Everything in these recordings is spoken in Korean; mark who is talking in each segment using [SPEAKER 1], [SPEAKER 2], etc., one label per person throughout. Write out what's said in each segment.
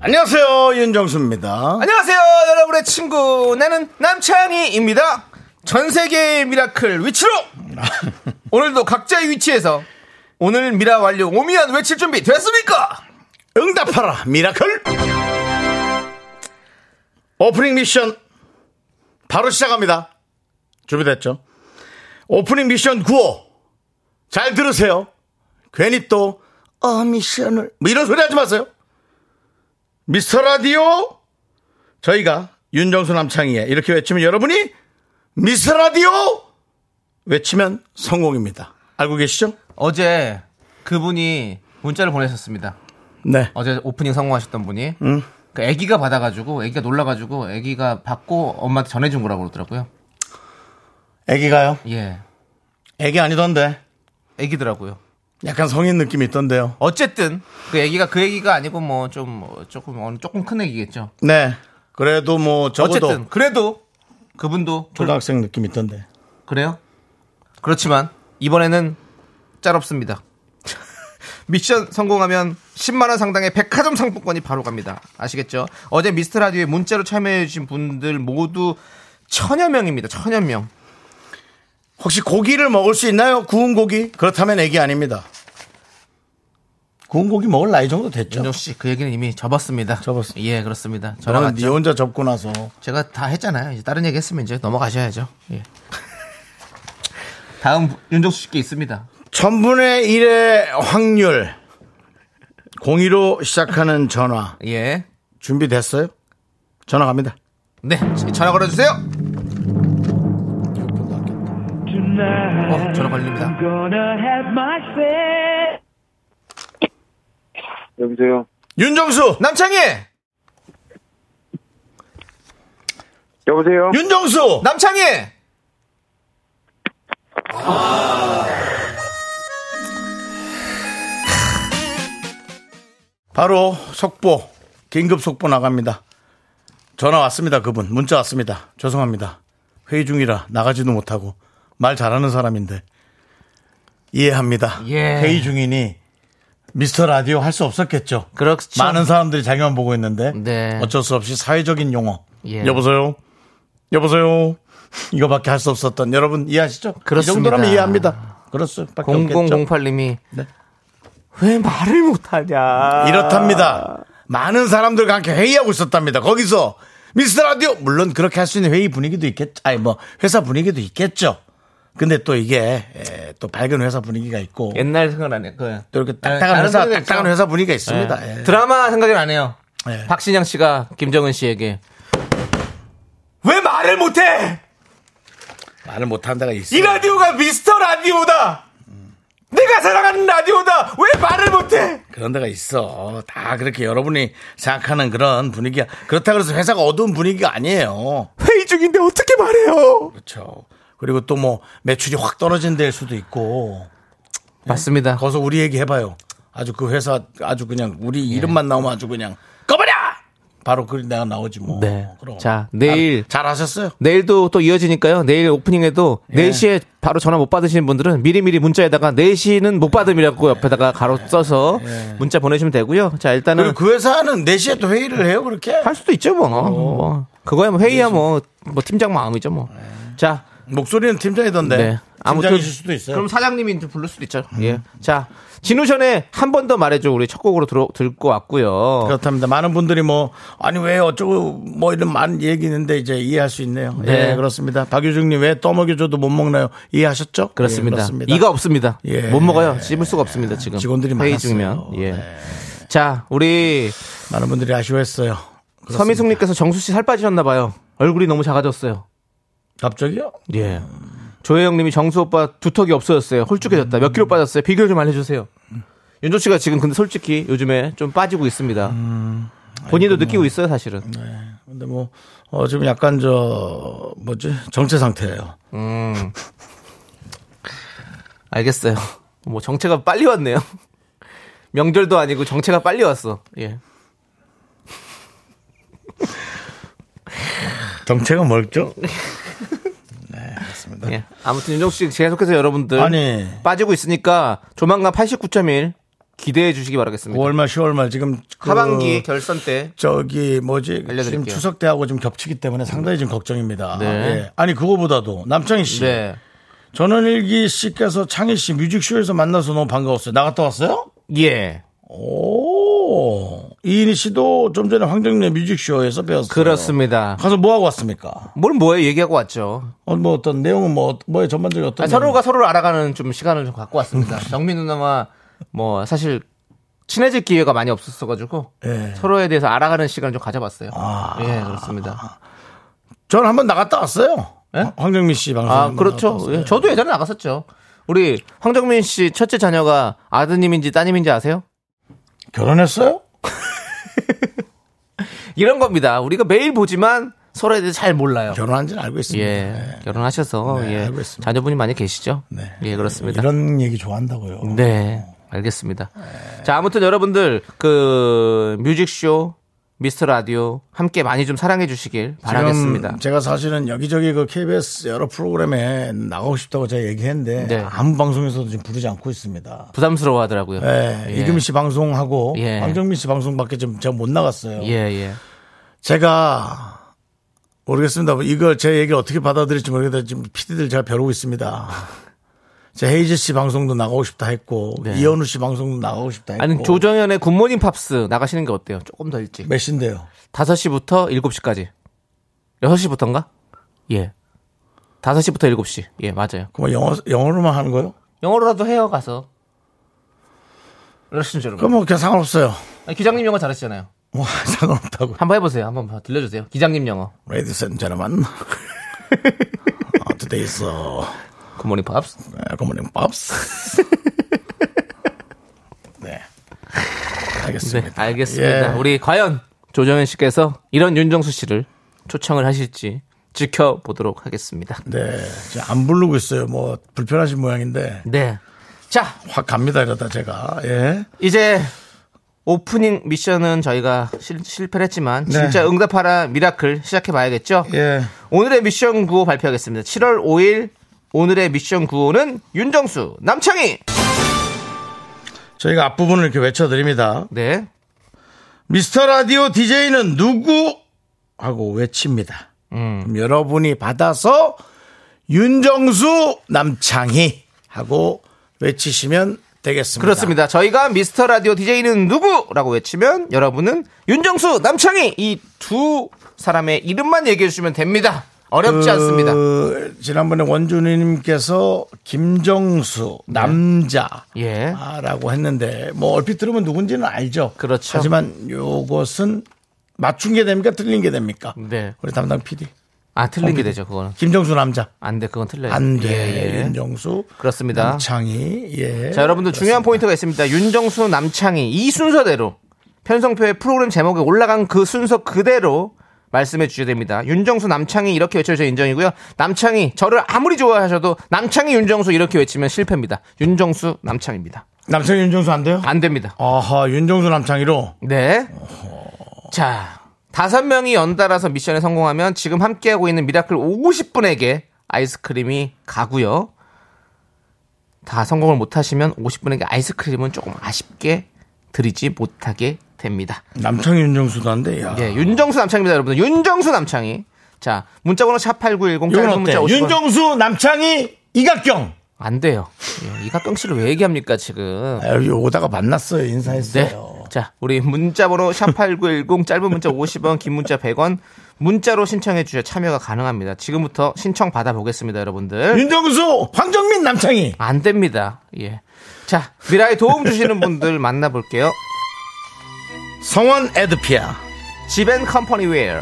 [SPEAKER 1] 안녕하세요 윤정수입니다
[SPEAKER 2] 안녕하세요, 여러분의 친구. 나는 남창희입니다. 전 세계의 미라클 위치로! 오늘도 각자의 위치에서 오늘 미라 완료 오미연 외칠 준비 됐습니까?
[SPEAKER 1] 응답하라 미라클 오프닝 미션 바로 시작합니다 준비됐죠 오프닝 미션 9호 잘 들으세요 괜히 또 어 미션을 뭐 이런 소리 하지 마세요 미스터 라디오 저희가 윤정수 남창희에 이렇게 외치면 여러분이 미스터 라디오 외치면 성공입니다 알고 계시죠?
[SPEAKER 2] 어제 그분이 문자를 보내셨습니다.
[SPEAKER 1] 네
[SPEAKER 2] 어제 오프닝 성공하셨던 분이. 그 애기가 받아가지고, 애기가 놀라가지고, 애기가 받고 엄마한테 전해준 거라고 그러더라고요.
[SPEAKER 1] 애기가요?
[SPEAKER 2] 예.
[SPEAKER 1] 애기 아니던데
[SPEAKER 2] 애기더라고요.
[SPEAKER 1] 약간 성인 느낌이 있던데요.
[SPEAKER 2] 어쨌든, 그 애기가 그 애기가 아니고 뭐 좀, 어, 조금, 어느 조금 큰 애기겠죠.
[SPEAKER 1] 네. 그래도 뭐 적어도
[SPEAKER 2] 어쨌든, 그래도 그분도
[SPEAKER 1] 초등학생 느낌 이 있던데.
[SPEAKER 2] 그래요? 그렇지만 이번에는 짤 없습니다. 미션 성공하면 10만 원 상당의 백화점 상품권이 바로 갑니다. 아시겠죠? 어제 미스터 라디오에 문자로 참여해 주신 분들 모두 천여 명입니다. 천여 명.
[SPEAKER 1] 혹시 고기를 먹을 수 있나요? 구운 고기? 그렇다면 애기 아닙니다. 구운 고기 먹을 나이 정도 됐죠.
[SPEAKER 2] 윤정 씨, 그 얘기는 이미 접었습니다.
[SPEAKER 1] 접었어요.
[SPEAKER 2] 예, 그렇습니다. 저랑
[SPEAKER 1] 저는 네
[SPEAKER 2] 같죠.
[SPEAKER 1] 혼자 접고 나서
[SPEAKER 2] 제가 다 했잖아요. 이제 다른 얘기 했으면 이제 넘어가셔야죠. 예. 다음 윤정수 씨께 있습니다.
[SPEAKER 1] 천분의 일의 확률 공의로 시작하는 전화
[SPEAKER 2] 예.
[SPEAKER 1] 준비됐어요? 전화 갑니다.
[SPEAKER 2] 네, 전화 걸어주세요. 어, 어, 전화 걸립니다.
[SPEAKER 3] 여보세요.
[SPEAKER 1] 윤정수,
[SPEAKER 2] 남창희,
[SPEAKER 3] 여보세요.
[SPEAKER 1] 윤정수.
[SPEAKER 2] 남창희.
[SPEAKER 1] 바로 속보 긴급 속보 나갑니다. 전화 왔습니다. 그분 문자 왔습니다. 죄송합니다. 회의 중이라 나가지도 못하고 말 잘하는 사람인데 이해합니다.
[SPEAKER 2] 예.
[SPEAKER 1] 회의 중이니 미스터 라디오 할 수 없었겠죠.
[SPEAKER 2] 그렇죠.
[SPEAKER 1] 많은 사람들이 자기만 보고 있는데
[SPEAKER 2] 네.
[SPEAKER 1] 어쩔 수 없이 사회적인 용어.
[SPEAKER 2] 예.
[SPEAKER 1] 여보세요. 여보세요. 이거밖에 할 수 없었던 여러분 이해하시죠?
[SPEAKER 2] 그렇습니다.
[SPEAKER 1] 이 정도라면 이해합니다. 그럴 수밖에 없겠죠.
[SPEAKER 2] 0008님이 왜 말을 못하냐.
[SPEAKER 1] 이렇답니다. 많은 사람들과 함께 회의하고 있었답니다. 거기서 미스터 라디오 물론 그렇게 할 수 있는 회의 분위기도 있겠, 아니 뭐 회사 분위기도 있겠죠. 근데 또 이게 에, 또 밝은 회사 분위기가 있고
[SPEAKER 2] 옛날 생각나네. 그
[SPEAKER 1] 또 이렇게
[SPEAKER 2] 다른
[SPEAKER 1] 딱딱한 회사
[SPEAKER 2] 분위기가
[SPEAKER 1] 딱딱한
[SPEAKER 2] 있죠.
[SPEAKER 1] 회사 분위기가 있습니다. 예.
[SPEAKER 2] 드라마 생각이 아, 나네요.
[SPEAKER 1] 예.
[SPEAKER 2] 박신양 씨가 김정은 씨에게 왜 말을 못해?
[SPEAKER 1] 말을 못하는 데가 있어.
[SPEAKER 2] 이 라디오가 미스터 라디오다. 내가 사랑하는 라디오다. 왜 말을 못해?
[SPEAKER 1] 그런 데가 있어. 다 그렇게 여러분이 생각하는 그런 분위기야. 그렇다 그래서 회사가 어두운 분위기가 아니에요.
[SPEAKER 2] 회의 중인데 어떻게 말해요?
[SPEAKER 1] 그렇죠. 그리고 또 뭐 매출이 확 떨어진 데일 수도 있고
[SPEAKER 2] 맞습니다.
[SPEAKER 1] 거기서 우리 얘기 해봐요. 아주 그 회사 아주 그냥 우리 이름만 나오면 아주 그냥 꺼버려. 바로 그 내가 나오지 뭐.
[SPEAKER 2] 네.
[SPEAKER 1] 그럼.
[SPEAKER 2] 자, 내일.
[SPEAKER 1] 잘, 하셨어요.
[SPEAKER 2] 내일도 또 이어지니까요. 내일 오프닝에도
[SPEAKER 1] 예.
[SPEAKER 2] 4시에 바로 전화 못 받으시는 분들은 미리미리 문자에다가 4시는 못 받음이라고 옆에다가 가로 써서 문자 보내시면 되고요. 자,
[SPEAKER 1] 예. 그리고
[SPEAKER 2] 일단은
[SPEAKER 1] 그 어. 회사는 4시에 또 회의를 해요 그렇게.
[SPEAKER 2] 할 수도 있죠, 뭐. 뭐. 그거야 뭐 회의야 뭐, 뭐 팀장 마음이죠, 뭐.
[SPEAKER 1] 예.
[SPEAKER 2] 자,
[SPEAKER 1] 목소리는 팀장이던데.
[SPEAKER 2] 네.
[SPEAKER 1] 팀장이실 수도 있어요.
[SPEAKER 2] 그럼 사장님이 좀 부를 수도 있죠.
[SPEAKER 1] 음.
[SPEAKER 2] 예. 자, 진우션에 한 번 더 말해줘. 우리 첫 곡으로 들어, 듣고 왔고요.
[SPEAKER 1] 그렇답니다. 많은 분들이 뭐 아니 왜 어쩌고 뭐 이런 많은 얘기 있는데 이제 이해할 수 있네요.
[SPEAKER 2] 네.
[SPEAKER 1] 예, 그렇습니다. 박유중님 왜 떠먹여줘도 못 먹나요? 이해하셨죠?
[SPEAKER 2] 그렇습니다.
[SPEAKER 1] 예,
[SPEAKER 2] 이가 없습니다.
[SPEAKER 1] 예.
[SPEAKER 2] 못 먹어요. 씹을 수가 없습니다, 지금.
[SPEAKER 1] 직원들이
[SPEAKER 2] 회의
[SPEAKER 1] 많았어요. 네.
[SPEAKER 2] 중이면. 예. 자, 우리
[SPEAKER 1] 많은 분들이 아쉬워했어요. 그렇습니다.
[SPEAKER 2] 서미숙님께서 정수 씨 살 빠지셨나 봐요. 얼굴이 너무 작아졌어요.
[SPEAKER 1] 갑자기요?
[SPEAKER 2] 예. 조혜영님이 정수 오빠 두턱이 없어졌어요. 홀쭉해졌다. 몇 킬로 빠졌어요. 비결 좀 알려주세요. 윤조 씨가 지금 근데 솔직히 요즘에 좀 빠지고 있습니다. 본인도 느끼고 있어요, 사실은.
[SPEAKER 1] 근데 뭐, 어, 지금 약간 저, 뭐지? 정체 상태예요
[SPEAKER 2] 음. 알겠어요. 뭐 정체가 빨리 왔네요. 명절도 아니고 정체가 빨리 왔어. 예.
[SPEAKER 1] 정체가 뭘죠? 네, 맞습니다.
[SPEAKER 2] 예. 아무튼 윤정수 씨 계속해서 여러분들
[SPEAKER 1] 아니.
[SPEAKER 2] 빠지고 있으니까 조만간 89.1 기대해 주시기 바라겠습니다.
[SPEAKER 1] 5월 말, 10월 말 지금 그
[SPEAKER 2] 하반기 결선 때
[SPEAKER 1] 저기 뭐지
[SPEAKER 2] 알려드릴게요.
[SPEAKER 1] 지금 추석 때하고 좀 겹치기 때문에 상당히 좀 걱정입니다.
[SPEAKER 2] 네.
[SPEAKER 1] 예. 아니 그거보다도 남창희 씨,
[SPEAKER 2] 네.
[SPEAKER 1] 전원일기 씨께서 창희 씨 뮤직쇼에서 만나서 너무 반가웠어요. 나갔다 왔어요?
[SPEAKER 2] 예.
[SPEAKER 1] 오 이인희 씨도 좀 전에 황정래 뮤직쇼에서 배웠어요.
[SPEAKER 2] 그렇습니다.
[SPEAKER 1] 가서 뭐 하고 왔습니까?
[SPEAKER 2] 뭘 뭐예요? 얘기하고 왔죠.
[SPEAKER 1] 어, 뭐 어떤 내용은 뭐 뭐의 전반적인 어떤
[SPEAKER 2] 아니, 서로가 서로를 알아가는 좀 시간을 좀 갖고
[SPEAKER 1] 음.
[SPEAKER 2] 왔습니다. 정민 누나와 뭐 사실 친해질 기회가 많이 없었어가지고
[SPEAKER 1] 예. 아.
[SPEAKER 2] 서로에 대해서 알아가는 시간을 좀 가져봤어요. 예, 그렇습니다.
[SPEAKER 1] 저는 한번 나갔다 왔어요.
[SPEAKER 2] 예?
[SPEAKER 1] 황- 황정민 씨 방송.
[SPEAKER 2] 아,
[SPEAKER 1] 한번
[SPEAKER 2] 그렇죠.
[SPEAKER 1] 나갔다
[SPEAKER 2] 예,
[SPEAKER 1] 왔어요.
[SPEAKER 2] 저도 예전에 나갔었죠. 우리 황정민 씨 첫째 자녀가 아드님인지 따님인지 아세요?
[SPEAKER 1] 결혼했어요?
[SPEAKER 2] 이런 겁니다. 우리가 매일 보지만 서로에 대해서 잘 몰라요.
[SPEAKER 1] 결혼한 지는 알고 있습니다.
[SPEAKER 2] 예,
[SPEAKER 1] 그렇죠. 네.
[SPEAKER 2] 결혼하셔서
[SPEAKER 1] 네,
[SPEAKER 2] 예,
[SPEAKER 1] 알고 있습니다.
[SPEAKER 2] 자녀분이 많이 계시죠?
[SPEAKER 1] 네.
[SPEAKER 2] 예, 그렇습니다.
[SPEAKER 1] 이런 얘기 좋아한다고요.
[SPEAKER 2] 네, 알겠습니다. 자, 아무튼 여러분들 그 뮤직쇼 미스터 라디오 함께 많이 좀 사랑해 주시길 바라겠습니다.
[SPEAKER 1] 지금 제가 사실은 여기저기 그 KBS 여러 프로그램에 나가고 싶다고 제가 얘기했는데
[SPEAKER 2] 네.
[SPEAKER 1] 아무 방송에서도 지금 부르지 않고 있습니다.
[SPEAKER 2] 부담스러워 하더라고요.
[SPEAKER 1] 예, 이금희 씨 방송하고
[SPEAKER 2] 예.
[SPEAKER 1] 황정민 씨 방송밖에 지금 제가 못 나갔어요.
[SPEAKER 2] 예, 예.
[SPEAKER 1] 제가 모르겠습니다. 이걸 제 얘기를 어떻게 받아들일지 모르겠다. 지금 PD들 제가 벼르고 있습니다. 제 헤이즈 씨 방송도 나가고 싶다 했고
[SPEAKER 2] 네.
[SPEAKER 1] 이현우 씨 방송도 나가고 싶다 했고
[SPEAKER 2] 아니 조정현의 굿모닝 팝스 나가시는 게 어때요? 조금 더 일찍.
[SPEAKER 1] 몇 시인데요?
[SPEAKER 2] 5시부터 7시까지. 6시부터인가? 예. 5시부터 7시. 예, 맞아요.
[SPEAKER 1] 그럼 영어, 영어로만 하는 거요?
[SPEAKER 2] 영어로라도 해요, 가서. 그러시죠, 여러분.
[SPEAKER 1] 그럼 뭐 그냥 상관없어요.
[SPEAKER 2] 아니, 기장님 영어 잘하시잖아요.
[SPEAKER 1] 뭐 상관없다고.
[SPEAKER 2] 한번 해보세요. 한번 들려주세요. 기장님 영어.
[SPEAKER 1] Ladies and gentlemen. 어, today is uh,
[SPEAKER 2] 굿모닝 팝스.
[SPEAKER 1] good morning, Pops. 네. 알겠습니다.
[SPEAKER 2] 네, 알겠습니다. 우리 과연 조정현 씨께서 이런 윤정수 씨를 초청을 하실지 지켜보도록 하겠습니다.
[SPEAKER 1] 네. 지금 안 부르고 있어요. 뭐, 불편하신 모양인데.
[SPEAKER 2] 네. 자,
[SPEAKER 1] 확 갑니다, 이러다 제가. 예.
[SPEAKER 2] 이제 오프닝 미션은 저희가 실, 실패를 했지만 진짜 응답하라 미라클 시작해 봐야겠죠?
[SPEAKER 1] 예.
[SPEAKER 2] 오늘의 미션 구호 발표하겠습니다. 7월 5일 오늘의 미션 구호는 윤정수 남창희.
[SPEAKER 1] 저희가 앞부분을 이렇게 외쳐드립니다.
[SPEAKER 2] 네.
[SPEAKER 1] 미스터 라디오 DJ는 누구? 하고 외칩니다.
[SPEAKER 2] 음.
[SPEAKER 1] 그럼 여러분이 받아서 윤정수 남창희 하고 외치시면 되겠습니다.
[SPEAKER 2] 그렇습니다. 저희가 미스터 라디오 DJ는 누구라고 외치면 여러분은 윤정수, 남창희 이 두 사람의 이름만 얘기해 주시면 됩니다. 어렵지 않습니다.
[SPEAKER 1] 그, 지난번에 원준이님께서 김정수 남자라고
[SPEAKER 2] 네. 예.
[SPEAKER 1] 했는데 뭐 얼핏 들으면 누군지는 알죠.
[SPEAKER 2] 그렇죠.
[SPEAKER 1] 하지만 요것은 맞춘 게 됩니까? 틀린 게 됩니까?
[SPEAKER 2] 네.
[SPEAKER 1] 우리 담당 PD
[SPEAKER 2] 아, 틀린 게 되죠, 그거는.
[SPEAKER 1] 김정수 남자
[SPEAKER 2] 안 돼, 그건 틀려요.
[SPEAKER 1] 안 돼.
[SPEAKER 2] 예, 예.
[SPEAKER 1] 윤정수
[SPEAKER 2] 그렇습니다.
[SPEAKER 1] 남창희 예.
[SPEAKER 2] 자, 여러분들 중요한 포인트가 있습니다. 윤정수, 남창희 이 순서대로 편성표에 프로그램 제목에 올라간 그 순서 그대로 말씀해 주셔야 됩니다. 윤정수, 남창희 이렇게 외쳐서 인정이고요. 남창희 저를 아무리 좋아하셔도 남창희, 윤정수 이렇게 외치면 실패입니다. 윤정수, 남창입니다.
[SPEAKER 1] 남창희 윤정수 안 돼요?
[SPEAKER 2] 안 됩니다.
[SPEAKER 1] 아하 윤정수 남창희로
[SPEAKER 2] 네. 자, 다섯 명이 연달아서 미션에 성공하면 지금 함께하고 있는 미라클 50분에게 아이스크림이 가고요. 다 성공을 못하시면 50분에게 아이스크림은 조금 아쉽게 드리지 못하게 됩니다.
[SPEAKER 1] 남창희 윤정수도 안 돼. 야.
[SPEAKER 2] 예, 윤정수 남창입니다, 여러분들. 윤정수 남창이. 자, 문자번호 샵8910
[SPEAKER 1] 이건
[SPEAKER 2] 짧은
[SPEAKER 1] 어때?
[SPEAKER 2] 문자 50원.
[SPEAKER 1] 윤정수 남창희 이각경
[SPEAKER 2] 안 돼요. 예, 이가병 씨를 왜 얘기합니까, 지금?
[SPEAKER 1] 아, 여기 오다가 만났어요.
[SPEAKER 2] 네.
[SPEAKER 1] 인사했어요.
[SPEAKER 2] 자, 우리 문자번호 샵8910 짧은 문자 50원, 긴 문자 100원. 문자로 신청해 주셔 참여가 가능합니다. 지금부터 신청 받아 보겠습니다, 여러분들.
[SPEAKER 1] 윤정수, 황정민, 남창희.
[SPEAKER 2] 안 됩니다. 예. 자, 미라에 도움 주시는 분들 만나 볼게요.
[SPEAKER 1] 성원 에드피아.
[SPEAKER 2] 지벤 컴퍼니 웨어,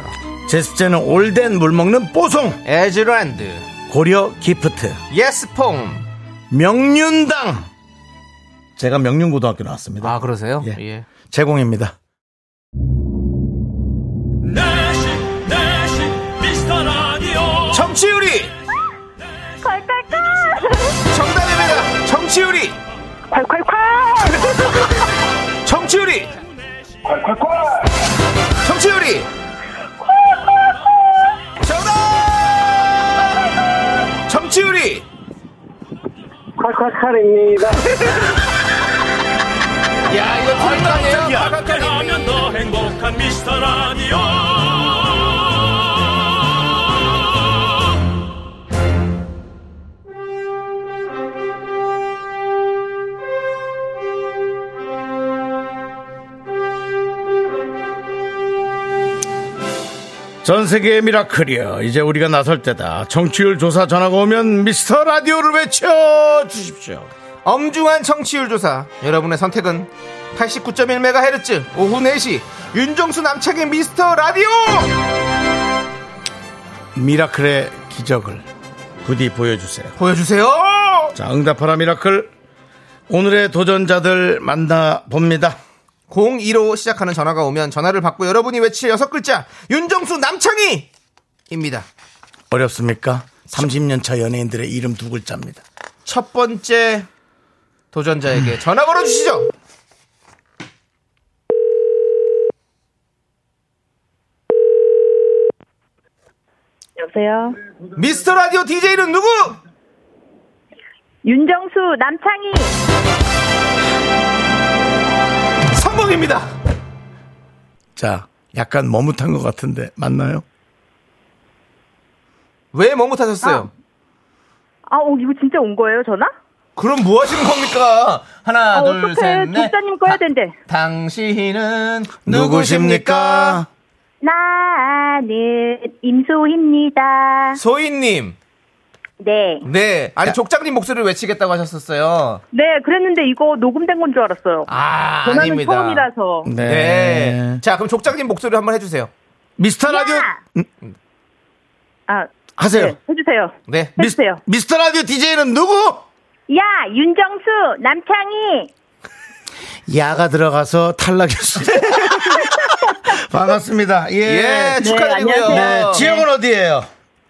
[SPEAKER 1] 제습제는 올덴 물 먹는 뽀송.
[SPEAKER 2] 에즈랜드,
[SPEAKER 1] 고려 기프트.
[SPEAKER 2] 예스폼.
[SPEAKER 1] 명륜당. 제가 명륜고등학교 나왔습니다.
[SPEAKER 2] 아, 그러세요?
[SPEAKER 1] 예.
[SPEAKER 2] 예.
[SPEAKER 1] 제공입니다.
[SPEAKER 3] 콸콸콸!
[SPEAKER 2] 정치율이
[SPEAKER 3] 콸콸콸!
[SPEAKER 2] 정치율이 정답 정치율이
[SPEAKER 3] 콸콸콸입니다.
[SPEAKER 2] 야 이거 틀린
[SPEAKER 1] 깜짝이야.
[SPEAKER 2] 거 아니에요
[SPEAKER 4] 하면 더 행복한 미스터 라디오
[SPEAKER 1] 전 세계의 미라클이여 이제 우리가 나설 때다 정치율 조사 전화가 오면 미스터 라디오를 외쳐 주십시오
[SPEAKER 2] 엄중한 청취율 조사 여러분의 선택은 89.1MHz 오후 4시 윤정수 남창의 미스터 라디오
[SPEAKER 1] 미라클의 기적을 부디 보여주세요
[SPEAKER 2] 보여주세요
[SPEAKER 1] 자 응답하라 미라클 오늘의 도전자들 만나봅니다
[SPEAKER 2] 02로 시작하는 전화가 오면 전화를 받고 여러분이 외칠 여섯 글자 윤정수 남창희 입니다
[SPEAKER 1] 어렵습니까? 30년 차 연예인들의 이름 두 글자입니다
[SPEAKER 2] 첫 번째 도전자에게 전화 걸어 주시죠.
[SPEAKER 5] 여보세요.
[SPEAKER 2] 미스터 라디오 DJ는 누구?
[SPEAKER 5] 윤정수 남창희
[SPEAKER 2] 성공입니다.
[SPEAKER 1] 자 약간 머뭇한 것 같은데 맞나요?
[SPEAKER 2] 왜뭐 머뭇하셨어요?
[SPEAKER 5] 아 어, 이거 진짜 온 거예요 전화?
[SPEAKER 2] 그럼 뭐 하시는 겁니까? 하나,
[SPEAKER 5] 아,
[SPEAKER 2] 둘, 셋,
[SPEAKER 5] 어떡해
[SPEAKER 2] 넷.
[SPEAKER 5] 독자님 꺼야
[SPEAKER 2] 다-
[SPEAKER 5] 된대
[SPEAKER 2] 당신은 누구십니까?
[SPEAKER 5] 나는 임소희입니다
[SPEAKER 2] 소희님.
[SPEAKER 5] 네네
[SPEAKER 2] 네. 아니, 족장님 목소리를 외치겠다고 하셨었어요.
[SPEAKER 5] 네, 그랬는데 이거 녹음된 건 줄 알았어요
[SPEAKER 2] 아,
[SPEAKER 5] 전화는
[SPEAKER 2] 아닙니다.
[SPEAKER 5] 처음이라서
[SPEAKER 2] 네. 자, 그럼 족장님 목소리 한번 해주세요.
[SPEAKER 1] 미스터 라디오
[SPEAKER 5] 야! 음. 아
[SPEAKER 1] 하세요
[SPEAKER 5] 네, 해주세요
[SPEAKER 2] 네.
[SPEAKER 1] 미스,
[SPEAKER 5] 해주세요
[SPEAKER 1] 미스터 라디오 DJ는 누구?
[SPEAKER 5] 야 윤정수 남창희
[SPEAKER 1] 야가 들어가서 탈락했어요. 반갑습니다. 예.
[SPEAKER 2] 예, 축하드리고요.
[SPEAKER 1] 네, 지역은 어디예요?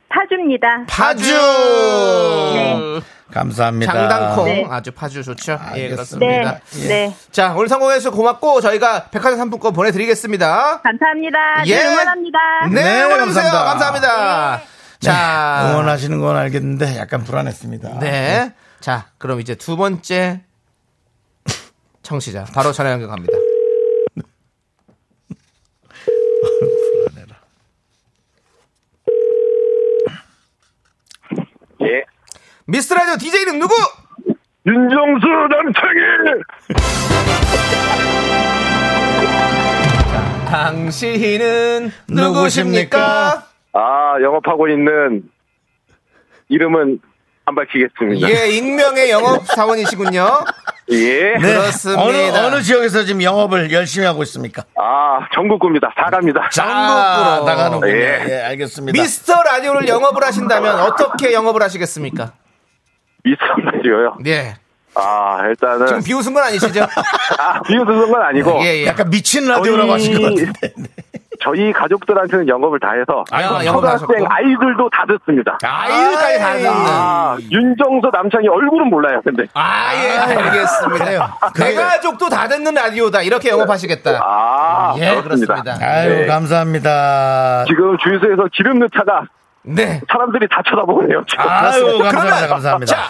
[SPEAKER 5] 파주입니다
[SPEAKER 1] 파주.
[SPEAKER 2] 파주.
[SPEAKER 1] 감사합니다.
[SPEAKER 2] 장당콩.
[SPEAKER 5] 네.
[SPEAKER 2] 아주 파주 좋죠? 예,
[SPEAKER 1] 알겠습니다.
[SPEAKER 5] 네
[SPEAKER 2] 그렇습니다.
[SPEAKER 5] 네
[SPEAKER 2] 자, 오늘 성공해서 고맙고 저희가 백화점 상품권 보내드리겠습니다.
[SPEAKER 5] 감사합니다 늘
[SPEAKER 2] 예.
[SPEAKER 5] 응원합니다
[SPEAKER 2] 네,
[SPEAKER 1] 네,
[SPEAKER 2] 응원해주세요.
[SPEAKER 1] 감사합니다.
[SPEAKER 2] 감사합니다.
[SPEAKER 1] 네,
[SPEAKER 2] 자,
[SPEAKER 1] 응원하시는 건 알겠는데 약간 불안했습니다.
[SPEAKER 2] 네. 자, 그럼 이제 두 번째 청취자 바로 전화 연결 갑니다.
[SPEAKER 3] 예.
[SPEAKER 2] 미스 라디오 DJ는 누구?
[SPEAKER 3] 윤정수 남창희!
[SPEAKER 2] 당신은
[SPEAKER 1] 누구십니까?
[SPEAKER 2] 누구십니까?
[SPEAKER 3] 아, 영업하고 있는 이름은 안 밝히겠습니다.
[SPEAKER 2] 예, 익명의 영업 사원이시군요.
[SPEAKER 3] 예.
[SPEAKER 1] 네.
[SPEAKER 2] 그렇습니다.
[SPEAKER 1] 어느, 어느 지역에서 지금 영업을 열심히 하고 있습니까?
[SPEAKER 3] 아, 전국구입니다. 다 갑니다.
[SPEAKER 1] 아,
[SPEAKER 2] 전국구로
[SPEAKER 1] 나가는군요. 예.
[SPEAKER 3] 예.
[SPEAKER 1] 알겠습니다.
[SPEAKER 2] 미스터 라디오를 영업을 하신다면 어떻게 영업을 하시겠습니까?
[SPEAKER 3] 미스터라디오요.
[SPEAKER 2] 예.
[SPEAKER 3] 아, 일단은.
[SPEAKER 2] 지금 비웃은 건 아니시죠?
[SPEAKER 3] 아, 비웃는 건 아니고.
[SPEAKER 2] 예, 예.
[SPEAKER 1] 어, 약간 미친 라디오라고
[SPEAKER 3] 어이.
[SPEAKER 1] 하신 것 같은데. 네.
[SPEAKER 3] 저희 가족들한테는 영업을 다 해서.
[SPEAKER 2] 아, 영업을 하셨고.
[SPEAKER 3] 초등학생 아이들도 다 듣습니다.
[SPEAKER 2] 아이들까지 다 듣는.
[SPEAKER 3] 아, 윤정수 남창희 얼굴은 몰라요, 근데.
[SPEAKER 2] 아, 예,
[SPEAKER 1] 그래요.
[SPEAKER 2] 알겠습니다.
[SPEAKER 1] 그래요.
[SPEAKER 2] 대가족도 다 듣는 라디오다. 이렇게 영업하시겠다.
[SPEAKER 3] 아,
[SPEAKER 2] 예,
[SPEAKER 3] 그렇습니다.
[SPEAKER 2] 그렇습니다.
[SPEAKER 1] 아유,
[SPEAKER 3] 네.
[SPEAKER 1] 감사합니다.
[SPEAKER 3] 지금 주유소에서 기름 넣 차가
[SPEAKER 2] 네.
[SPEAKER 3] 사람들이 다 쳐다보네요. 지금.
[SPEAKER 1] 아유, 감사합니다.
[SPEAKER 2] 그러면-
[SPEAKER 1] 감사합니다.
[SPEAKER 2] 자,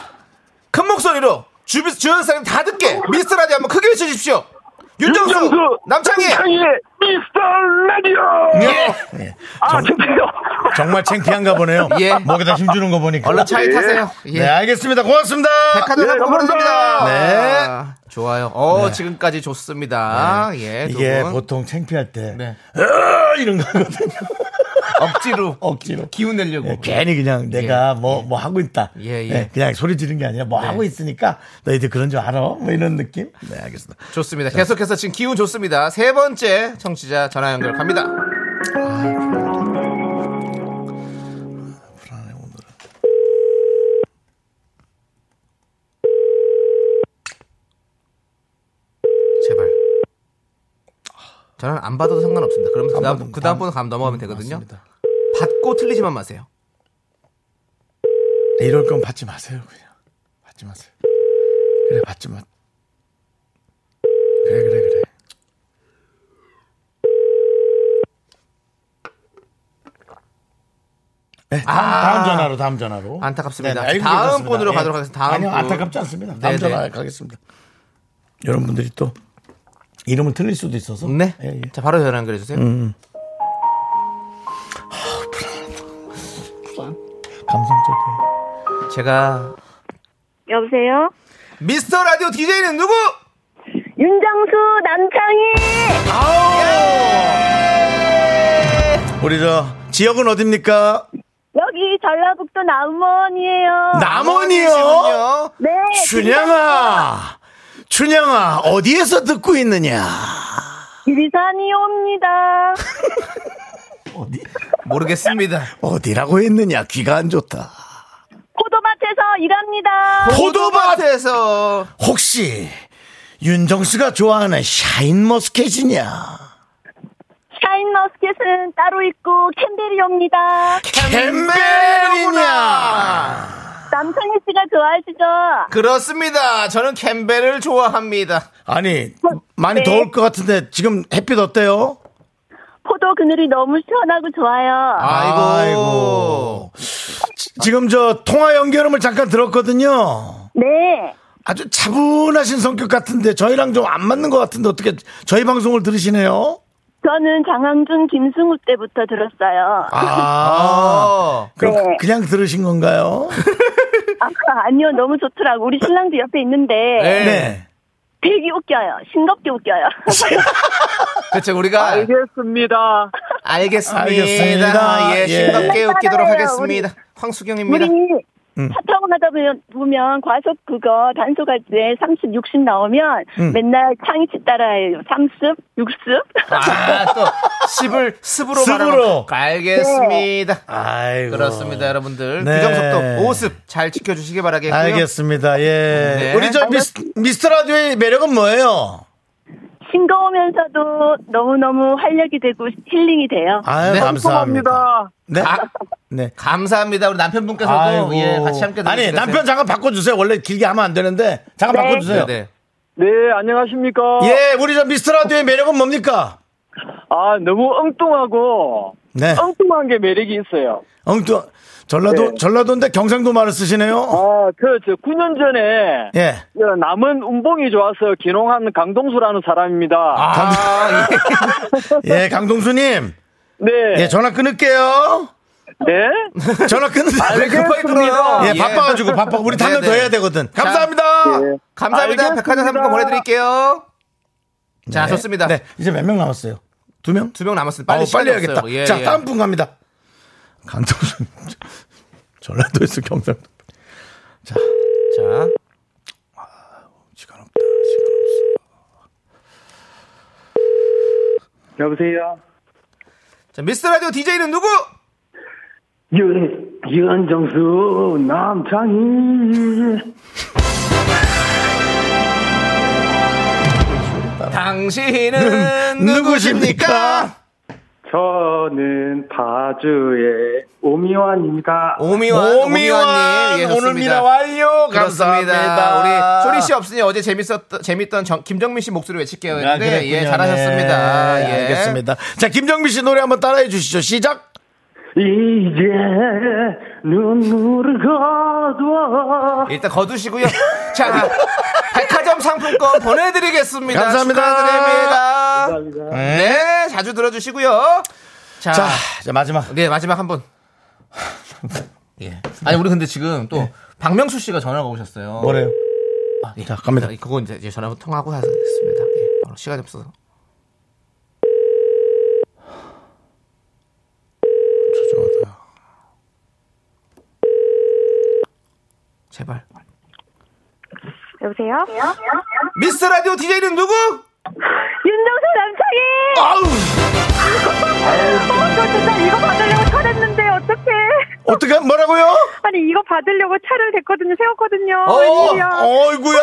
[SPEAKER 2] 큰 목소리로 주변 주변 사람 다 듣게 미스터 라디오 한번 크게 외쳐주십시오. 윤정수,
[SPEAKER 3] 윤정수
[SPEAKER 2] 남창희.
[SPEAKER 3] 남창희의 미스터 라디오.
[SPEAKER 2] 예.
[SPEAKER 1] 예.
[SPEAKER 3] 아, 죄송해요.
[SPEAKER 1] 정말 창피한가 보네요.
[SPEAKER 2] 예.
[SPEAKER 1] 목에다 힘주는 거 보니까.
[SPEAKER 2] 얼른 차에
[SPEAKER 3] 예.
[SPEAKER 2] 타세요. 예.
[SPEAKER 1] 네, 알겠습니다. 고맙습니다.
[SPEAKER 2] 백화점
[SPEAKER 3] 예,
[SPEAKER 2] 상품
[SPEAKER 3] 감사합니다.
[SPEAKER 2] 보내드립니다.
[SPEAKER 1] 네.
[SPEAKER 2] 아, 좋아요. 어 지금까지 좋습니다. 예. 두
[SPEAKER 1] 이게 뭐
[SPEAKER 2] 분.
[SPEAKER 1] 보통 창피할 때
[SPEAKER 2] 네.
[SPEAKER 1] 으아! 이런 거거든요.
[SPEAKER 2] 억지로
[SPEAKER 1] 억지로.
[SPEAKER 2] 기운 내려고.
[SPEAKER 1] 예, 괜히 그냥 내가 뭐 뭐 하고 있다.
[SPEAKER 2] 네, 예, 네. 예.
[SPEAKER 1] 그냥 소리 지르는 게 아니라 뭐 하고 있으니까 너희들 그런 줄 알아? 뭐 이런 느낌? 네, 알겠습니다.
[SPEAKER 2] 좋습니다. 계속해서 지금 기운 좋습니다. 세 번째 청취자 전화 연결 갑니다. 제발. 전화를 안 받아도 상관없습니다. 그러면 그 다음, 그 다음 번호 감 넘어가면 되거든요.
[SPEAKER 1] 맞습니다.
[SPEAKER 2] 받고 틀리지만 마세요.
[SPEAKER 1] 네, 이럴 건 받지 마세요, 그냥. 받지 마세요. 그래, 받지 마. 그래 그래 그래. 네, 다음, 다음 전화로 다음 전화로
[SPEAKER 2] 아.
[SPEAKER 1] 네,
[SPEAKER 2] 안타깝습니다.
[SPEAKER 1] 알고
[SPEAKER 2] 다음
[SPEAKER 1] 계셨습니다.
[SPEAKER 2] 번호로 가도록 하겠습니다. 다음
[SPEAKER 1] 아니요
[SPEAKER 2] 분.
[SPEAKER 1] 안타깝지 않습니다. 다음
[SPEAKER 2] 네네.
[SPEAKER 1] 전화 가겠습니다. 여러분들이 또 이름을 틀릴 수도 있어서
[SPEAKER 2] 네.
[SPEAKER 1] 예, 예.
[SPEAKER 2] 자, 바로 전화 연결해 주세요.
[SPEAKER 1] 음. 감성적이에요.
[SPEAKER 2] 제가
[SPEAKER 6] 여보세요?
[SPEAKER 2] 미스터 라디오 DJ는 누구?
[SPEAKER 6] 윤정수 남창희!
[SPEAKER 1] 우리 저 지역은 어딥니까?
[SPEAKER 6] 여기 전라북도 남원이에요.
[SPEAKER 1] 남원이요.
[SPEAKER 2] 남원이시군요.
[SPEAKER 6] 네.
[SPEAKER 1] 춘향아, 춘향아 어디에서 듣고 있느냐?
[SPEAKER 6] 지리산이 옵니다.
[SPEAKER 1] 어디?
[SPEAKER 2] 모르겠습니다.
[SPEAKER 1] 어디라고 했느냐? 귀가 안 좋다.
[SPEAKER 6] 포도밭에서 일합니다.
[SPEAKER 1] 포도밭
[SPEAKER 2] 포도밭에서
[SPEAKER 1] 혹시 윤정수가 좋아하는 샤인머스켓이냐?
[SPEAKER 6] 샤인머스켓은 따로 있고 캔벨이 옵니다.
[SPEAKER 1] 캠벨이냐?
[SPEAKER 6] 남창희 씨가 좋아하시죠?
[SPEAKER 2] 그렇습니다. 저는 캠벨을 좋아합니다.
[SPEAKER 1] 아니 많이
[SPEAKER 6] 네.
[SPEAKER 1] 더울 것 같은데 지금 햇빛 어때요?
[SPEAKER 6] 포도 그늘이 너무 시원하고 좋아요.
[SPEAKER 2] 아이고.
[SPEAKER 1] 아이고. 지- 지금 저 통화 연결음을 잠깐 들었거든요.
[SPEAKER 6] 네.
[SPEAKER 1] 아주 차분하신 성격 같은데 저희랑 좀 안 맞는 것 같은데 어떻게 저희 방송을 들으시네요?
[SPEAKER 6] 저는 장항준, 김승우 때부터 들었어요. 아,
[SPEAKER 2] 아.
[SPEAKER 1] 그럼
[SPEAKER 6] 네.
[SPEAKER 1] 그냥 들으신 건가요?
[SPEAKER 6] 아니요, 너무 좋더라고. 우리 신랑도 옆에 있는데
[SPEAKER 2] 네.
[SPEAKER 1] 네.
[SPEAKER 6] 되게 웃겨요. 싱겁게 웃겨요.
[SPEAKER 2] 그렇죠. 우리가
[SPEAKER 3] 알겠습니다.
[SPEAKER 2] 알겠습니다.
[SPEAKER 1] 알겠습니다.
[SPEAKER 2] 예,
[SPEAKER 1] 예.
[SPEAKER 2] 싱겁게 웃기도록
[SPEAKER 6] 사랑해요,
[SPEAKER 2] 하겠습니다.
[SPEAKER 6] 우리
[SPEAKER 2] 황수경입니다. 음.
[SPEAKER 6] 차 타고 가다 보면, 보면 과속 그거 단속할 때 30, 60 나오면
[SPEAKER 2] 음.
[SPEAKER 6] 맨날 창이 치 따라해요. 30, 60.
[SPEAKER 2] 아, 또 습을 습으로
[SPEAKER 1] 습으로. 네.
[SPEAKER 2] 말하면 알겠습니다.
[SPEAKER 1] 아이고.
[SPEAKER 2] 그렇습니다, 여러분들.
[SPEAKER 1] 네.
[SPEAKER 2] 규정속도 5습 잘 지켜주시기 바라겠고요.
[SPEAKER 1] 알겠습니다. 예.
[SPEAKER 2] 네.
[SPEAKER 1] 우리 저 미스, 미스터 라디오의 매력은 뭐예요?
[SPEAKER 6] 싱거우면서도 너무너무 활력이 되고 힐링이 돼요.
[SPEAKER 1] 아유,
[SPEAKER 2] 네,
[SPEAKER 1] 감사합니다. 네.
[SPEAKER 2] 아,
[SPEAKER 1] 네.
[SPEAKER 2] 감사합니다. 우리 남편분께서도
[SPEAKER 1] 아이고.
[SPEAKER 2] 예, 같이 함께
[SPEAKER 1] 아니,
[SPEAKER 2] 들으시겠어요?
[SPEAKER 1] 남편 잠깐 바꿔주세요. 원래 길게 하면 안 되는데. 잠깐
[SPEAKER 6] 네.
[SPEAKER 1] 바꿔주세요.
[SPEAKER 2] 네, 네.
[SPEAKER 3] 네, 안녕하십니까.
[SPEAKER 1] 예, 우리 저 미스터 라디오의 매력은 뭡니까?
[SPEAKER 3] 아, 너무 엉뚱하고
[SPEAKER 1] 네.
[SPEAKER 7] 어.
[SPEAKER 3] 엉뚱한 게 매력이 있어요.
[SPEAKER 1] 엉뚱. 전라도,
[SPEAKER 3] 네.
[SPEAKER 1] 전라도인데 경상도 말을
[SPEAKER 7] 어.
[SPEAKER 1] 쓰시네요.
[SPEAKER 3] 아, 그렇죠. 9년 전에
[SPEAKER 1] 예.
[SPEAKER 3] 남은 운봉이 좋아서 기농한 강동수라는 사람입니다.
[SPEAKER 2] 아, 예.
[SPEAKER 1] 예, 강동수님.
[SPEAKER 3] 네.
[SPEAKER 1] 예, 전화 끊을게요.
[SPEAKER 3] 네.
[SPEAKER 1] 전화
[SPEAKER 2] 왜
[SPEAKER 1] 끊는다.
[SPEAKER 2] 급하게 끊어요?
[SPEAKER 1] 예, 바빠가지고, 바빠. 우리 다음에
[SPEAKER 2] 네,
[SPEAKER 1] 더
[SPEAKER 2] 네.
[SPEAKER 1] 해야 되거든. 감사합니다.
[SPEAKER 3] 네.
[SPEAKER 2] 감사합니다.
[SPEAKER 3] 알겠습니다.
[SPEAKER 2] 백화점 상품 보내드릴게요. 자, 좋습니다.
[SPEAKER 1] 네. 이제 몇 명 남았어요? 두 명?
[SPEAKER 2] 두 명 남았습니다. 빨리,
[SPEAKER 1] 어,
[SPEAKER 2] 시간이
[SPEAKER 1] 빨리 해야겠다.
[SPEAKER 2] 없어요. 예,
[SPEAKER 1] 자,
[SPEAKER 2] 예.
[SPEAKER 1] 다음 분 갑니다. 강동순. 전라도에서 경상도. 자,
[SPEAKER 2] 자,
[SPEAKER 1] 시간 없다. 시간 없어.
[SPEAKER 3] 여보세요.
[SPEAKER 2] 자, 미스 라디오 DJ는 누구?
[SPEAKER 3] 윤, 윤정수, 남창희.
[SPEAKER 1] 음,
[SPEAKER 2] 당신은 누구십니까?
[SPEAKER 1] 누구십니까?
[SPEAKER 3] 저는 파주의 오미완입니다.
[SPEAKER 2] 오미완,
[SPEAKER 1] 오미완
[SPEAKER 2] 오미완님. 예,
[SPEAKER 1] 오늘
[SPEAKER 2] 좋습니다.
[SPEAKER 1] 미라 완료.
[SPEAKER 2] 그렇습니다.
[SPEAKER 1] 감사합니다.
[SPEAKER 2] 우리 쇼리 씨 없으니 어제 재밌었던 재밌던 정- 김정민 씨 목소리 외칠게요.
[SPEAKER 1] 아,
[SPEAKER 2] 했는데
[SPEAKER 1] 그랬군요.
[SPEAKER 2] 예, 잘하셨습니다.
[SPEAKER 1] 네,
[SPEAKER 2] 예.
[SPEAKER 1] 알겠습니다. 자, 김정민 씨 노래 한번 따라해 주시죠. 시작.
[SPEAKER 3] 이제 눈물을 거둬.
[SPEAKER 2] 일단 거두시고요. 자, 백화점 상품권 보내드리겠습니다.
[SPEAKER 1] 감사합니다.
[SPEAKER 2] 축하드립니다.
[SPEAKER 3] 감사합니다.
[SPEAKER 2] 네, 자주 들어주시고요. 자,
[SPEAKER 1] 자, 이제 마지막.
[SPEAKER 2] 네 마지막 한 분. 예. 아니 우리 근데 지금 또 박명수 씨가 전화가 오셨어요. 아, 예.
[SPEAKER 1] 뭐래요? 자, 갑니다.
[SPEAKER 2] 그거 이제 이제 전화 통화하고 하겠습니다. 예, 바로 시간이 없어서.
[SPEAKER 1] 죄송하다.
[SPEAKER 2] 제발.
[SPEAKER 6] 여보세요?
[SPEAKER 2] 미스 라디오 DJ는 누구?
[SPEAKER 6] 윤정수 남창희!
[SPEAKER 1] 아우!
[SPEAKER 2] 아.
[SPEAKER 6] 어, 저 진짜 이거 받으려고 차렸는데 어떡해.
[SPEAKER 1] 어떻게 뭐라고요?
[SPEAKER 6] 아니 이거 받으려고 차를 댔거든요. 세웠거든요.
[SPEAKER 1] 어,
[SPEAKER 6] 웬일이야.
[SPEAKER 1] 어이구야.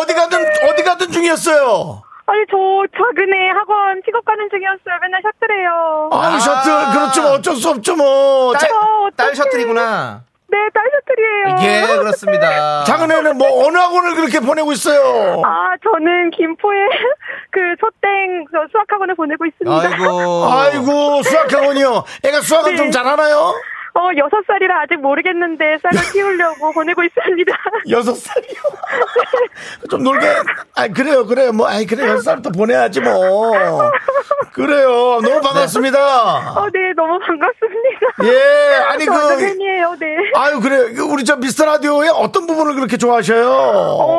[SPEAKER 1] 어디 가든, 어디 가든 중이었어요.
[SPEAKER 6] 아니 저 작은 애 학원 픽업 가는 중이었어요. 맨날 셔틀해요.
[SPEAKER 1] 아니,
[SPEAKER 2] 아.
[SPEAKER 1] 셔틀. 그렇죠. 뭐 어쩔 수 없죠, 뭐.
[SPEAKER 2] 딸,
[SPEAKER 1] 자,
[SPEAKER 6] 어, 어떡해.
[SPEAKER 2] 딸 셔틀이구나.
[SPEAKER 5] 네, 딸사투리예요.
[SPEAKER 2] 예, 그렇습니다.
[SPEAKER 1] 작은애는 뭐 어느 학원을 그렇게 보내고 있어요?
[SPEAKER 5] 아, 저는 김포에 그 소땡 저 수학학원을 보내고 있습니다.
[SPEAKER 2] 아이고.
[SPEAKER 1] 아이고 수학학원이요. 애가 수학은
[SPEAKER 5] 네.
[SPEAKER 1] 좀 잘하나요?
[SPEAKER 5] 어, 여섯 살이라 아직 모르겠는데 쌀을 키우려고 보내고 있습니다.
[SPEAKER 1] 여섯 살이요. 좀 놀게. 아 그래요, 그래요. 뭐, 아이 그래 여섯 살부터 보내야지 뭐. 그래요.
[SPEAKER 5] 네.
[SPEAKER 1] 너무 반갑습니다.
[SPEAKER 5] 어, 네, 너무 반갑습니다.
[SPEAKER 1] 예, 아니 그,
[SPEAKER 5] 완전 팬이에요, 네.
[SPEAKER 1] 아유 그래. 요 우리 저 미스터 라디오의 어떤 부분을 그렇게
[SPEAKER 5] 어,
[SPEAKER 1] 좋아하셔요?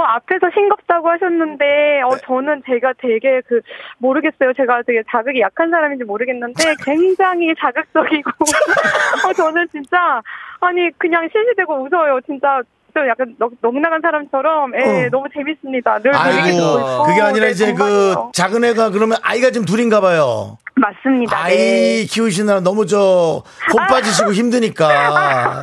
[SPEAKER 5] 앞에서 싱겁다고 하셨는데,
[SPEAKER 1] 네.
[SPEAKER 5] 어, 저는 제가 되게 그, 모르겠어요. 제가 되게 자극이 약한 사람인지 모르겠는데, 굉장히 자극적이고, 어, 저는 진짜, 아니, 그냥 실시되고 웃어요. 진짜, 좀 약간 넉, 넉나간 사람처럼, 예,
[SPEAKER 1] 어.
[SPEAKER 5] 너무 재밌습니다. 늘 재밌게 듣고
[SPEAKER 1] 아이고
[SPEAKER 5] 있고.
[SPEAKER 1] 그게 아니라
[SPEAKER 5] 네,
[SPEAKER 1] 이제 그
[SPEAKER 5] 정말이에요.
[SPEAKER 1] 작은 애가 그러면 아이가 지금 둘인가봐요.
[SPEAKER 5] 맞습니다. 네.
[SPEAKER 1] 아이 키우시느라 너무 저혼 빠지시고 힘드니까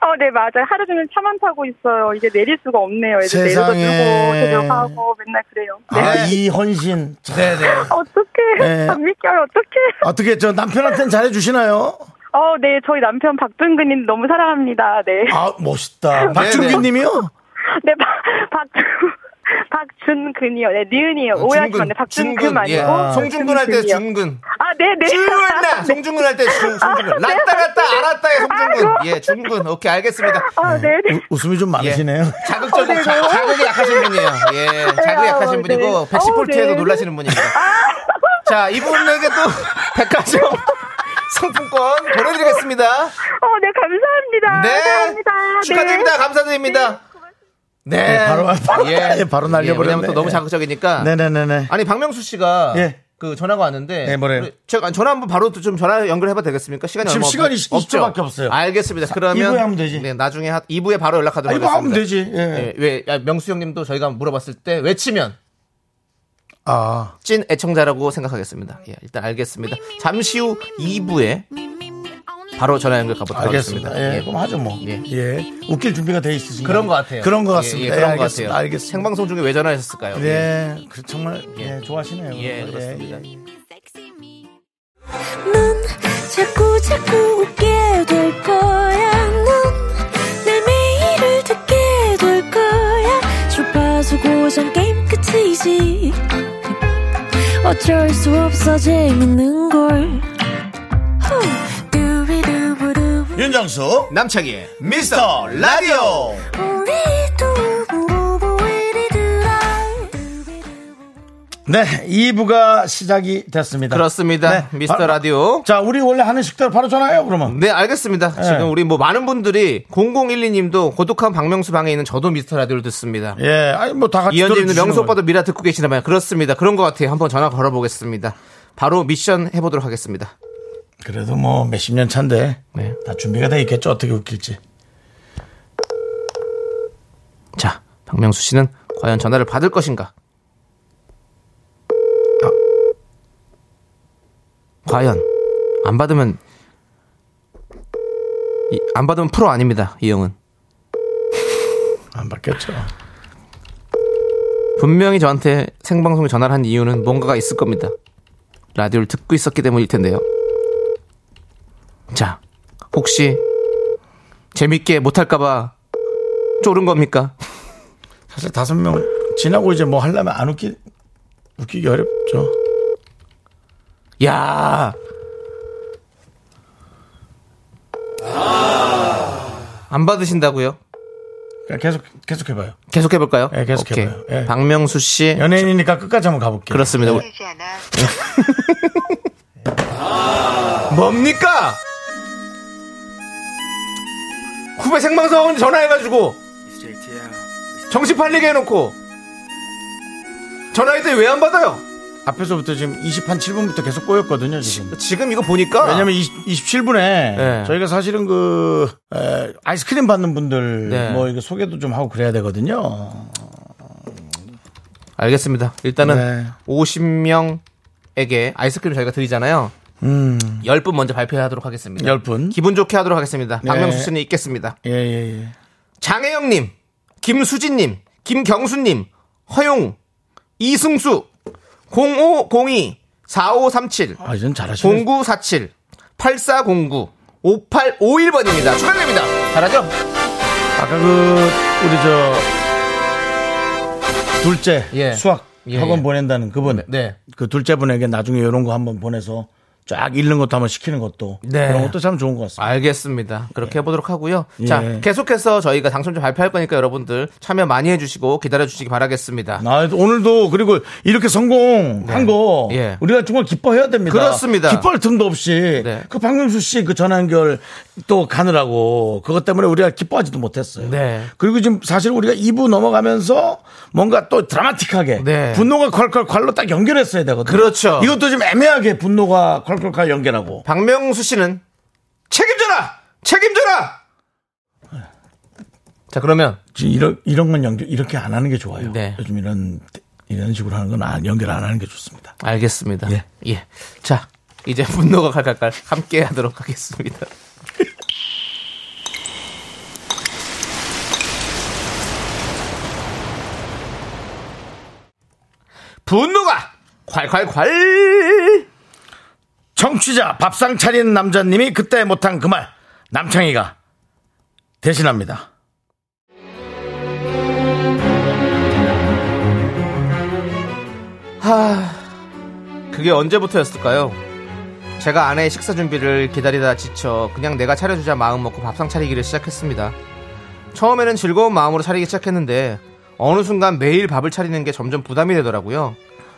[SPEAKER 5] 어, 네, 맞아요. 하루 종일 차만 타고 있어요. 이게 내릴 수가 없네요. 애들 내려서
[SPEAKER 1] 세상에.
[SPEAKER 5] 들고, 데려가고, 맨날 그래요. 네.
[SPEAKER 1] 아 이 헌신 참.
[SPEAKER 2] 네네.
[SPEAKER 5] 어떡해.
[SPEAKER 1] 네.
[SPEAKER 5] 안 믿겨요. 어떡해.
[SPEAKER 1] 어떻게 저 남편한테는 잘해주시나요?
[SPEAKER 5] 어, 네, 저희 남편 박준근님 너무 사랑합니다. 네.
[SPEAKER 1] 아 멋있다 박준기님이요?
[SPEAKER 2] 아.
[SPEAKER 5] 네, 박, 박, 박준근이요. 네, 니은이요.
[SPEAKER 2] 아,
[SPEAKER 5] 오해하시면 안 돼. 박준근 아니고.
[SPEAKER 2] 예. 송중근 할 때 준근.
[SPEAKER 5] 아, 네, 네.
[SPEAKER 2] 준근아! 송중근 할 때
[SPEAKER 5] 아,
[SPEAKER 2] 송중근. 라따 라따 알았다의 송중근. 예, 준근. 오케이, 알겠습니다.
[SPEAKER 5] 아, 네, 네.
[SPEAKER 1] 우- 웃음이
[SPEAKER 2] 예.
[SPEAKER 1] 좀 많으시네요.
[SPEAKER 2] 자극적인 자, 자극이 약하신 분이에요. 예, 자극이 약하신
[SPEAKER 5] 어, 네.
[SPEAKER 2] 분이고
[SPEAKER 5] 어,
[SPEAKER 2] 110볼트에도
[SPEAKER 5] 네. 아.
[SPEAKER 2] 놀라시는 분입니다. 자, 이분에게 또 백화점 상품권 보내드리겠습니다.
[SPEAKER 5] 어, 네, 감사합니다.
[SPEAKER 2] 네,
[SPEAKER 5] 사랑합니다.
[SPEAKER 2] 축하드립니다. 감사드립니다. 네,
[SPEAKER 1] 네, 바로- 바로- 예, 바로 날려버렸네.
[SPEAKER 2] 왜냐면 또 너무 자극적이니까.
[SPEAKER 1] 네네네네.
[SPEAKER 2] 아니 박명수 씨가
[SPEAKER 1] 예.
[SPEAKER 2] 그 전화가 왔는데
[SPEAKER 1] 네, 뭐래요?
[SPEAKER 2] 우리 제가 전화 한번 바로 또좀 전화 연결해봐도 되겠습니까? 시간이
[SPEAKER 1] 지금
[SPEAKER 2] 얼마
[SPEAKER 1] 시간이
[SPEAKER 2] 없- 없죠?
[SPEAKER 1] 20초밖에 없어요.
[SPEAKER 2] 알겠습니다. 그러면
[SPEAKER 1] 이부에 하면 되지.
[SPEAKER 2] 네, 나중에 하, 2부에 바로 연락하도록
[SPEAKER 1] 아, 이거
[SPEAKER 2] 하겠습니다.
[SPEAKER 1] 하면 되지. 예.
[SPEAKER 2] 예, 왜 야, 명수 형님도 저희가 물어봤을 때 외치면
[SPEAKER 1] 아
[SPEAKER 2] 찐 애청자라고 생각하겠습니다. 예, 일단 알겠습니다. 잠시 후 2부에 바로 전화 연결 가보도록
[SPEAKER 1] 알겠습니다.
[SPEAKER 2] 하겠습니다.
[SPEAKER 1] 예, 그럼 하죠 뭐.
[SPEAKER 2] 예.
[SPEAKER 1] 예. 웃길 준비가 돼 있으신가요?
[SPEAKER 2] 그런 것 같아요.
[SPEAKER 1] 그런 것
[SPEAKER 2] 예,
[SPEAKER 1] 같습니다.
[SPEAKER 2] 예, 그런
[SPEAKER 1] 예,
[SPEAKER 2] 것
[SPEAKER 1] 알겠습니다.
[SPEAKER 2] 같아요.
[SPEAKER 1] 알겠습니다.
[SPEAKER 2] 생방송 중에 왜 전화하셨을까요?
[SPEAKER 1] 네, 그 정말 예,
[SPEAKER 2] 예.
[SPEAKER 1] 좋아하시네요.
[SPEAKER 2] 예, 예, 그렇습니다.
[SPEAKER 1] 예, 예.
[SPEAKER 8] 넌 자꾸 자꾸 웃게 될 거야. 넌내 매일을 듣게 될 거야. 주파수 고정 게임 끝이지. 어쩔 수 없어 재밌는 걸. 후. 두비두부두.
[SPEAKER 1] 윤정수
[SPEAKER 2] 남창희의
[SPEAKER 1] 네.
[SPEAKER 2] 미스터 라디오
[SPEAKER 8] 우리 두부부부 우리 두라. 두비두부.
[SPEAKER 1] 네, 2부가 시작이 됐습니다.
[SPEAKER 2] 그렇습니다.
[SPEAKER 1] 네.
[SPEAKER 2] 미스터
[SPEAKER 1] 바-
[SPEAKER 2] 라디오.
[SPEAKER 1] 자, 우리 원래 하는 식대로 바로 전화해요, 그러면.
[SPEAKER 2] 네, 알겠습니다. 지금 우리 뭐 많은 분들이 0012님도 고독한 박명수 방에 있는 저도 미스터 라디오를 듣습니다.
[SPEAKER 1] 예, 아니, 뭐 다 같이.
[SPEAKER 2] 이현진님도
[SPEAKER 1] 들어주시는
[SPEAKER 2] 명수
[SPEAKER 1] 거예요.
[SPEAKER 2] 오빠도 미라 듣고 계시나봐요. 그렇습니다. 그런 것 같아요. 한번 전화 걸어보겠습니다. 바로 미션 해보도록 하겠습니다.
[SPEAKER 1] 그래도 뭐 몇십 년 차인데.
[SPEAKER 2] 네.
[SPEAKER 1] 다 준비가 돼 있겠죠, 어떻게 웃길지.
[SPEAKER 2] 자, 박명수 씨는 과연 전화를 받을 것인가? 아. 과연 안 받으면 이- 안 받으면 프로 아닙니다. 이 형은
[SPEAKER 1] 안 바뀌었죠.
[SPEAKER 2] 분명히 저한테 생방송에 전화를 한 이유는 뭔가가 있을 겁니다. 라디오를 듣고 있었기 때문일 텐데요. 자, 혹시 재밌게 못할까봐 쫄은 겁니까?
[SPEAKER 1] 사실 다섯 명 지나고 이제 뭐 하려면 안 웃기 웃기기 어렵죠.
[SPEAKER 2] 야. 아. 안 받으신다고요?
[SPEAKER 1] 그냥 그러니까 계속 계속 해봐요.
[SPEAKER 2] 계속 해볼까요?
[SPEAKER 1] 예, 계속
[SPEAKER 2] 오케이.
[SPEAKER 1] 해봐요. 예.
[SPEAKER 2] 박명수 씨.
[SPEAKER 1] 연예인이니까 끝까지 한번 가볼게요.
[SPEAKER 2] 그렇습니다. 뭡니까? 후배 생방송 전화해가지고 정신 팔리게 해놓고 전화했더니 왜 안 받아요?
[SPEAKER 1] 앞에서부터 지금 20한 7분부터 계속 꼬였거든요. 지금.
[SPEAKER 2] 지금 이거 보니까
[SPEAKER 1] 왜냐면 20, 27분에
[SPEAKER 2] 네.
[SPEAKER 1] 저희가 사실은 그 에, 아이스크림 받는 분들
[SPEAKER 2] 네.
[SPEAKER 1] 뭐 이거 소개도 좀 하고 그래야 되거든요.
[SPEAKER 2] 알겠습니다. 일단은
[SPEAKER 1] 네.
[SPEAKER 2] 50명에게 아이스크림 저희가 드리잖아요.
[SPEAKER 1] 음.
[SPEAKER 2] 10분 먼저 발표하도록 하겠습니다.
[SPEAKER 1] 10분.
[SPEAKER 2] 기분 좋게 하도록 하겠습니다.
[SPEAKER 1] 네.
[SPEAKER 2] 박명수 씨는 있겠습니다.
[SPEAKER 1] 예, 예, 예.
[SPEAKER 2] 장혜영님, 김수진님, 김경수님, 허용, 이승수, 0502, 4537,
[SPEAKER 1] 아, 이젠 잘하시네.
[SPEAKER 2] 0947, 8409, 5851번입니다. 축하드립니다. 잘하죠?
[SPEAKER 1] 아까 그 우리 저 둘째
[SPEAKER 2] 예.
[SPEAKER 1] 수학
[SPEAKER 2] 예,
[SPEAKER 1] 학원
[SPEAKER 2] 예.
[SPEAKER 1] 보낸다는 그분
[SPEAKER 2] 네.
[SPEAKER 1] 그 둘째 분에게 나중에 이런 거 한번 보내서 쫙 읽는 것도 한번 시키는 것도
[SPEAKER 2] 네.
[SPEAKER 1] 그런 것도 참 좋은 것 같습니다.
[SPEAKER 2] 알겠습니다. 그렇게 해보도록 하고요. 자,
[SPEAKER 1] 네. 예.
[SPEAKER 2] 계속해서 저희가 당첨자 발표할 거니까 여러분들 참여 많이 해주시고 기다려주시기 바라겠습니다.
[SPEAKER 1] 아, 오늘도 그리고 이렇게 성공한
[SPEAKER 2] 네.
[SPEAKER 1] 거
[SPEAKER 2] 예.
[SPEAKER 1] 우리가 정말 기뻐해야 됩니다.
[SPEAKER 2] 그렇습니다.
[SPEAKER 1] 기뻐할 틈도 없이
[SPEAKER 2] 네.
[SPEAKER 1] 그 박명수 씨 그 전화 연결 또 가느라고 그것 때문에 우리가 기뻐하지도 못했어요.
[SPEAKER 2] 네.
[SPEAKER 1] 그리고 지금 사실 우리가 2부 넘어가면서 뭔가 또 드라마틱하게
[SPEAKER 2] 네.
[SPEAKER 1] 분노가 콸콸콸로 딱 연결했어야 되거든요.
[SPEAKER 2] 그렇죠.
[SPEAKER 1] 이것도 지금 애매하게 분노가 콸콸콸 연결하고
[SPEAKER 2] 박명수 씨는 책임져라! 책임져라! 자, 그러면
[SPEAKER 1] 지금 이런 이런 건 연결 이렇게 안 하는 게 좋아요.
[SPEAKER 2] 네.
[SPEAKER 1] 요즘 이런 이런 식으로 하는 건 안- 연결 안 하는 게 좋습니다.
[SPEAKER 2] 알겠습니다.
[SPEAKER 1] 예.
[SPEAKER 2] 예. 자, 이제 분노가 칼칼칼 함께 하도록 하겠습니다. 분노가 콸콸콸!
[SPEAKER 1] 청취자 밥상 차린 남자님이 그때 못한 그 말 남창희가 대신합니다.
[SPEAKER 2] 아. 그게 언제부터였을까요? 제가 아내의 식사 준비를 기다리다 지쳐 그냥 내가 차려주자 마음 먹고 밥상 차리기를 시작했습니다. 처음에는 즐거운 마음으로 차리기 시작했는데 어느 순간 매일 밥을 차리는 게 점점 부담이 되더라고요.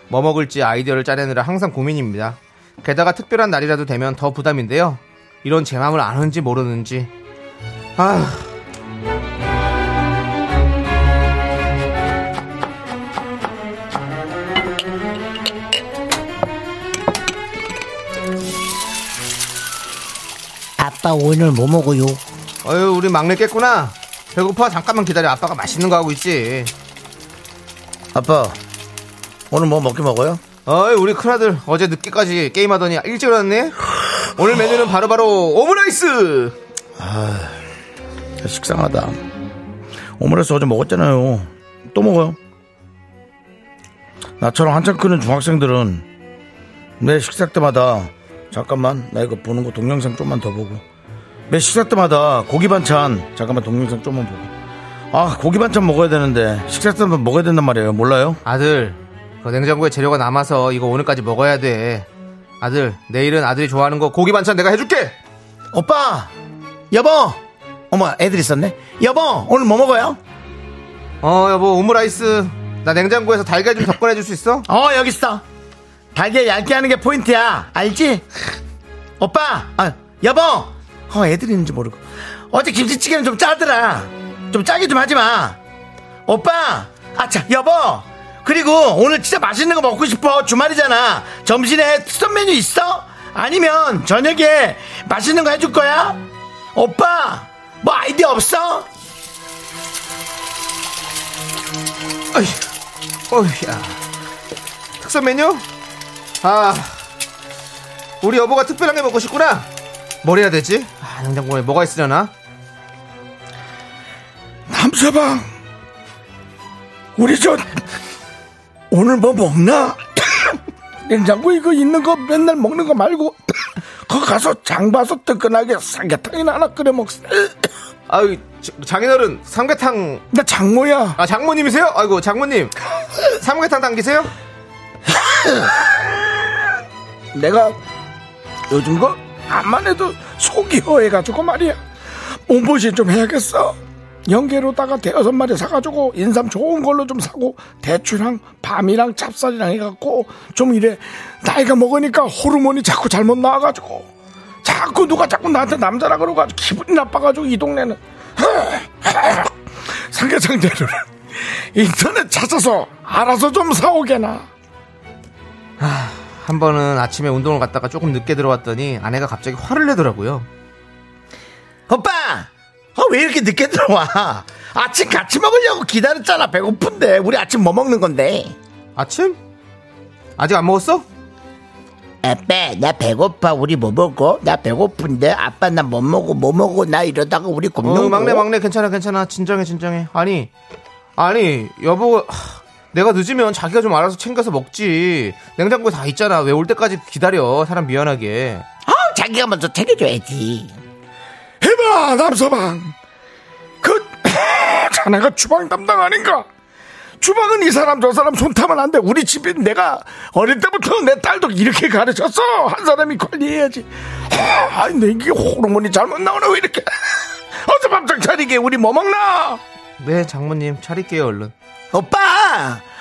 [SPEAKER 2] 뭐 먹을지 아이디어를 짜내느라 항상 고민입니다. 게다가 특별한 날이라도 되면 더 부담인데요. 이런 제 마음을 아는지 모르는지 아
[SPEAKER 9] 아빠 오늘 뭐 먹어요?
[SPEAKER 2] 어휴 우리 막내 깼구나 배고파 잠깐만 기다려 아빠가 맛있는 거 하고 있지
[SPEAKER 1] 아빠 오늘 뭐 먹게 먹어요?
[SPEAKER 2] 어이 우리 큰아들 어제 늦게까지 게임하더니 일찍 일어났네 오늘 메뉴는 바로바로 오므라이스
[SPEAKER 1] 식상하다. 오므라이스 어제 먹었잖아요. 또 먹어요. 나처럼 한참 크는 중학생들은 매 식사 때마다 잠깐만 나 이거 보는 거 동영상 좀만 더 보고 매 식사 때마다 고기 반찬 잠깐만 동영상 좀만 보고 아 고기 반찬 먹어야 되는데 식사 때마다 먹어야 된단 말이에요 몰라요?
[SPEAKER 2] 아들 그 냉장고에 재료가 남아서 이거 오늘까지 먹어야 돼 아들 내일은 아들이 좋아하는 거 고기 반찬 내가 해줄게
[SPEAKER 1] 오빠 여보 어머 애들 있었네 여보 오늘 뭐 먹어요?
[SPEAKER 2] 어 여보 오므라이스 나 냉장고에서 달걀 좀 덮어내줄 수 있어?
[SPEAKER 1] 어 여기 있어 달걀 얇게 하는 게 포인트야 알지? 오빠 아 여보 어 애들이 있는지 모르고 어제 김치찌개는 좀 짜더라 좀 짜게 좀 하지마 오빠 아차 여보 그리고 오늘 진짜 맛있는 거 먹고 싶어 주말이잖아 점심에 특선 메뉴 있어? 아니면 저녁에 맛있는 거 해줄 거야? 오빠 뭐 아이디어 없어?
[SPEAKER 2] 어휴 어휴야 특선 메뉴? 아 우리 여보가 특별한 게 먹고 싶구나 뭘 해야 되지? 아, 냉장고에 뭐가 있으려나?
[SPEAKER 1] 남서방 우리 저 오늘 뭐 먹나? 냉장고 이거 있는 거 맨날 먹는 거 말고 거기 가서 장 봐서 뜨끈하게 삼계탕이나 하나 끓여 먹.
[SPEAKER 2] 아유 자- 장인어른 삼계탕
[SPEAKER 1] 나 장모야.
[SPEAKER 2] 아 장모님이세요? 아이고 장모님 삼계탕 당기세요?
[SPEAKER 1] 내가 요즘 거 암만 해도 속이 허해가지고 말이야. 몸보신 좀 해야겠어. 연계로다가 대여섯 마리 사가지고 인삼 좋은 걸로 좀 사고 대추랑 밤이랑 찹쌀이랑 해갖고 좀 이래 나이가 먹으니까 호르몬이 자꾸 잘못 나와가지고 자꾸 누가 자꾸 나한테 남자라 그러가지고 기분이 나빠가지고 이 동네는 삼계탕 재료를 인터넷 찾아서 알아서 좀 사오게나.
[SPEAKER 2] 한 번은 아침에 운동을 갔다가 조금 늦게 들어왔더니 아내가 갑자기 화를 내더라고요.
[SPEAKER 1] 오빠! 아, 왜 이렇게 늦게 들어와? 아침 같이 먹으려고 기다렸잖아. 배고픈데. 우리 아침 뭐 먹는 건데?
[SPEAKER 2] 아침? 아직 안 먹었어?
[SPEAKER 9] 아빠 나 배고파 우리 뭐 먹어? 나 배고픈데 아빠 나 뭐 먹어 뭐 먹어 나 이러다가 우리
[SPEAKER 2] 어,
[SPEAKER 9] 굶는 거
[SPEAKER 2] 막내 막내 괜찮아 괜찮아 진정해 진정해 아니 아니 여보가 하, 내가 늦으면 자기가 좀 알아서 챙겨서 먹지 냉장고에 다 있잖아 왜 올 때까지 기다려 사람 미안하게
[SPEAKER 9] 어, 자기가 먼저 챙겨줘야지
[SPEAKER 1] 해봐, 남서방.
[SPEAKER 10] 그, 자네가 주방 담당 아닌가? 주방은 이 사람 저 사람 손 타면 안 돼. 우리 집인 내가 어릴 때부터 내 딸도 이렇게 가르쳤어. 한 사람이 관리해야지. 아, 내 이게 호르몬이 잘못 나오나 왜 이렇게? 어서 밥상 차리게 우리 뭐 먹나?
[SPEAKER 2] 네, 장모님 차릴게요 얼른.
[SPEAKER 9] 오빠!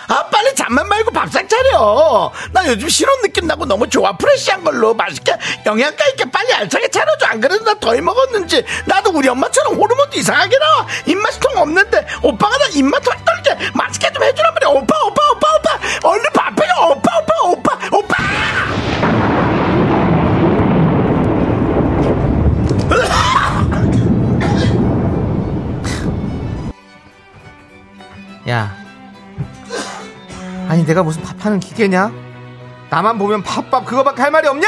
[SPEAKER 9] 아, 빨리 잠만 말고 밥상 차려! 나 요즘 신혼 느낌 나고 너무 좋아. 프레쉬한 걸로 맛있게 영양가 있게 빨리 알차게 차려줘. 안 그래도 나 더위 먹었는지. 나도 우리 엄마처럼 호르몬도 이상하게 나와. 입맛이 통 없는데 오빠가 나 입맛 확 떨게 맛있게 좀 해주란 말이야. 오빠, 오빠, 오빠, 오빠! 얼른 밥 해줘! 오빠, 오빠, 오빠, 오빠!
[SPEAKER 2] 야. 아니, 내가 무슨 밥하는 기계냐? 나만 보면 밥밥 그거밖에 할 말이 없냐?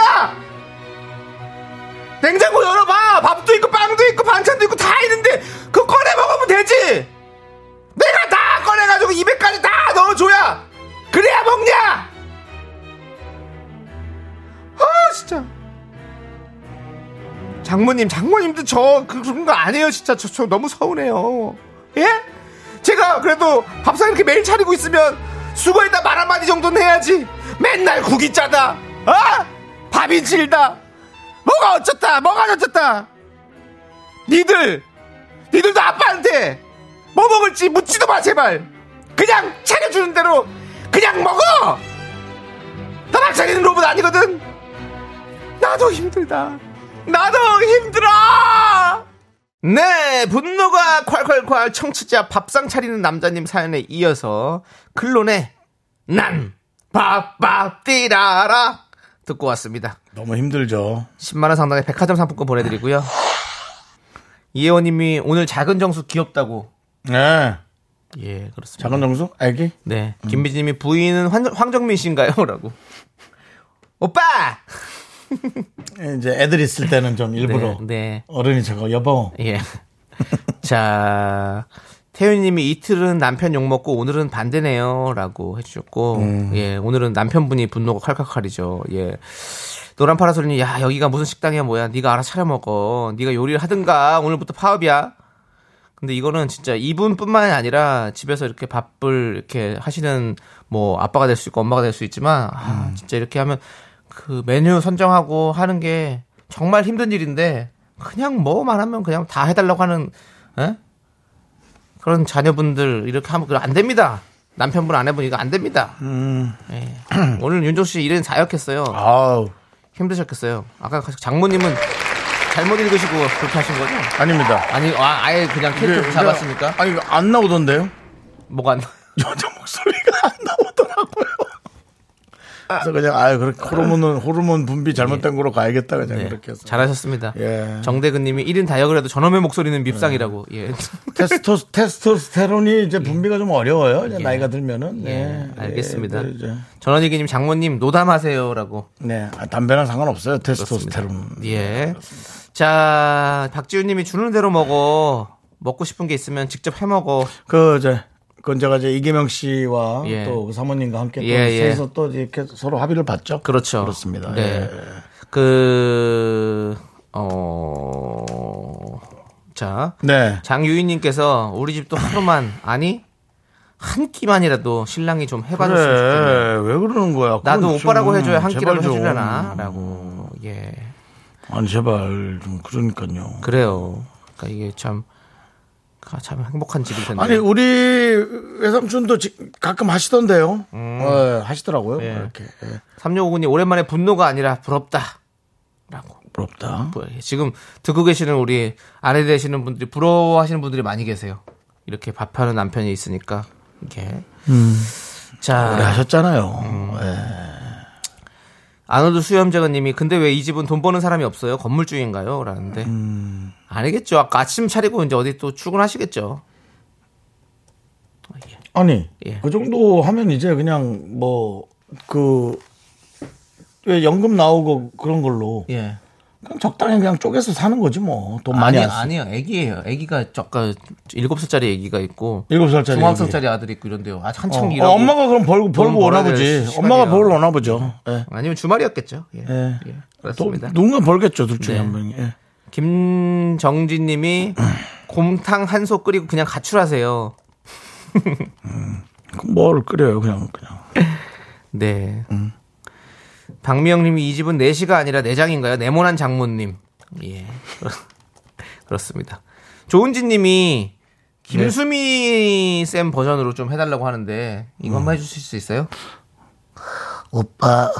[SPEAKER 2] 냉장고 열어봐! 밥도 있고, 빵도 있고, 반찬도 있고, 다 있는데, 그거 꺼내 먹으면 되지! 내가 다 꺼내가지고 입에까지 다 넣어줘야! 그래야 먹냐! 아, 진짜. 장모님, 장모님도 저 그- 그런 거 아니에요, 진짜. 저, 저 너무 서운해요. 예? 제가 그래도 밥상 이렇게 매일 차리고 있으면 수고했다 말 한마디 정도는 해야지. 맨날 국이 짜다. 어? 밥이 질다. 뭐가 어쩌다. 뭐가 어쩌다. 니들, 니들도 아빠한테 뭐 먹을지 묻지도 마, 제발. 그냥 차려주는 대로 그냥 먹어! 나밥 차리는 로봇 아니거든? 나도 힘들다. 나도 힘들어! 네, 분노가 콸콸콸 청취자 밥상 차리는 남자님 사연에 이어서 클론의 난 밥밥 띠라라 듣고 왔습니다.
[SPEAKER 1] 너무 힘들죠.
[SPEAKER 2] 10만원 상당의 백화점 상품권 보내드리고요. 이혜원님이 오늘 작은 정수 귀엽다고.
[SPEAKER 1] 네.
[SPEAKER 2] 예, 그렇습니다.
[SPEAKER 1] 작은 정수? 애기?
[SPEAKER 2] 네. 김미진님이 부인은 환- 황정민 씨인가요? 라고. 오빠!
[SPEAKER 1] 이제 애들 있을 때는 좀 일부러
[SPEAKER 2] 네.
[SPEAKER 1] 어른이 저거 여보.
[SPEAKER 2] 예. 자, 태윤님이 이틀은 남편 욕 먹고 오늘은 반대네요라고 해주셨고, 예, 오늘은 남편분이 분노가 칼칼칼이죠. 예. 노란 파라솔님, 야 여기가 무슨 식당이야 뭐야? 네가 알아 차려 먹어. 네가 요리를 하든가 오늘부터 파업이야. 근데 이거는 진짜 이분뿐만이 아니라 집에서 이렇게 밥을 이렇게 하시는 뭐 아빠가 될 수 있고 엄마가 될 수 있지만 아, 진짜 이렇게 하면 그 메뉴 선정하고 하는 게 정말 힘든 일인데 그냥 뭐만 하면 그냥 다 해달라고 하는 에? 그런 자녀분들 이렇게 하면 그안 됩니다. 남편분 아내분 이거 안 됩니다. 예. 오늘 윤종 씨 일은 사역했어요.
[SPEAKER 1] 아우.
[SPEAKER 2] 힘드셨겠어요. 아까 장모님은 잘못 읽으시고 그렇게 하신 거죠?
[SPEAKER 1] 아닙니다.
[SPEAKER 2] 아니 아, 예 그냥
[SPEAKER 1] 이게
[SPEAKER 2] 캐릭터
[SPEAKER 1] 내가-
[SPEAKER 2] 잡았습니까?
[SPEAKER 1] 아니, 이거 안 나오던데요?
[SPEAKER 2] 뭐가 안 나-
[SPEAKER 1] 여자 목소리가 안 나오더라고요. 그래서 그냥, 아유, 그렇게 호르몬은, 호르몬 분비 잘못된 거로 가야겠다. 그냥
[SPEAKER 2] 네,
[SPEAKER 1] 그렇게 해서.
[SPEAKER 2] 잘하셨습니다.
[SPEAKER 1] 예.
[SPEAKER 2] 정대근님이 1인 다역을 해도 저놈의 목소리는 밉상이라고. 예.
[SPEAKER 1] 테스토, 테스토스테론이 이제 분비가 좀 어려워요. 이제 나이가 들면은. 예.
[SPEAKER 2] 알겠습니다.
[SPEAKER 1] 예, 이제.
[SPEAKER 2] 전원이기님 장모님 노담하세요라고.
[SPEAKER 1] 네. 아, 담배랑 상관없어요. 테스토스테론.
[SPEAKER 2] 예. 자 박지훈님이 주는 대로 먹어. 먹고 싶은 게 있으면 직접 해 먹어.
[SPEAKER 1] 그, 이제, 그건 제가 이제 이계명 씨와
[SPEAKER 2] 예.
[SPEAKER 1] 또그 사모님과 함께 또
[SPEAKER 2] 예, 예.
[SPEAKER 1] 셋이서 또 이렇게 서로 합의를 봤죠.
[SPEAKER 2] 그렇죠.
[SPEAKER 1] 그렇습니다. 예.
[SPEAKER 2] 네. 그 어. 자
[SPEAKER 1] 네.
[SPEAKER 2] 장유인님께서 우리 집도 하루만 아니 한 끼만이라도 신랑이 좀 해봐줬으면 좋겠네요.
[SPEAKER 1] 그래, 왜 그러는 거야?
[SPEAKER 2] 나도
[SPEAKER 1] 그건 좀
[SPEAKER 2] 오빠라고 해줘야 한 끼라도
[SPEAKER 1] 제발 좀.
[SPEAKER 2] 해주려나라고 예
[SPEAKER 1] 아니, 제발, 좀, 그러니까요.
[SPEAKER 2] 그래요. 그러니까 이게 참. 아, 참 행복한 집일 텐데.
[SPEAKER 1] 아니, 우리 외삼촌도 지- 가끔 하시던데요. 어, 하시더라고요.
[SPEAKER 2] 음. 예.
[SPEAKER 1] 이렇게. 예.
[SPEAKER 2] 3659님 오랜만에 분노가 아니라 부럽다. 라고.
[SPEAKER 1] 부럽다.
[SPEAKER 2] 뭐예요. 지금 듣고 계시는 우리 아내 되시는 분들이 부러워하시는 분들이 많이 계세요. 이렇게 밥하는 남편이 있으니까. 이게.
[SPEAKER 1] 음. 오래
[SPEAKER 2] 자,
[SPEAKER 1] 하셨잖아요.
[SPEAKER 2] 아노드 수염재건님이 근데 왜 이 집은 돈 버는 사람이 없어요? 건물주인가요? 라는데
[SPEAKER 1] 음.
[SPEAKER 2] 아니겠죠. 아까 아침 차리고 이제 어디 또 출근하시겠죠.
[SPEAKER 1] 아니,
[SPEAKER 2] 예.
[SPEAKER 1] 그 정도 하면 이제 그냥 뭐, 그, 왜 연금 나오고 그런 걸로.
[SPEAKER 2] 예.
[SPEAKER 1] 그냥 적당히 그냥 쪼개서 사는 거지 뭐. 돈 많이 안
[SPEAKER 2] 아니,
[SPEAKER 1] 쓰.
[SPEAKER 2] 아니요. 아기예요. 아기가 저- 아까 7살짜리 아기가 있고
[SPEAKER 1] 일곱 살짜리.
[SPEAKER 2] 중학생짜리 아들이 있고 이런데요. 아직
[SPEAKER 1] 어,
[SPEAKER 2] 한창
[SPEAKER 1] 어,
[SPEAKER 2] 일하고
[SPEAKER 1] 엄마가 그럼 벌고 벌고
[SPEAKER 2] 벌어야
[SPEAKER 1] 오나
[SPEAKER 2] 될
[SPEAKER 1] 보지.
[SPEAKER 2] 시간이야.
[SPEAKER 1] 엄마가 벌고 오나 보죠. 예.
[SPEAKER 2] 아니면 주말이었겠죠. 예.
[SPEAKER 1] 예.
[SPEAKER 2] 예,
[SPEAKER 1] 또
[SPEAKER 2] 그렇습니다.
[SPEAKER 1] 누군가 벌겠죠 둘 중에
[SPEAKER 2] 네.
[SPEAKER 1] 한 명이. 예.
[SPEAKER 2] 김정진 님이 곰탕 한 솥 끓이고 그냥 가출하세요.
[SPEAKER 1] 뭘 끓여요, 그냥, 그냥.
[SPEAKER 2] 네.
[SPEAKER 1] 음.
[SPEAKER 2] 박미영님이 이 집은 내시가 아니라 내장인가요? 네모난 장모님. 예. 그렇습니다. 조은지님이
[SPEAKER 1] 네.
[SPEAKER 2] 김수미 쌤 버전으로 좀 해달라고 하는데 이거
[SPEAKER 1] 음.
[SPEAKER 2] 한번 해주실 수 있어요?
[SPEAKER 9] 오빠,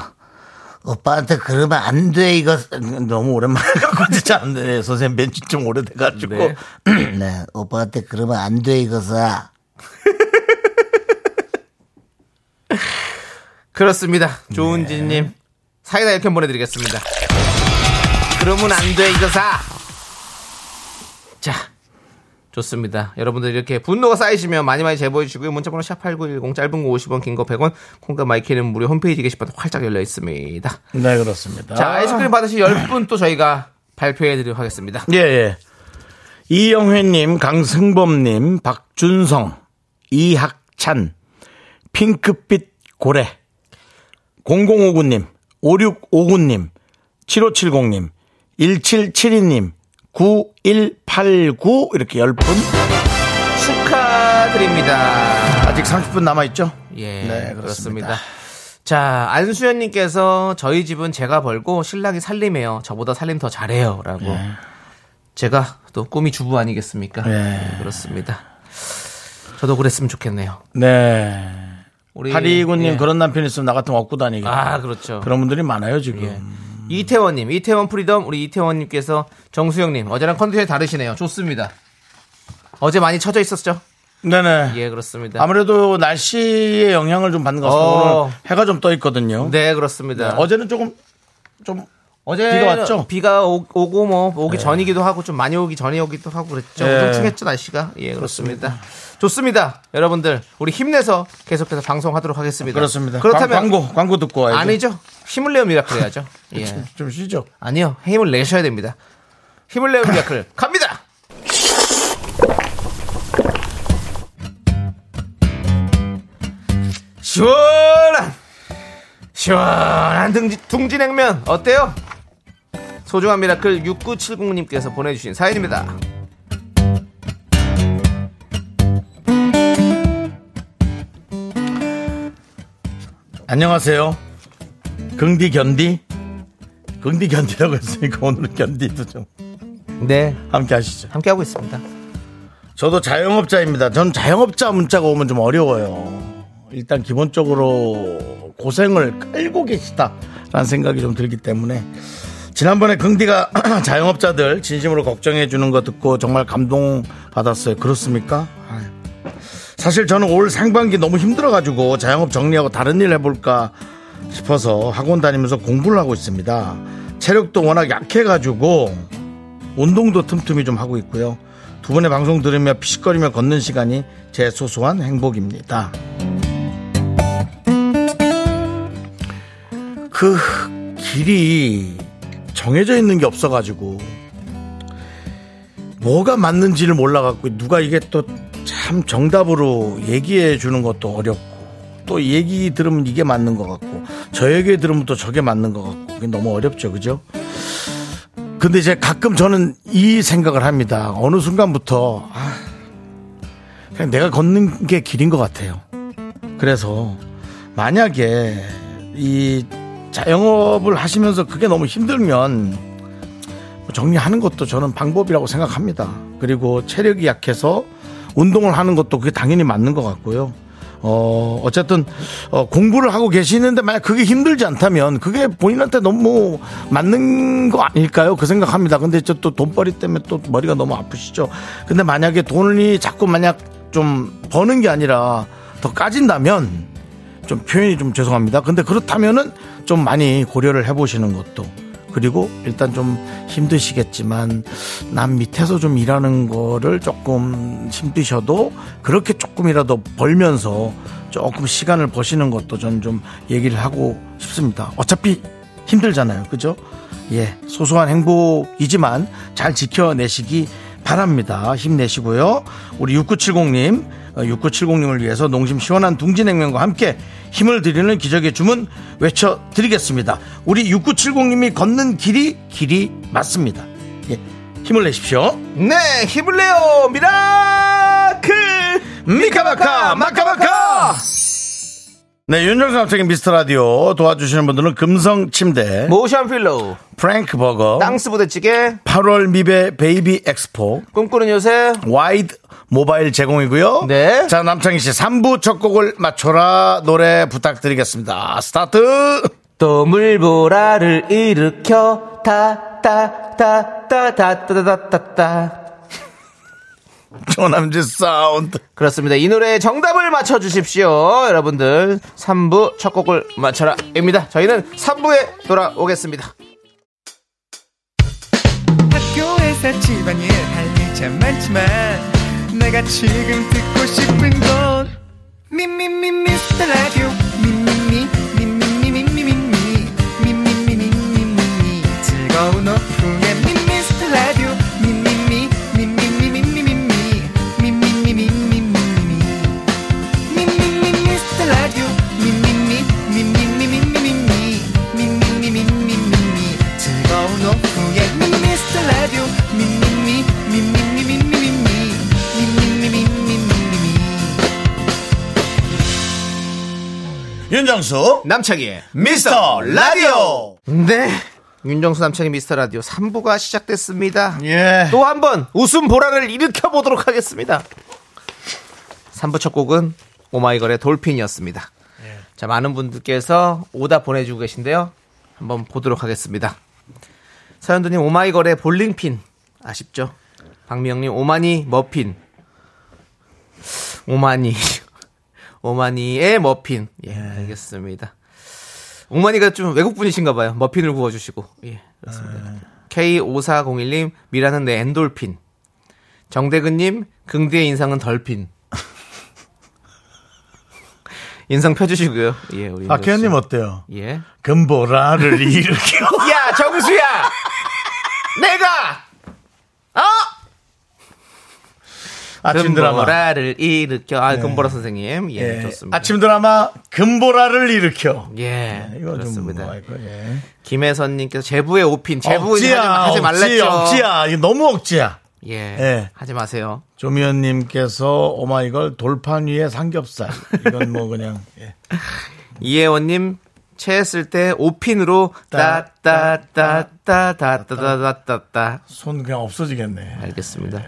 [SPEAKER 9] 오빠한테 그러면 안 돼, 이거. 너무 오랜만에 갖고 진짜 안 돼. 선생님 멘트 좀 오래돼가지고.
[SPEAKER 2] 네.
[SPEAKER 9] 네. 오빠한테 그러면 안 돼, 이거사.
[SPEAKER 2] 그렇습니다. 조은지님 사이다 이렇게 보내드리겠습니다. 그러면 안 돼 이거사. 자, 좋습니다. 여러분들 이렇게 분노가 쌓이시면 많이 많이 제보해 주시고요. 문자번호 샵 #8910 짧은 거 50원, 긴 거 100원. 콩과 마이크는 무료 홈페이지 게시판 활짝 열려 있습니다.
[SPEAKER 1] 네, 그렇습니다.
[SPEAKER 2] 자, 아이스크림 받으실 10분 또 저희가 발표해 드리도록 하겠습니다.
[SPEAKER 1] 예, 예. 이영회님, 강승범님, 박준성, 이학찬, 핑크빛 고래, 0059님, 5659님, 7570님, 1772님, 9189 이렇게 10분
[SPEAKER 2] 축하드립니다.
[SPEAKER 1] 아직 30분 남아 있죠?
[SPEAKER 2] 예,
[SPEAKER 1] 네,
[SPEAKER 2] 그렇습니다.
[SPEAKER 1] 그렇습니다.
[SPEAKER 2] 자, 안수현님께서 저희 집은 제가 벌고 신랑이 살림해요. 저보다 살림 더 잘해요. 라고.
[SPEAKER 1] 네.
[SPEAKER 2] 제가 또 꿈이 주부 아니겠습니까?
[SPEAKER 1] 예.
[SPEAKER 2] 네, 그렇습니다. 저도 그랬으면 좋겠네요.
[SPEAKER 1] 네.
[SPEAKER 2] 우리.
[SPEAKER 1] 파리구님
[SPEAKER 2] 예.
[SPEAKER 1] 그런 남편 있으면 나 같으면 업고 다니게.
[SPEAKER 2] 아, 그렇죠.
[SPEAKER 1] 그런 분들이 많아요, 지금.
[SPEAKER 2] 예. 이태원님, 이태원 프리덤, 우리 이태원님께서 정수영님, 어제랑 컨디션이 다르시네요. 좋습니다. 어제 많이 처져 있었죠?
[SPEAKER 1] 네네.
[SPEAKER 2] 예, 그렇습니다.
[SPEAKER 1] 아무래도 날씨의 영향을 좀 받는 것 같습니다.
[SPEAKER 2] 어.
[SPEAKER 1] 오늘 해가 좀 떠 있거든요.
[SPEAKER 2] 네, 그렇습니다.
[SPEAKER 1] 어제는 조금 좀
[SPEAKER 2] 어제
[SPEAKER 1] 비가 왔죠?
[SPEAKER 2] 비가 오, 고뭐 오기 전이기도 하고 좀 많이 오기 전에 오기도 하고 그랬죠.
[SPEAKER 1] 네.
[SPEAKER 2] 통충했죠 날씨가. 예 그렇습니다. 좋습니다. 여러분들 우리 힘내서 계속해서 방송하도록 하겠습니다.
[SPEAKER 1] 그렇습니다.
[SPEAKER 2] 그렇다면
[SPEAKER 1] 광- 광고 광고 듣고 와야죠.
[SPEAKER 2] 아니죠. 힘을 내어 미라클 해야죠. 예.
[SPEAKER 1] 좀 쉬죠.
[SPEAKER 2] 아니요 힘을 내셔야 됩니다. 힘을 내어 미라클 갑니다. 시원한 시원한 등지, 둥지냉면 어때요? 소중한 미라클 6970님께서 보내주신 사연입니다.
[SPEAKER 1] 안녕하세요. 긍디 견디. 긍디 견디라고 했으니까 오늘은 견디도 좀
[SPEAKER 2] 네
[SPEAKER 1] 함께 하시죠.
[SPEAKER 2] 함께 하고 있습니다.
[SPEAKER 1] 저도 자영업자입니다. 전 자영업자 문자가 오면 좀 어려워요. 일단 기본적으로 고생을 깔고 계시다라는 생각이 좀 들기 때문에 지난번에 긍디가 자영업자들 진심으로 걱정해 주는 거 듣고 정말 감동 받았어요. 그렇습니까? 아유. 사실 저는 올 상반기 너무 힘들어가지고 자영업 정리하고 다른 일 해볼까 싶어서 학원 다니면서 공부를 하고 있습니다. 체력도 워낙 약해가지고 운동도 틈틈이 좀 하고 있고요. 두 분의 방송 들으며 피식거리며 걷는 시간이 제 소소한 행복입니다. 그 길이 정해져 있는 게 없어가지고 뭐가 맞는지를 몰라갖고 누가 이게 또 참 정답으로 얘기해 주는 것도 어렵고 또 얘기 들으면 이게 맞는 것 같고 저 얘기 들으면 또 저게 맞는 것 같고 그게 너무 어렵죠, 그죠? 근데 이제 가끔 저는 이 생각을 합니다. 어느 순간부터 아, 그냥 내가 걷는 게 길인 것 같아요. 그래서 만약에 이 자영업을 하시면서 그게 너무 힘들면 뭐 정리하는 것도 저는 방법이라고 생각합니다. 그리고 체력이 약해서 운동을 하는 것도 그게 당연히 맞는 것 같고요. 어, 어쨌든, 어, 공부를 하고 계시는데 만약 그게 힘들지 않다면 그게 본인한테 너무 맞는 거 아닐까요? 그 생각합니다. 근데 저 또 돈벌이 때문에 또 머리가 너무 아프시죠? 근데 만약에 돈이 자꾸 만약 좀 버는 게 아니라 더 까진다면 좀 표현이 좀 죄송합니다. 근데 그렇다면은 좀 많이 고려를 해보시는 것도 그리고 일단 좀 힘드시겠지만 남 밑에서 좀 일하는 거를 조금 힘드셔도 그렇게 조금이라도 벌면서 조금 시간을 버시는 것도 전 좀 얘기를 하고 싶습니다. 어차피 힘들잖아요. 그죠? 예. 소소한 행복이지만 잘 지켜내시기 바랍니다. 힘내시고요. 우리 6970님, 6970님을 위해서 농심 시원한 둥지냉면과 함께 힘을 드리는 기적의 주문 외쳐드리겠습니다. 우리 6970님이 걷는 길이 길이 맞습니다. 예. 힘을 내십시오.
[SPEAKER 2] 네, 힘을 내요, 미라클! 미카마카, 마카마카!
[SPEAKER 1] 네, 윤정수 남창의 미스터 라디오 도와주시는 분들은 금성 침대,
[SPEAKER 2] 모션 필로우,
[SPEAKER 1] 어? 프랭크 버거,
[SPEAKER 2] 뭐? 땅스 부대찌개,
[SPEAKER 1] 8월 미베 베이비 엑스포,
[SPEAKER 2] 꿈꾸는 요새,
[SPEAKER 1] 와이드 모바일 제공이고요.
[SPEAKER 2] 네.
[SPEAKER 1] 자, 남창희 씨 3부 첫 곡을 맞춰라 노래 부탁드리겠습니다. 스타트!
[SPEAKER 2] 또 물보라를 일으켜, 다, 다, 다, 다, 다, 다, 다, 다, 다.
[SPEAKER 1] 조남지 사운드.
[SPEAKER 2] 그렇습니다. 이 노래의 정답을 맞춰주십시오. 여러분들, 3부 첫 곡을 맞춰라. 입니다. 저희는 3부에 돌아오겠습니다.
[SPEAKER 11] 학교에서 집안일 할 일 참 많지만 내가 지금 듣고 싶은 건 미미미 미스터 라디오 미미미 미미미미미미 미미미미미미 즐거운 오후에 미스터 라디오 미미미 미미미미미미 미미미미미미 미미미 미스터 라디오 미미미 미미미미미미 미미미미미미 즐거운 오후에 미스터 라디오 미미미 미미미미미미 미미미미미미
[SPEAKER 1] 윤정수,
[SPEAKER 2] 남창희의
[SPEAKER 1] 미스터 라디오!
[SPEAKER 2] 네. 윤정수 남창희 미스터 라디오 3부가 시작됐습니다.
[SPEAKER 1] 예.
[SPEAKER 2] 또 한 번 웃음 보라를 일으켜 보도록 하겠습니다. 3부 첫 곡은 오마이걸의 돌핀이었습니다. 자, 많은 분들께서 오다 보내주고 계신데요. 한번 보도록 하겠습니다. 서현두님 오마이걸의 볼링핀 아쉽죠? 박미영님 오마니 머핀 오마니 오마니의 머핀 예
[SPEAKER 1] 네.
[SPEAKER 2] 알겠습니다. 오마니가 좀 외국분이신가 봐요. 머핀을 구워주시고 예 그렇습니다.
[SPEAKER 1] 네.
[SPEAKER 2] K5401님 미라는 내 엔돌핀 정대근님 긍디의 인상은 덜핀 인상 펴주시고요. 예 우리
[SPEAKER 1] 아, 케현님 어때요?
[SPEAKER 2] 예
[SPEAKER 1] 금보라를 일으켜.
[SPEAKER 2] 야 정수야 내가
[SPEAKER 1] 아침 드라마.
[SPEAKER 2] 금보라를 일으켜 아 금보라 선생님 예,
[SPEAKER 1] 예.
[SPEAKER 2] 좋습니다
[SPEAKER 1] 아침 드라마 금보라를 일으켜.
[SPEAKER 2] 예
[SPEAKER 1] 이거
[SPEAKER 2] 그렇습니다
[SPEAKER 1] 좀. 뭐 할까요? 예.
[SPEAKER 2] 김혜선님께서 제부의 오핀 제부 하지,
[SPEAKER 1] 억지야,
[SPEAKER 2] 마- 하지 말랬죠
[SPEAKER 1] 억지, 억지야. 이거 너무 억지야.
[SPEAKER 2] 예,
[SPEAKER 1] 예.
[SPEAKER 2] 하지 마세요
[SPEAKER 1] 조미연님께서 오마이걸 돌판 위에 삼겹살. 이건 뭐 그냥. 예.
[SPEAKER 2] 이혜원님 체했을 때 오핀으로 따따따따따따따따따
[SPEAKER 1] 손 그냥 없어지겠네.
[SPEAKER 2] 알겠습니다 예.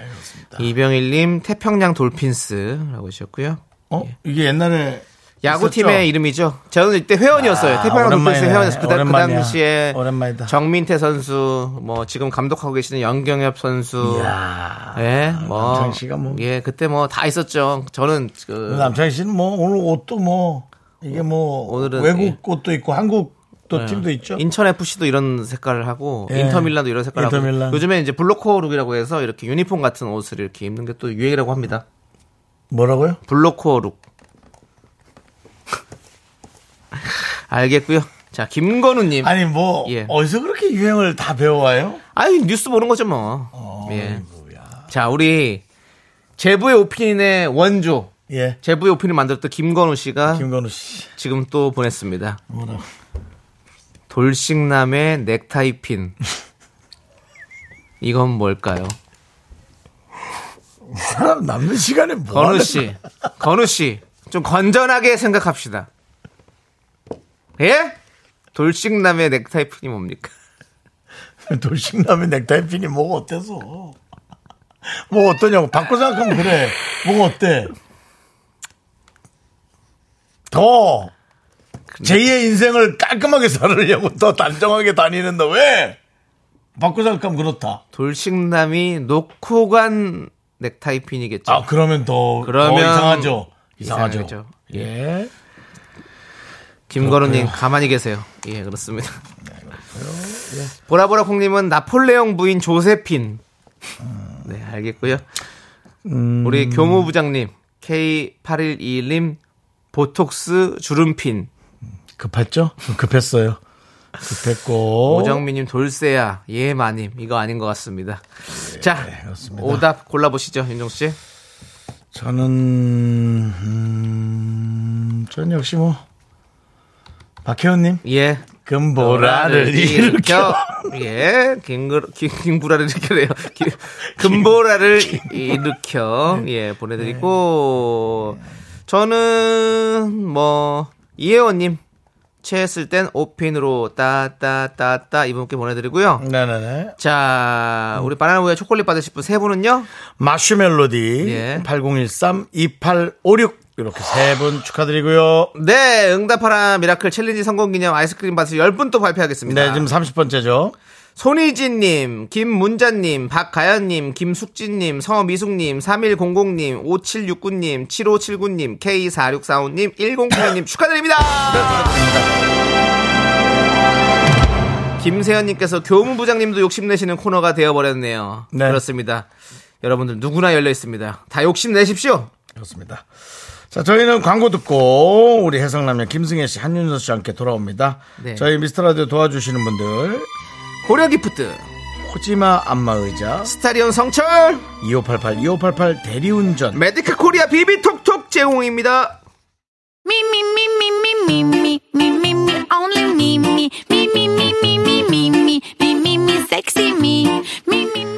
[SPEAKER 2] 이병일님 태평양 돌핀스라고 하셨고요
[SPEAKER 1] 어? 이게 옛날에.
[SPEAKER 2] 야구팀의
[SPEAKER 1] 있었죠?
[SPEAKER 2] 이름이죠. 저는 이때 회원이었어요.
[SPEAKER 1] 아,
[SPEAKER 2] 태평양 돌핀스
[SPEAKER 1] 오랜만이네.
[SPEAKER 2] 회원이었어요. 그, 당- 그
[SPEAKER 1] 오랜만이야.
[SPEAKER 2] 당시에
[SPEAKER 1] 오랜만이다.
[SPEAKER 2] 정민태 선수, 뭐 지금 감독하고 계시는 연경엽 선수,
[SPEAKER 1] 이야.
[SPEAKER 2] 예, 뭐,
[SPEAKER 1] 남창희 씨가 뭐.
[SPEAKER 2] 예, 그때 뭐 다 있었죠. 저는 그
[SPEAKER 1] 남창희 씨는 뭐 오늘 옷도 뭐 이게 뭐
[SPEAKER 2] 오늘은 예. 음.
[SPEAKER 1] 외국 옷도 있고 한국 또 팀도 있죠.
[SPEAKER 2] 인천 FC도 이런 색깔을 하고
[SPEAKER 1] 그렇죠. 예.
[SPEAKER 2] 인터밀란도 이런 색깔을
[SPEAKER 1] 인터밀란.
[SPEAKER 2] 하고 요즘에 이제 블로코룩이라고 해서 이렇게 유니폼 같은 옷을 이렇게 입는 게 또 유행이라고 합니다.
[SPEAKER 1] 뭐라고요?
[SPEAKER 2] 블로코룩. 알겠고요. 자, 김건우님.
[SPEAKER 1] 아니 뭐
[SPEAKER 2] 예.
[SPEAKER 1] 어디서 그렇게 유행을 다 배워와요?
[SPEAKER 2] 아니 뉴스 보는 거죠 뭐. 예. 자 우리 제부의 오피니의 원조
[SPEAKER 1] 예.
[SPEAKER 2] 제부의 오피니 만들었던 김건우 씨가
[SPEAKER 1] 김건우 씨.
[SPEAKER 2] 지금 또 보냈습니다. 돌싱남의 넥타이 핀. 이건 뭘까요?
[SPEAKER 1] 사람 남는 시간에 뭐
[SPEAKER 2] 건우
[SPEAKER 1] 하는
[SPEAKER 2] 씨, 건우 씨, 좀 건전하게 생각합시다. 예? 돌싱남의 넥타이 핀이 뭡니까?
[SPEAKER 1] 거야? 돌싱라면 넥타이 핀이 뭐가 어때서? 뭐 어떠냐고 바꿔 생각하면 그래. 뭐가 어때? 더 제2의 인생을 깔끔하게 살으려고 더 단정하게 다니는데 왜? 바꿔 생각하면 그렇다.
[SPEAKER 2] 돌싱남이 놓고 간 넥타이 핀이겠죠.
[SPEAKER 1] 아 그러면 더, 더
[SPEAKER 2] 그러면
[SPEAKER 1] 이상하죠. 이상하죠.
[SPEAKER 2] 이상하죠.
[SPEAKER 1] 예.
[SPEAKER 2] 김건우님 가만히 계세요. 예 그렇습니다.
[SPEAKER 1] 네, 예.
[SPEAKER 2] 보라보라 콩님은 나폴레옹 부인 조세핀.
[SPEAKER 1] 음.
[SPEAKER 2] 네 알겠고요. 우리 교무부장님 K8121님 보톡스 주름핀.
[SPEAKER 1] 급했죠? 좀 급했어요. 급했고
[SPEAKER 2] 오정민님 돌쇠야 예마님 이거 아닌 것 같습니다. 자
[SPEAKER 1] 예, 그렇습니다.
[SPEAKER 2] 오답 골라보시죠 윤정수 씨.
[SPEAKER 1] 저는 음, 저는 역시 뭐 박혜원님
[SPEAKER 2] 예
[SPEAKER 1] 금보라를 일으켜
[SPEAKER 2] 예, 긴글, 긴, 긴구라를 일으켜래요. 긴- 금보라를 일으켜,
[SPEAKER 1] 네.
[SPEAKER 2] 예, 보내드리고, 저는, 뭐, 이혜원님, 체했을 땐 오핀으로 따따따따 이분께 보내드리고요.
[SPEAKER 1] 네네네. 음.
[SPEAKER 2] 자, 우리 바나나 우유 초콜릿 받으실 분 세 분은요?
[SPEAKER 1] 마슈멜로디
[SPEAKER 2] 예.
[SPEAKER 1] 8013 2856 이렇게 세 분 축하드리고요.
[SPEAKER 2] 네, 응답하라 미라클 챌린지 성공 기념 아이스크림 받으실 10분 또 발표하겠습니다.
[SPEAKER 1] 네, 지금 30번째죠.
[SPEAKER 2] 손희진님, 김문자님, 박가연님, 김숙진님, 서미숙님, 3100님, 5769님, 7579님, K4645님, 1085님 축하드립니다! 김세현님께서 교무부장님도 욕심내시는 코너가 되어버렸네요.
[SPEAKER 1] 네.
[SPEAKER 2] 그렇습니다. 여러분들 누구나 열려있습니다. 다 욕심내십시오!
[SPEAKER 1] 그렇습니다. 자, 저희는 광고 듣고 우리 해성남녀 김승혜 씨, 한윤서 씨와 함께 돌아옵니다.
[SPEAKER 2] 네.
[SPEAKER 1] 저희 미스터라디오 도와주시는 분들
[SPEAKER 2] 고려기프트,
[SPEAKER 1] 코지마 안마의자
[SPEAKER 2] 스타리온 성철,
[SPEAKER 1] 2588 2588 대리운전
[SPEAKER 2] 메디카 코리아 비비톡톡 제공입니다.
[SPEAKER 8] Me, me, me, me, me, me, me, me, me, me, only me, me, me, me, me, me, me, me, me, me, me, me, sexy me, me, me, me.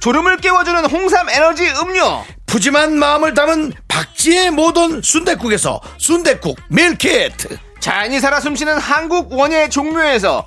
[SPEAKER 2] 졸음을 깨워주는 홍삼 에너지 음료
[SPEAKER 1] 푸짐한 마음을 담은 박지의 모던 순댓국에서 순댓국 밀키트
[SPEAKER 2] 자연이 살아 숨쉬는 한국 원예 종묘에서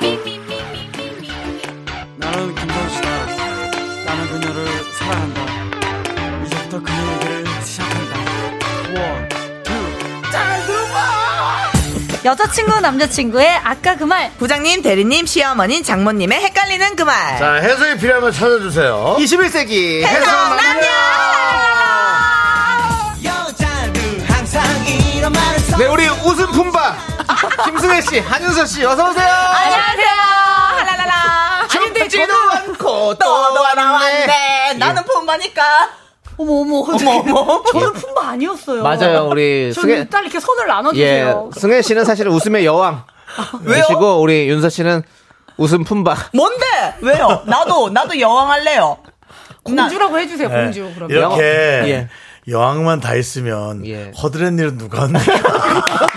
[SPEAKER 8] me, me, me, me, me.
[SPEAKER 11] 나는 김선수다. 나는 그녀를 사랑한다. 이제부터 그 얘기를 시작한다. 원, 투, 잘 들어봐!
[SPEAKER 12] 여자친구 남자친구의 아까 그 말
[SPEAKER 7] 부장님, 대리님, 시어머니, 장모님의 헷갈리는 그 말.
[SPEAKER 1] 자, 해석이 필요하면 찾아주세요.
[SPEAKER 12] 예,
[SPEAKER 2] 21세기
[SPEAKER 11] 여자는 항상 이런 말을 써.
[SPEAKER 2] 네, 우리 웃음 품바. 김승혜 씨, 한윤서 씨, 어서오세요.
[SPEAKER 7] 안녕하세요. 할랄랄라.
[SPEAKER 2] 춥지도 않고
[SPEAKER 7] 또도
[SPEAKER 2] 예.
[SPEAKER 7] 나왔네. 나는 품바니까.
[SPEAKER 12] 어머 어머 어머 어머 저는 품바 아니었어요
[SPEAKER 2] 맞아요, 우리 승혜.
[SPEAKER 12] 저는 딱 이렇게 손을
[SPEAKER 2] 예,
[SPEAKER 12] 나눠주세요
[SPEAKER 2] 승혜 씨는 사실 웃음의 여왕.
[SPEAKER 7] 왜요?
[SPEAKER 2] 되시고, 우리 윤서 씨는 웃음 품바.
[SPEAKER 7] 뭔데? 왜요? 나도, 나도 여왕 할래요.
[SPEAKER 12] 공주라고 해주세요
[SPEAKER 1] 네.
[SPEAKER 12] 공주 그러면
[SPEAKER 1] 이렇게
[SPEAKER 2] 예.
[SPEAKER 1] 여왕만 다 있으면
[SPEAKER 2] 예.
[SPEAKER 1] 허드렛 일은 누가 한다.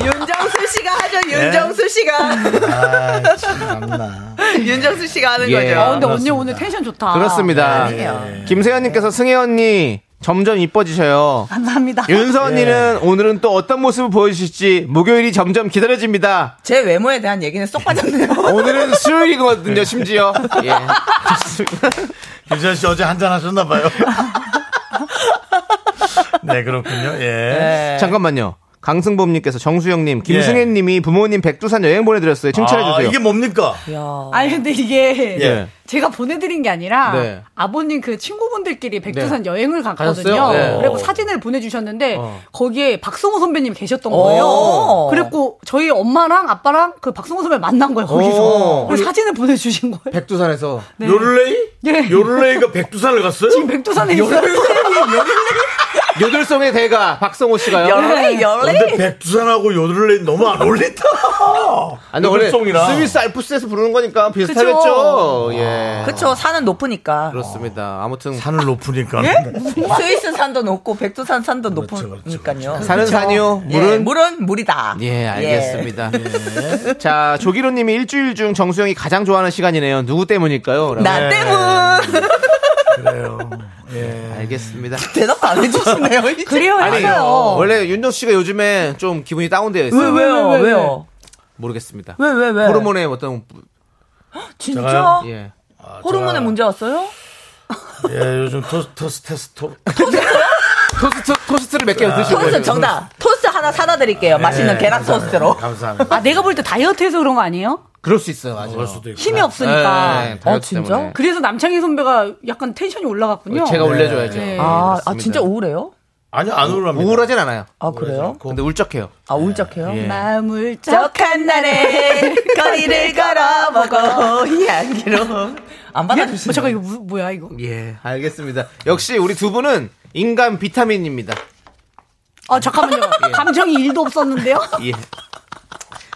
[SPEAKER 7] 윤정수 씨가 하죠,
[SPEAKER 2] 예.
[SPEAKER 7] 윤정수 씨가.
[SPEAKER 1] 아, 참나.
[SPEAKER 7] 윤정수 씨가 하는
[SPEAKER 2] 예.
[SPEAKER 7] 거죠.
[SPEAKER 12] 아, 근데 언니 오늘 텐션 좋다
[SPEAKER 2] 그렇습니다. 네. 김세현님께서 승혜 언니 점점 이뻐지셔요.
[SPEAKER 7] 감사합니다.
[SPEAKER 2] 윤서 언니는 오늘은 또 어떤 모습을 보여주실지 목요일이 점점 기다려집니다.
[SPEAKER 7] 제 외모에 대한 얘기는 쏙 빠졌네요.
[SPEAKER 2] 오늘은 수요일이거든요, 심지어. 예. 좋습니다.
[SPEAKER 1] 유재현 씨 어제 한잔 하셨나봐요. 네, 그렇군요. 예.
[SPEAKER 2] 네. 잠깐만요. 강승범님께서 정수영님, 김승혜님이 부모님 백두산 여행 보내드렸어요.
[SPEAKER 1] 아,
[SPEAKER 2] 칭찬해주세요.
[SPEAKER 1] 이게 뭡니까?
[SPEAKER 12] 아니 근데 이게
[SPEAKER 1] 예.
[SPEAKER 12] 제가 보내드린 게 아니라
[SPEAKER 2] 네.
[SPEAKER 12] 아버님 그 친구분들끼리 백두산 여행을 갔거든요.
[SPEAKER 2] 가셨어요? 네.
[SPEAKER 12] 그리고 사진을 보내주셨는데
[SPEAKER 2] 어.
[SPEAKER 12] 거기에 박성호 선배님 계셨던
[SPEAKER 7] 어.
[SPEAKER 12] 거예요. 그랬고 저희 엄마랑 아빠랑 그 박성호 선배 만난 거예요
[SPEAKER 2] 어.
[SPEAKER 12] 거기서. 그리고 사진을 보내주신 거예요.
[SPEAKER 2] 백두산에서.
[SPEAKER 12] 네.
[SPEAKER 1] 요를레이?
[SPEAKER 12] 예.
[SPEAKER 1] 요를레이가 백두산을 갔어요?
[SPEAKER 12] 지금 백두산에 있어요.
[SPEAKER 2] 요들송의 대가 박성호 씨가요. 네.
[SPEAKER 12] 네,
[SPEAKER 7] 열레,
[SPEAKER 1] 근데
[SPEAKER 7] 열레.
[SPEAKER 1] 백두산하고 요를레이 너무 안 어울린다.
[SPEAKER 2] 아니, 원래
[SPEAKER 1] 요들송이라.
[SPEAKER 2] 스위스 알프스에서 부르는 거니까 비슷하겠죠. 예.
[SPEAKER 7] 그쵸, 산은 높으니까.
[SPEAKER 2] 그렇습니다. 아무튼
[SPEAKER 1] 산을 높으니까.
[SPEAKER 12] 예? 뭐?
[SPEAKER 7] 스위스 산도 높고, 백두산 산도 높으니까요.
[SPEAKER 2] 산은 산이요,
[SPEAKER 7] 예,
[SPEAKER 2] 물은
[SPEAKER 7] 물은 물이다.
[SPEAKER 2] 예, 알겠습니다. 예. 자, 조기로님이 일주일 중 정수영이 가장 좋아하는 시간이네요. 누구 때문일까요? 라고.
[SPEAKER 7] 예.
[SPEAKER 12] 네.
[SPEAKER 7] 나 때문.
[SPEAKER 1] 그래요. 예.
[SPEAKER 2] 네, 알겠습니다.
[SPEAKER 7] 대답도 안 해주시네요.
[SPEAKER 12] 그래요, 했어요.
[SPEAKER 2] 원래 윤정 씨가 요즘에 좀 기분이 다운되어
[SPEAKER 7] 왜,
[SPEAKER 2] 있어요.
[SPEAKER 7] 왜요, 왜요?
[SPEAKER 2] 모르겠습니다.
[SPEAKER 7] 왜, 왜, 왜?
[SPEAKER 2] 호르몬의 어떤
[SPEAKER 7] 진짜?
[SPEAKER 2] 예.
[SPEAKER 7] 호르몬에 문제 왔어요?
[SPEAKER 1] 예, 요즘 토스트 스테스토.
[SPEAKER 2] 토스트 토스트를 몇 개
[SPEAKER 1] 아,
[SPEAKER 2] 드시고
[SPEAKER 7] 토스트 정답. 토스트 하나 사다 드릴게요.
[SPEAKER 2] 네,
[SPEAKER 7] 맛있는
[SPEAKER 1] 예,
[SPEAKER 7] 계란
[SPEAKER 1] 감사합니다.
[SPEAKER 7] 토스트로.
[SPEAKER 1] 감사합니다.
[SPEAKER 12] 아, 내가 볼 때 다이어트해서 그런 거 아니에요?
[SPEAKER 2] 그럴 수 있어요. 맞아요.
[SPEAKER 12] 힘이 없으니까.
[SPEAKER 2] 예, 예, 다이어트 때문에. 어,
[SPEAKER 12] 그래서 남창희 선배가 약간 텐션이 올라갔군요.
[SPEAKER 2] 제가 올려줘야죠.
[SPEAKER 12] 네.
[SPEAKER 7] 아, 아
[SPEAKER 2] 그렇습니다.
[SPEAKER 7] 진짜 우울해요?
[SPEAKER 1] 아니요, 안 우울합니다.
[SPEAKER 2] 우울하진 않아요.
[SPEAKER 7] 아 그래요?
[SPEAKER 2] 근데 울적해요.
[SPEAKER 7] 아 울적해요?
[SPEAKER 2] 예.
[SPEAKER 12] 마음을 짝.
[SPEAKER 7] 적한 날에 거리를 걸어보고 이 향기로 안
[SPEAKER 12] 예?
[SPEAKER 7] 받아주시네.
[SPEAKER 12] 어, 잠깐 이거 무- 뭐야 이거?
[SPEAKER 2] 예, 알겠습니다. 역시 우리 두 분은 인간 비타민입니다.
[SPEAKER 12] 아 잠깐만요. 감정이 일도 없었는데요.
[SPEAKER 2] 예.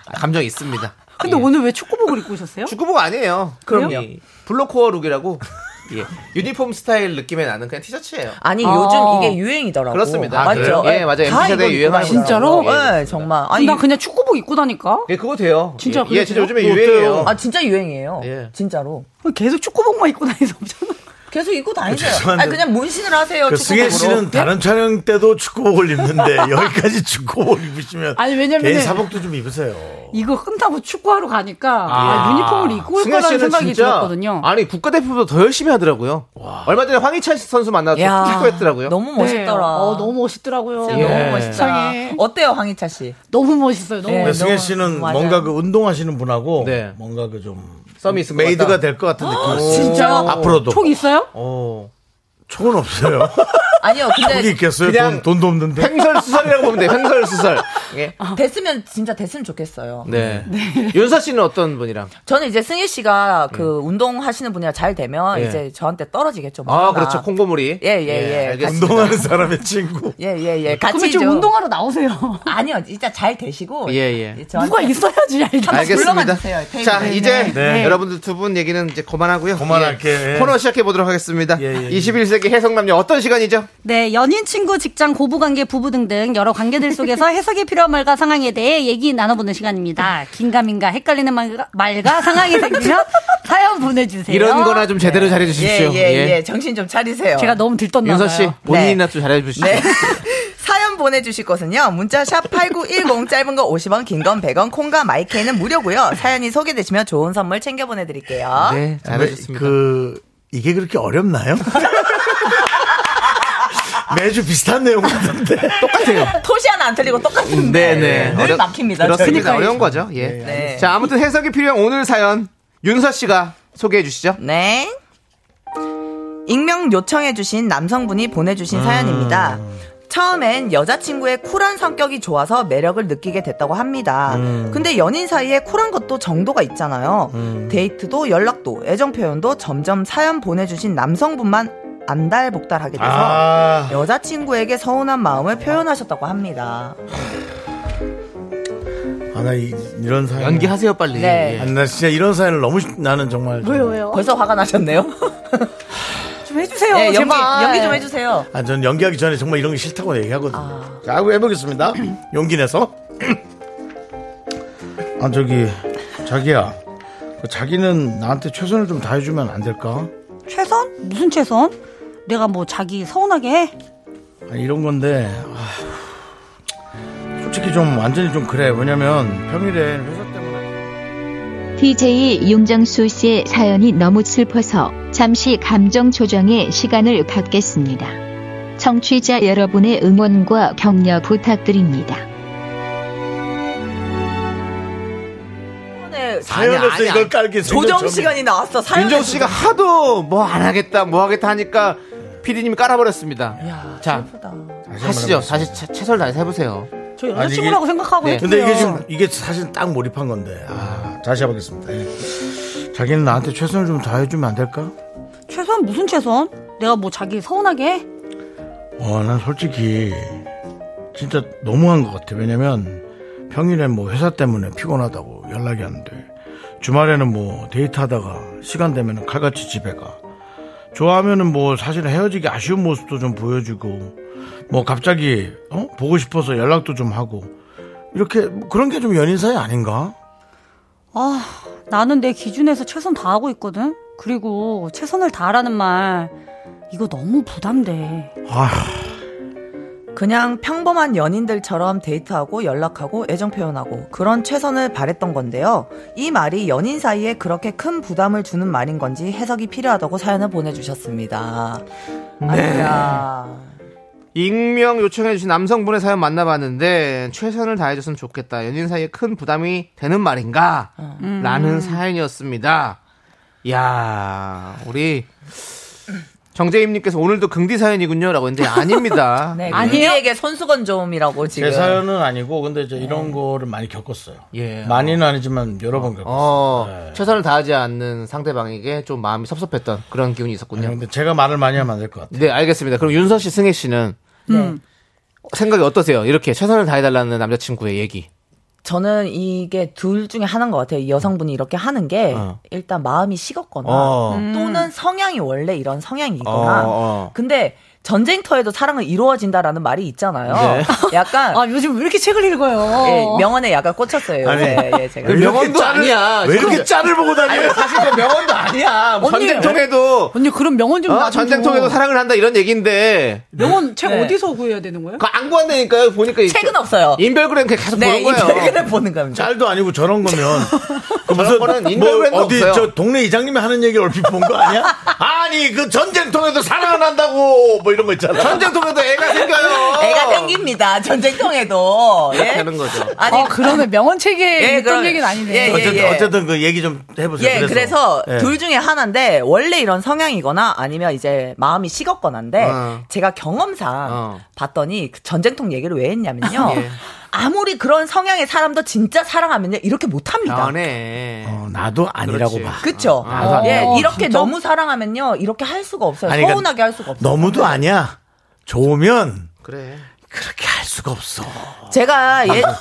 [SPEAKER 2] 아, 감정 있습니다.
[SPEAKER 12] 근데
[SPEAKER 7] 네.
[SPEAKER 2] 예.
[SPEAKER 12] 오늘 왜 축구복을 입고 오셨어요?
[SPEAKER 2] 축구복 아니에요.
[SPEAKER 7] 그럼요.
[SPEAKER 2] 예. 블로코어 룩이라고. 예. 유니폼 스타일 느낌에 나는 그냥 티셔츠예요.
[SPEAKER 7] 아니
[SPEAKER 12] 아.
[SPEAKER 7] 요즘 이게 유행이더라고.
[SPEAKER 2] 그렇습니다. 아,
[SPEAKER 7] 맞죠?
[SPEAKER 2] 그래요? 예, 맞아요.
[SPEAKER 7] 다
[SPEAKER 2] MZ 세대
[SPEAKER 7] 이거
[SPEAKER 2] 유행하는
[SPEAKER 12] 진짜로?
[SPEAKER 7] 예,
[SPEAKER 2] 거라고. 예, 그렇습니다.
[SPEAKER 7] 정말.
[SPEAKER 12] 아니
[SPEAKER 7] 아니
[SPEAKER 12] 나 그냥 축구복 입고 다니까.
[SPEAKER 2] 예, 그거 돼요.
[SPEAKER 12] 진짜
[SPEAKER 2] 예,
[SPEAKER 12] 그래요?
[SPEAKER 2] 예, 진짜 요즘에
[SPEAKER 1] 또 어때요?
[SPEAKER 2] 유행이에요.
[SPEAKER 7] 아 진짜 유행이에요.
[SPEAKER 2] 예.
[SPEAKER 7] 진짜로.
[SPEAKER 12] 계속 축구복만 입고 다니서 없잖아.
[SPEAKER 7] 계속 입고 다니세요.
[SPEAKER 1] 죄송한데.
[SPEAKER 7] 아 그냥 문신을 하세요.
[SPEAKER 1] 그 승혜
[SPEAKER 7] 축구복으로.
[SPEAKER 1] 씨는
[SPEAKER 12] 네?
[SPEAKER 1] 다른 촬영 때도 축구복을 입는데 여기까지 축구복을 입으시면
[SPEAKER 12] 아니, 왜냐면은- 네,
[SPEAKER 1] 개인 사복도 좀 입으세요.
[SPEAKER 12] 이거 끝나고 축구하러 가니까 아, 유니폼을 입고 올
[SPEAKER 2] 승현
[SPEAKER 12] 거라는
[SPEAKER 2] 씨는
[SPEAKER 12] 생각이
[SPEAKER 2] 진짜
[SPEAKER 12] 들었거든요.
[SPEAKER 2] 아니 국가대표보다 더 열심히 하더라고요. 얼마 전에 황희찬 선수 만나서
[SPEAKER 7] 야,
[SPEAKER 2] 축구했더라고요. 예.
[SPEAKER 7] 너무
[SPEAKER 12] 네.
[SPEAKER 7] 멋있더라.
[SPEAKER 12] 어, 너무 멋있더라고요.
[SPEAKER 7] 진짜 너무 멋있더라.
[SPEAKER 12] 세상에.
[SPEAKER 7] 어때요 황희차 씨?
[SPEAKER 12] 너무 멋있어요. 너무
[SPEAKER 7] 네.
[SPEAKER 1] 근데 승혜
[SPEAKER 12] 멋있어요.
[SPEAKER 7] 너무-
[SPEAKER 1] 씨는
[SPEAKER 7] 맞아요.
[SPEAKER 1] 뭔가 그 운동하시는 분하고
[SPEAKER 2] 네.
[SPEAKER 1] 뭔가 그좀
[SPEAKER 2] 썸이 있을 것
[SPEAKER 1] 메이드가
[SPEAKER 2] 같다.
[SPEAKER 1] 될 것 같은 느낌이 있어요.
[SPEAKER 12] 아, 진짜
[SPEAKER 1] 앞으로도
[SPEAKER 12] 촉 있어요?
[SPEAKER 2] 어.
[SPEAKER 1] 촉은 없어요.
[SPEAKER 7] 아니요.
[SPEAKER 1] 촉이
[SPEAKER 7] 근데
[SPEAKER 1] 있겠어요?
[SPEAKER 2] 그냥-
[SPEAKER 1] 돈, 돈도 없는데.
[SPEAKER 2] 횡설수설이라고 보면 돼요. 횡설수설. 예.
[SPEAKER 12] 아,
[SPEAKER 7] 됐으면 진짜 됐으면 좋겠어요.
[SPEAKER 2] 네. 윤서 씨는 어떤 분이랑?
[SPEAKER 7] 저는 이제 승희 씨가 그 운동하시는 분이랑 잘 되면
[SPEAKER 2] 예.
[SPEAKER 7] 이제 저한테 떨어지겠죠.
[SPEAKER 2] 네.
[SPEAKER 7] 뭐.
[SPEAKER 2] 아, 그렇죠. 콩고물이.
[SPEAKER 7] 예예예. 예, 예. 같이-
[SPEAKER 1] 운동하는 사람의 친구.
[SPEAKER 7] 예, 예, 예. 같이
[SPEAKER 12] 그러면 좀
[SPEAKER 7] 좀-
[SPEAKER 12] 운동하러 나오세요.
[SPEAKER 7] 아니요, 진짜 잘 되시고.
[SPEAKER 2] 예, 예.
[SPEAKER 7] 저한테-
[SPEAKER 12] 누가 있어야지 알죠.
[SPEAKER 2] 알겠습니다.
[SPEAKER 7] 불러만 주세요, 테이블에.
[SPEAKER 2] 자, 이제
[SPEAKER 1] 네.
[SPEAKER 2] 여러분들 두 분 얘기는 이제 그만하고요.
[SPEAKER 1] 그만할게.
[SPEAKER 2] 예. 코너 시작해 보도록 하겠습니다.
[SPEAKER 1] 예, 예, 예.
[SPEAKER 2] 21세기 해성남녀 어떤 시간이죠?
[SPEAKER 8] 네, 연인, 친구, 직장, 고부관계, 부부 등등 여러 관계들 속에서 해석이 필요한 말과 상황에 대해 얘기 나눠보는 시간입니다. 긴가민가 헷갈리는 말과, 말과 상황이 생기면 사연 보내주세요.
[SPEAKER 2] 이런 거나 좀 제대로 잘해 주십시오.
[SPEAKER 7] 예, 예, 예, 정신 좀 차리세요.
[SPEAKER 12] 제가 너무 들떴나
[SPEAKER 2] 윤서 씨,
[SPEAKER 12] 봐요. 네.
[SPEAKER 2] 본인이나 좀 잘해 주시죠.
[SPEAKER 7] 네. 사연 보내주실 것은요. 문자 샵 8910 짧은 거 50원, 긴 건 100원, 콩과 마이크는 무료고요. 사연이 소개되시면 좋은 선물 챙겨 보내드릴게요.
[SPEAKER 2] 네,
[SPEAKER 1] 정말
[SPEAKER 2] 잘하셨습니다.
[SPEAKER 1] 그 이게 그렇게 어렵나요? 아, 매주 비슷한 내용 같은데.
[SPEAKER 7] 토시 하나 안 틀리고
[SPEAKER 1] 음,
[SPEAKER 7] 똑같은.
[SPEAKER 2] 네, 네.
[SPEAKER 7] 늘
[SPEAKER 2] 어려-
[SPEAKER 7] 막힙니다.
[SPEAKER 2] 그렇습니다.
[SPEAKER 7] 저희.
[SPEAKER 2] 어려운 거죠. 예.
[SPEAKER 7] 네.
[SPEAKER 2] 자, 아무튼 해석이 필요한 오늘 사연 윤서 씨가 소개해 주시죠.
[SPEAKER 7] 네. 익명 요청해주신 남성분이 보내주신 사연입니다. 처음엔 여자친구의 쿨한 성격이 좋아서 매력을 느끼게 됐다고 합니다. 근데 연인 사이에 쿨한 것도 정도가 있잖아요. 데이트도 연락도 애정 표현도 점점 사연 보내주신 남성분만 안달복달하게 돼서
[SPEAKER 1] 아,
[SPEAKER 7] 여자친구에게 서운한 마음을 표현하셨다고 합니다.
[SPEAKER 1] 아, 나 이, 런 사연.
[SPEAKER 2] 연기하세요, 빨리.
[SPEAKER 7] 네.
[SPEAKER 2] 예.
[SPEAKER 1] 아니, 나 진짜 이런 사연을 너무 시- 나는 정말.
[SPEAKER 12] 왜요, 왜요?
[SPEAKER 7] 벌써 화가 나셨네요?
[SPEAKER 12] 좀 해주세요.
[SPEAKER 7] 네, 연기,
[SPEAKER 12] 제발.
[SPEAKER 7] 연기 좀 해주세요.
[SPEAKER 1] 아, 전 연기하기 전에 정말 이런 게 싫다고 얘기하거든요.
[SPEAKER 8] 아.
[SPEAKER 1] 자, 한번 해보겠습니다. 용기 내서. 아, 저기, 자기야. 그 자기는 나한테 최선을 좀 다해주면 안 될까?
[SPEAKER 8] 최선? 무슨 최선? 내가 뭐 자기 서운하게 해?
[SPEAKER 1] 아, 이런 건데 아, 솔직히 좀 완전히 좀 그래 왜냐면 평일에 회사 때문에
[SPEAKER 13] DJ 용정수 씨의 사연이 너무 슬퍼서 잠시 감정 조정의 시간을 갖겠습니다. 청취자 여러분의 응원과 격려 부탁드립니다.
[SPEAKER 1] 사연에서
[SPEAKER 2] 아니,
[SPEAKER 1] 이걸
[SPEAKER 2] 아니.
[SPEAKER 1] 깔기
[SPEAKER 7] 조정 시간이 나왔어. 사연
[SPEAKER 2] 윤정 씨가 하도 뭐 안 하겠다, 뭐 하겠다 하니까 피디님이 깔아버렸습니다. 자, 하시죠. 다시 최- 최선을 다해서 해보세요.
[SPEAKER 12] 저 여자친구라고
[SPEAKER 6] 아,
[SPEAKER 12] 생각하고
[SPEAKER 2] 네.
[SPEAKER 12] 했고요.
[SPEAKER 1] 근데 그- 이게 지금 이게 사실 딱 몰입한 건데 아, 다시 해보겠습니다 예. 자기는 나한테 최선을 좀 다해주면 안 될까?
[SPEAKER 8] 최선? 무슨 최선? 내가 뭐 자기 서운하게 해?
[SPEAKER 1] 어, 난 솔직히 진짜 너무한 것 같아. 왜냐면 평일에 뭐 회사 때문에 피곤하다고 연락이 안 돼. 주말에는 뭐 데이트하다가 시간 되면 칼같이 집에 가. 좋아하면은 뭐 사실 헤어지기 아쉬운 모습도 좀 보여주고 뭐 갑자기 어? 보고 싶어서 연락도 좀 하고 이렇게 뭐 그런 게 좀 연인 사이 아닌가?
[SPEAKER 8] 아, 나는 내 기준에서 최선 다하고 있거든? 그리고 최선을 다하라는 말, 이거 너무 부담돼.
[SPEAKER 1] 아,
[SPEAKER 7] 그냥 평범한 연인들처럼 데이트하고 연락하고 애정 표현하고 그런 최선을 바랬던 건데요. 이 말이 연인 사이에 그렇게 큰 부담을 주는 말인 건지 해석이 필요하다고 사연을 보내주셨습니다.
[SPEAKER 2] 네.
[SPEAKER 7] 아이고야.
[SPEAKER 2] 익명 요청해주신 남성분의 사연 만나봤는데 최선을 다해줬으면 좋겠다. 연인 사이에 큰 부담이 되는 말인가?
[SPEAKER 7] 음.
[SPEAKER 2] 라는 사연이었습니다. 야 우리 정재임님께서 오늘도 긍디 사연이군요라고 했는데 아닙니다.
[SPEAKER 7] 네, 아니에게 손수건 좀이라고 지금.
[SPEAKER 1] 제 사연은 아니고 근데 이제 이런 거를 많이 겪었어요.
[SPEAKER 2] 예.
[SPEAKER 1] 많이는 아니지만 여러 번 겪었어요.
[SPEAKER 2] 어, 최선을 다하지 않는 상대방에게 좀 마음이 섭섭했던 그런 기운이 있었군요.
[SPEAKER 1] 예. 근데 제가 말을 많이 하면 안 될 것 같아요.
[SPEAKER 2] 네, 알겠습니다. 그럼 윤서 씨, 승혜 씨는 생각이 어떠세요? 이렇게 최선을 다해달라는 남자친구의 얘기.
[SPEAKER 7] 저는 이게 둘 중에 하나인 것 같아요. 이 여성분이 이렇게 하는 게
[SPEAKER 2] 어.
[SPEAKER 7] 일단 마음이 식었거나
[SPEAKER 2] 어. 음.
[SPEAKER 7] 또는 성향이 원래 이런 성향이거나
[SPEAKER 2] 어, 어.
[SPEAKER 7] 근데 전쟁터에도 사랑은 이루어진다라는 말이 있잖아요.
[SPEAKER 2] 네.
[SPEAKER 7] 약간
[SPEAKER 12] 아 요즘 왜 이렇게 책을 읽어요?
[SPEAKER 7] 예, 명언에 약간 꽂혔어요. 요새. 예, 제가.
[SPEAKER 2] 왜 이렇게
[SPEAKER 1] 짤을 보고
[SPEAKER 2] 다녀요? 사실 그 명언도 아니야.
[SPEAKER 12] 언니.
[SPEAKER 2] 전쟁통에도
[SPEAKER 12] 언니 그럼 명언 좀
[SPEAKER 2] 아,
[SPEAKER 12] 놔주고.
[SPEAKER 2] 전쟁통에도 사랑을 한다 이런 얘기인데
[SPEAKER 12] 명언 책
[SPEAKER 7] 네.
[SPEAKER 12] 어디서 구해야 되는 거예요?
[SPEAKER 2] 그안 구한다니까요. 보니까 이게
[SPEAKER 7] 책은 없어요.
[SPEAKER 2] 인별그램 그냥 계속
[SPEAKER 7] 네,
[SPEAKER 2] 보는 거예요.
[SPEAKER 7] 인별그램 보는 겁니다.
[SPEAKER 1] 짤도 아니고 저런 거면 그 무슨
[SPEAKER 2] 저런 거는
[SPEAKER 1] 뭐
[SPEAKER 2] 인별그램도
[SPEAKER 1] 어디
[SPEAKER 2] 없어요.
[SPEAKER 1] 저 동네 이장님이 하는 얘기 얼핏 본 거 아니야? 아니 그 전쟁통에서 사랑을 한다고 뭐 이런 거 있잖아.
[SPEAKER 2] 전쟁통에도 애가 생겨요.
[SPEAKER 7] 애가 생깁니다. 전쟁통에도.
[SPEAKER 2] 이렇게
[SPEAKER 7] 예?
[SPEAKER 2] 되는 거죠.
[SPEAKER 7] 아니,
[SPEAKER 12] 아, 그러면 명언 책에
[SPEAKER 7] 예,
[SPEAKER 12] 있던
[SPEAKER 7] 그럼-
[SPEAKER 12] 얘기는 아니네요.
[SPEAKER 7] 예,
[SPEAKER 1] 어쨌든 어쨌든 그 얘기 좀 해보세요.
[SPEAKER 7] 예, 그래서,
[SPEAKER 1] 예.
[SPEAKER 7] 둘 중에 하나인데 원래 이런 성향이거나 아니면 이제 마음이 식었거나인데
[SPEAKER 2] 어.
[SPEAKER 7] 제가 경험상
[SPEAKER 2] 어.
[SPEAKER 7] 봤더니 그 전쟁통 얘기를 왜 했냐면요.
[SPEAKER 2] 예.
[SPEAKER 7] 아무리 그런 성향의 사람도 진짜 사랑하면요 이렇게 못합니다.
[SPEAKER 2] 안해.
[SPEAKER 1] 어, 나도 아, 아니라고
[SPEAKER 2] 그렇지.
[SPEAKER 1] 봐.
[SPEAKER 7] 그쵸?
[SPEAKER 2] 아,
[SPEAKER 7] 예,
[SPEAKER 12] 아,
[SPEAKER 7] 이렇게
[SPEAKER 12] 진짜?
[SPEAKER 7] 너무 사랑하면요 이렇게 할 수가 없어요.
[SPEAKER 1] 아니, 그러니까
[SPEAKER 7] 서운하게 할 수가 없어요.
[SPEAKER 1] 너무도 아니야. 좋으면
[SPEAKER 2] 그래.
[SPEAKER 1] 그렇게 할 수가 없어.
[SPEAKER 7] 제가 예,
[SPEAKER 1] 아,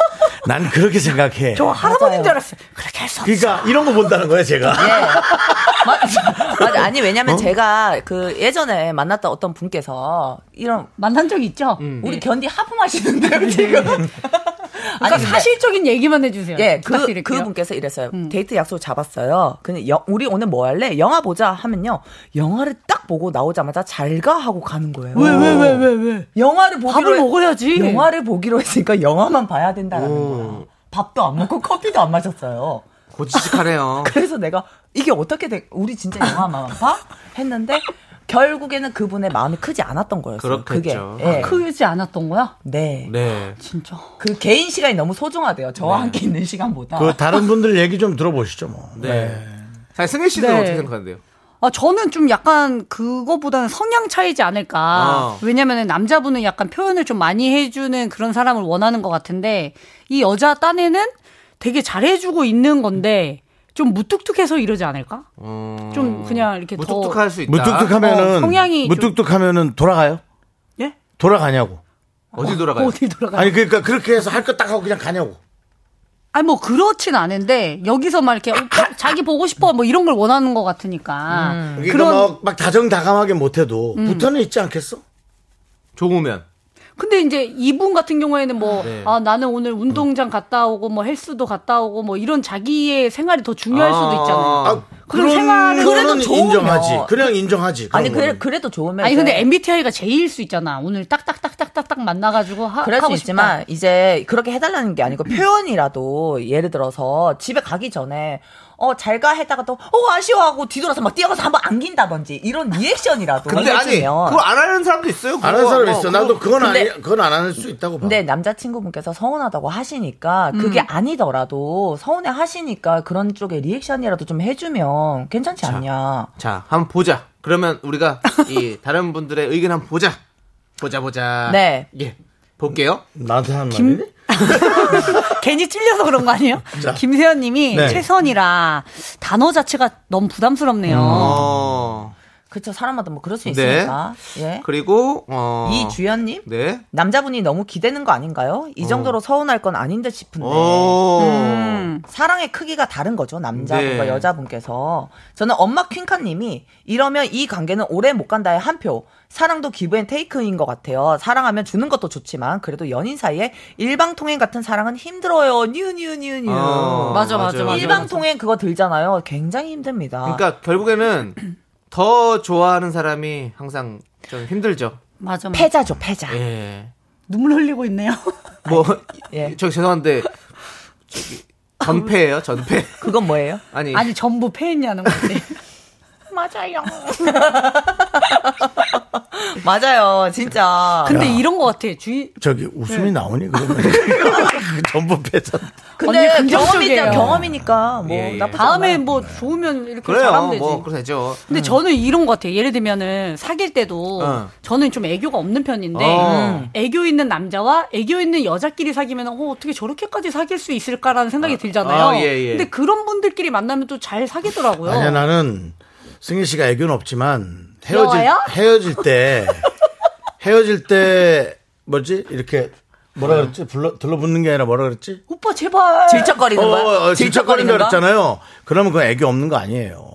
[SPEAKER 1] 난 그렇게 생각해.
[SPEAKER 7] 할아버지인 줄 알았어요.
[SPEAKER 12] 그렇게 할 수 없어.
[SPEAKER 1] 그러니까 이런 거 본다는 거야 제가.
[SPEAKER 7] 맞아. 맞아. 아니, 왜냐면 제가 그 예전에 만났던 어떤 분께서 이런
[SPEAKER 12] 만난 적 있죠? 예.
[SPEAKER 7] 우리 견디 하품하시는데요, 지금.
[SPEAKER 12] 그러니까
[SPEAKER 7] 아니, 사실.
[SPEAKER 12] 사실적인 얘기만 해주세요.
[SPEAKER 7] 예, 그,
[SPEAKER 12] 부탁드릴게요. 음.
[SPEAKER 7] 그 분께서 이랬어요. 데이트 약속 잡았어요. 근데 여- 우리 오늘 뭐 할래? 영화 보자 하면요. 영화를 딱 보고 나오자마자 잘 가 하고 가는 거예요.
[SPEAKER 12] 왜, 왜, 왜, 왜, 왜?
[SPEAKER 7] 영화를 보기로
[SPEAKER 12] 밥을
[SPEAKER 7] 했-
[SPEAKER 12] 먹어야지.
[SPEAKER 7] 영화를 보기로 했으니까 영화만 봐야 된다는 거야. 밥도 안 먹고 커피도 안 마셨어요.
[SPEAKER 2] 고지식하네요.
[SPEAKER 7] 그래서 내가 이게 어떻게 돼? 우리 진짜 영화만 봐? 했는데 결국에는 그분의 마음이 크지 않았던 거였어요.
[SPEAKER 2] 그렇겠죠. 아,
[SPEAKER 7] 그게. 예.
[SPEAKER 12] 크지 않았던 거야?
[SPEAKER 7] 네.
[SPEAKER 2] 네.
[SPEAKER 12] 진짜.
[SPEAKER 7] 그 개인 시간이 너무 소중하대요. 저와 함께 있는 시간보다.
[SPEAKER 1] 그 다른 분들 얘기 좀 들어보시죠 뭐.
[SPEAKER 2] 네. 사실 승혜 씨는
[SPEAKER 12] 네.
[SPEAKER 2] 어떻게 생각하는데요?
[SPEAKER 12] 아, 저는 좀 약간 그거보다는 성향 차이지 않을까.
[SPEAKER 2] 어.
[SPEAKER 12] 왜냐면 남자분은 약간 표현을 좀 많이 해주는 그런 사람을 원하는 것 같은데, 네. 이 여자 딴에는 되게 잘해주고 있는 건데, 좀 무뚝뚝해서 이러지 않을까? 좀 그냥 이렇게 더.
[SPEAKER 2] 어. 무뚝뚝할 수 있다.
[SPEAKER 1] 네. 무뚝뚝하면은
[SPEAKER 12] 어, 성향이 좀-
[SPEAKER 1] 무뚝뚝하면은 돌아가요?
[SPEAKER 12] 예?
[SPEAKER 1] 돌아가냐고.
[SPEAKER 2] 어디 돌아가요?
[SPEAKER 12] 어디 돌아가?
[SPEAKER 1] 아니 그러니까 그렇게 해서 할 거 딱 하고 그냥 가냐고.
[SPEAKER 12] 아니 뭐 그렇진 않은데 여기서 막 이렇게 오빠, 자기 보고 싶어 뭐 이런 걸 원하는 것 같으니까
[SPEAKER 7] 음.
[SPEAKER 1] 그러니까
[SPEAKER 12] 그런
[SPEAKER 1] 막, 막 다정다감하게 못해도 붙어는 있지 않겠어?
[SPEAKER 2] 좋으면.
[SPEAKER 12] 근데 이제 이분 같은 경우에는 뭐,
[SPEAKER 2] 네.
[SPEAKER 12] 아, 나는 오늘 운동장 갔다 오고, 뭐, 헬스도 갔다 오고, 뭐, 이런 자기의 생활이 더 중요할 수도 있잖아요.
[SPEAKER 2] 아,
[SPEAKER 12] 그런 생활을
[SPEAKER 1] 거는
[SPEAKER 7] 그래도 좋으면.
[SPEAKER 1] 인정하지. 그냥 인정하지. 그런
[SPEAKER 7] 아니
[SPEAKER 1] 거는.
[SPEAKER 7] 그래, 도 좋으면
[SPEAKER 12] 아니, 근데
[SPEAKER 7] 이제
[SPEAKER 12] MBTI가 제일 수 있잖아. 오늘 딱딱딱딱딱딱 만나가지고 하,
[SPEAKER 7] 그럴 수
[SPEAKER 12] 하고
[SPEAKER 7] 있지만
[SPEAKER 12] 싶지만.
[SPEAKER 7] 이제 그렇게 해달라는 게 아니고 표현이라도 예를 들어서 집에 가기 전에 어 잘 가 했다가 또 어 아쉬워하고 뒤돌아서 막 뛰어가서 한번 안긴다든지 이런 리액션이라도
[SPEAKER 2] 근데 아니,
[SPEAKER 7] 해주면.
[SPEAKER 2] 그거 안 하는 사람도 있어요. 그거.
[SPEAKER 1] 안 하는 사람
[SPEAKER 2] 어,
[SPEAKER 1] 있어.
[SPEAKER 2] 그거-
[SPEAKER 1] 나도 그건
[SPEAKER 7] 근데-
[SPEAKER 1] 아니, 그건 안 할 수 있다고 봐.
[SPEAKER 7] 근데 남자친구분께서 서운하다고 하시니까
[SPEAKER 12] 음.
[SPEAKER 7] 그게 아니더라도 서운해 하시니까 그런 쪽에 리액션이라도 좀 해주면 괜찮지 않냐.
[SPEAKER 2] 자, 한번 보자. 그러면 우리가 이 다른 분들의 의견 한번 보자. 보자 보자.
[SPEAKER 7] 네.
[SPEAKER 2] 예. 볼게요.
[SPEAKER 1] 나한테 하는 말이니?
[SPEAKER 12] 괜히 찔려서 그런 거 아니에요? 김세현 님이
[SPEAKER 1] 네.
[SPEAKER 12] 최선이라 단어 자체가 너무 부담스럽네요.
[SPEAKER 2] 어.
[SPEAKER 7] 음. 그쵸 사람마다 뭐 그럴 수
[SPEAKER 2] 네.
[SPEAKER 7] 있으니까. 예.
[SPEAKER 2] 그리고 어.
[SPEAKER 7] 이주연님
[SPEAKER 2] 네.
[SPEAKER 7] 남자분이 너무 기대는 거 아닌가요? 이
[SPEAKER 12] 어.
[SPEAKER 7] 정도로 서운할 건 아닌 듯 싶은데.
[SPEAKER 2] 오.
[SPEAKER 12] 음.
[SPEAKER 7] 사랑의 크기가 다른 거죠 남자분과
[SPEAKER 2] 네.
[SPEAKER 7] 여자분께서 저는 엄마 퀸카님이 이러면 이 관계는 오래 못 간다의 한표 사랑도 기브앤테이크인 것 같아요 사랑하면 주는 것도 좋지만 그래도 연인 사이에 일방통행 같은 사랑은 힘들어요 뉴뉴뉴뉴
[SPEAKER 2] 어,
[SPEAKER 12] 맞아, 맞아, 맞아.
[SPEAKER 7] 일방통행 그거 들잖아요 굉장히 힘듭니다
[SPEAKER 12] 아.
[SPEAKER 2] 그러니까 결국에는 더 좋아하는 사람이 항상 좀 힘들죠.
[SPEAKER 12] 맞아, 맞아.
[SPEAKER 7] 패자죠 패자
[SPEAKER 2] 예.
[SPEAKER 12] 눈물 흘리고 있네요.
[SPEAKER 2] 뭐,
[SPEAKER 12] 예.
[SPEAKER 2] 저 죄송한데, 저기, 전패예요 전패.
[SPEAKER 7] 그건 뭐예요?
[SPEAKER 2] 아니,
[SPEAKER 12] 아니 전부 패했냐는 건데.
[SPEAKER 7] 맞아요. 맞아요, 진짜.
[SPEAKER 12] 근데
[SPEAKER 1] 야.
[SPEAKER 12] 이런 것 같아. 주위
[SPEAKER 1] 저기 웃음이 나오니 그러면 전부 패전.
[SPEAKER 7] 근데
[SPEAKER 12] 언니 긍정적이에요.
[SPEAKER 7] 경험이니까 경험이니까 뭐
[SPEAKER 1] 예, 예.
[SPEAKER 7] 나쁘지
[SPEAKER 12] 다음에
[SPEAKER 7] 않아요.
[SPEAKER 12] 뭐 좋으면 이렇게 잘하면
[SPEAKER 2] 그래요.
[SPEAKER 12] 되지.
[SPEAKER 2] 뭐, 그렇게 되죠.
[SPEAKER 7] 음.
[SPEAKER 12] 근데 저는 이런 것 같아요. 예를 들면은 사귈 때도
[SPEAKER 2] 어.
[SPEAKER 12] 저는 좀 애교가 없는 편인데
[SPEAKER 2] 어. 음.
[SPEAKER 12] 애교 있는 남자와 애교 있는 여자끼리 사귀면 어, 어떻게 저렇게까지 사귈 수 있을까라는 생각이 들잖아요.
[SPEAKER 1] 아, 예, 예.
[SPEAKER 12] 근데 그런 분들끼리 만나면 또 잘 사귀더라고요.
[SPEAKER 1] 아니야 나는 승희 씨가 애교는 없지만 헤어질
[SPEAKER 12] 귀여워요?
[SPEAKER 1] 헤어질 때 헤어질 때 뭐지 이렇게 뭐라 그랬지 불러 들러붙는 게 아니라 뭐라 그랬지
[SPEAKER 12] 오빠 제발
[SPEAKER 1] 어, 어, 어, 질척거리는 거 그랬잖아요. 그러면 그건 애교 없는 거 아니에요.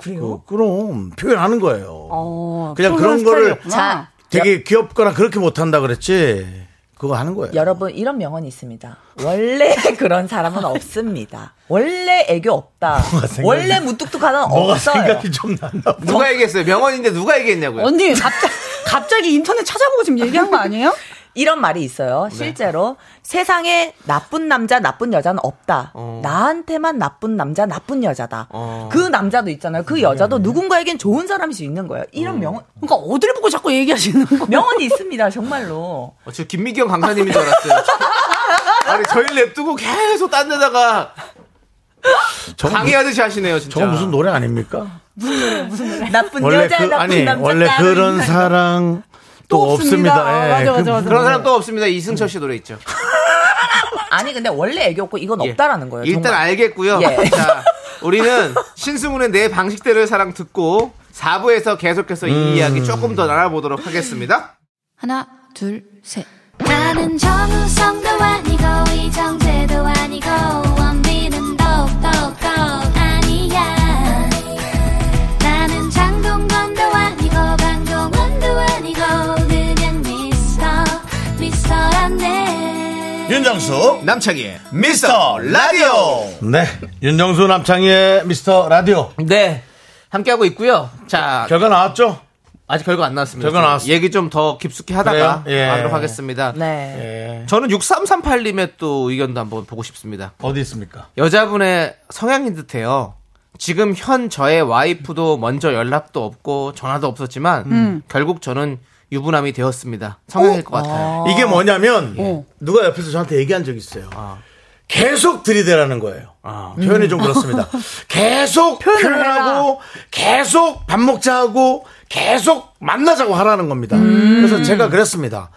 [SPEAKER 1] 그래요? 어, 그, 럼 표현하는 거예요. 그냥 그런 거를
[SPEAKER 7] 자,
[SPEAKER 1] 되게 귀엽거나 그렇게 못한다 그랬지. 그거 하는 거예요.
[SPEAKER 7] 여러분 이런 명언이 있습니다. 원래 그런 사람은 없습니다. 원래 애교 없다.
[SPEAKER 1] 생각이-
[SPEAKER 7] 원래 무뚝뚝하다
[SPEAKER 2] 뭐가
[SPEAKER 7] 없어요.
[SPEAKER 2] 생각이
[SPEAKER 1] 좀 난다.
[SPEAKER 2] 누가 얘기했어요? 명언인데 누가 얘기했냐고요?
[SPEAKER 7] 예,
[SPEAKER 12] 언니 갑자기 갑자기 인터넷 찾아보고 지금 얘기한 거 아니에요?
[SPEAKER 7] 이런 말이 있어요.
[SPEAKER 1] 네.
[SPEAKER 7] 실제로 세상에 나쁜 남자, 나쁜 여자는 없다.
[SPEAKER 1] 어.
[SPEAKER 7] 나한테만 나쁜 남자, 나쁜 여자다. 그 남자도 있잖아요. 그 여자도 누군가에겐 좋은 사람일 수 있는 거예요.
[SPEAKER 1] 어.
[SPEAKER 7] 이런 명언.
[SPEAKER 12] 그러니까 어디를 보고 자꾸 얘기하시는 거예요?
[SPEAKER 7] 명언이 있습니다. 정말로.
[SPEAKER 2] 어, 저 김미경 강사님인 줄 알았어요. 아니, 저희 냅두고 계속 딴 데다가
[SPEAKER 1] 저거
[SPEAKER 2] 강의하듯이 하시네요, 진짜.
[SPEAKER 1] 저거 무슨 노래 아닙니까?
[SPEAKER 7] 무슨 노래, 무슨 노래. 나쁜
[SPEAKER 1] 원래
[SPEAKER 7] 여자,
[SPEAKER 1] 그
[SPEAKER 7] 나쁜
[SPEAKER 1] 아니
[SPEAKER 7] 남자.
[SPEAKER 1] 원래
[SPEAKER 7] 따로
[SPEAKER 1] 그런
[SPEAKER 7] 있나요?
[SPEAKER 1] 사랑 또 없습니다. 예, 그-
[SPEAKER 2] 그런 사람 또 없습니다. 이승철 씨 노래 있죠.
[SPEAKER 7] 아니, 근데 원래 애교 없고 이건 없다라는 거예요.
[SPEAKER 2] 일단 아-
[SPEAKER 7] 정말.
[SPEAKER 2] 알겠고요.
[SPEAKER 7] 예.
[SPEAKER 2] 자, 우리는 신승훈의 내 방식대로의 사랑 듣고 4부에서 계속해서
[SPEAKER 1] 음.
[SPEAKER 2] 이 이야기 조금 더 나눠보도록 하겠습니다.
[SPEAKER 14] 하나, 둘, 셋. 나는 정우성도 아니고, 이정재도 아니고, 원빈은 더욱더 아니야. 나는 장동건도 아니고, 강동원도 아니고, 그냥 미스터, 미스터란데.
[SPEAKER 1] 윤정수
[SPEAKER 2] 남창희의 미스터 라디오
[SPEAKER 1] 네. 윤정수 남창희의 미스터 라디오.
[SPEAKER 2] 네. 함께하고 있고요. 자.
[SPEAKER 1] 결과 나왔죠?
[SPEAKER 2] 아직 결과 안 나왔습니다.
[SPEAKER 1] 결과 나왔어요.
[SPEAKER 2] 얘기 좀 더 깊숙이 하다가
[SPEAKER 1] 그래요? 예.
[SPEAKER 2] 하도록 하겠습니다.
[SPEAKER 7] 네.
[SPEAKER 2] 저는 6338님의 또 의견도 한번 보고 싶습니다.
[SPEAKER 1] 어디 있습니까?
[SPEAKER 2] 여자분의 성향인 듯해요. 지금 현 저의 와이프도 먼저 연락도 없고 전화도 없었지만
[SPEAKER 1] 음.
[SPEAKER 2] 결국 저는 유부남이 되었습니다. 성향일 것 같아요.
[SPEAKER 1] 이게 뭐냐면 누가 옆에서 저한테 얘기한 적이 있어요. 계속 들이대라는 거예요. 표현이 좀
[SPEAKER 9] 음.
[SPEAKER 1] 그렇습니다. 계속 표현하고 계속 밥 먹자 하고 계속 만나자고 하라는 겁니다. 그래서 제가 그랬습니다.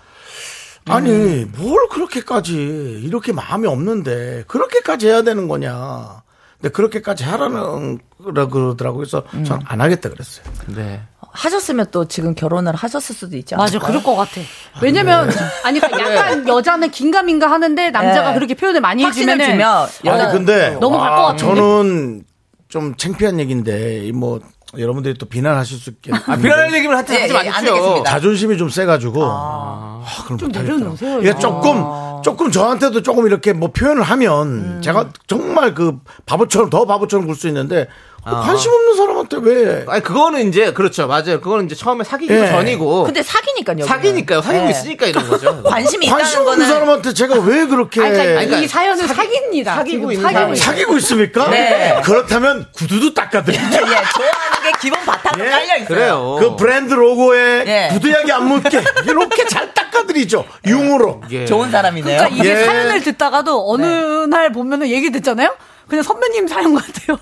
[SPEAKER 1] 아니 뭘 그렇게까지 이렇게 마음이 없는데 그렇게까지 해야 되는 거냐? 근데 그렇게까지 하라는 거라 그러더라고요. 그래서 저는 안 하겠다 그랬어요.
[SPEAKER 7] 아,
[SPEAKER 2] 네.
[SPEAKER 7] 하셨으면 또 지금 결혼을 하셨을 수도 있지 않을까
[SPEAKER 12] 맞아, 그럴 것 같아. 왜냐면 아니 그러니까 약간 여자는 긴가민가 하는데 남자가
[SPEAKER 7] 네.
[SPEAKER 12] 그렇게 표현을 많이
[SPEAKER 7] 확신을
[SPEAKER 12] 해주면
[SPEAKER 7] 주면
[SPEAKER 1] 아니 근데
[SPEAKER 12] 너무 갈 것
[SPEAKER 1] 아,
[SPEAKER 12] 같은데.
[SPEAKER 1] 저는 좀 창피한 얘기인데 이뭐 여러분들이 또 비난하실 수 있겠.
[SPEAKER 2] 아, 비난할 얘기를 하지
[SPEAKER 7] 예, 예, 안
[SPEAKER 2] 마십시오.
[SPEAKER 7] 하겠습니다.
[SPEAKER 1] 자존심이 좀 세가지고. 아, 그럼
[SPEAKER 12] 좀
[SPEAKER 1] 못하겠다.
[SPEAKER 12] 내려놓으세요,
[SPEAKER 1] 이게
[SPEAKER 12] 이거. 아.
[SPEAKER 1] 조금 조금 저한테도 조금 이렇게 뭐 표현을 하면
[SPEAKER 12] 음.
[SPEAKER 1] 제가 정말 그 바보처럼 더 바보처럼 굴 수 있는데 어,
[SPEAKER 2] 아.
[SPEAKER 1] 관심 없는 사람한테 왜?
[SPEAKER 2] 아니 그거는 이제 그렇죠. 맞아요. 그거는 이제 처음에 사귀기
[SPEAKER 1] 예.
[SPEAKER 2] 전이고.
[SPEAKER 7] 근데 사귀니까요.
[SPEAKER 2] 사귀니까요. 사귀고
[SPEAKER 7] 네.
[SPEAKER 2] 있으니까 이런 거죠.
[SPEAKER 7] 관심이 있다는
[SPEAKER 1] 관심 없는
[SPEAKER 7] 거는-
[SPEAKER 1] 사람한테 제가 왜 그렇게
[SPEAKER 12] 아니, 그러니까
[SPEAKER 1] 아니,
[SPEAKER 12] 이
[SPEAKER 1] 그러니까
[SPEAKER 12] 사연은 사기입니다 사귀고
[SPEAKER 2] 있는 사람이-
[SPEAKER 1] 사귀고 있습니까?
[SPEAKER 7] 네.
[SPEAKER 1] 그렇다면 구두도 닦아드리죠.
[SPEAKER 7] 예, 좋아하는 게 기본 바탕으로 깔려 있어요.
[SPEAKER 2] 그래요.
[SPEAKER 1] 그 브랜드 로고에
[SPEAKER 7] 예.
[SPEAKER 1] 구두약이 안 묻게 이렇게 잘 닦아드리죠.
[SPEAKER 2] 예.
[SPEAKER 1] 융으로.
[SPEAKER 7] 좋은 사람이네요. 네.
[SPEAKER 12] 그러니까 이게
[SPEAKER 1] 예.
[SPEAKER 12] 사연을 듣다가도 어느 날 보면은 얘기 듣잖아요. 그냥 선배님 사연 같아요.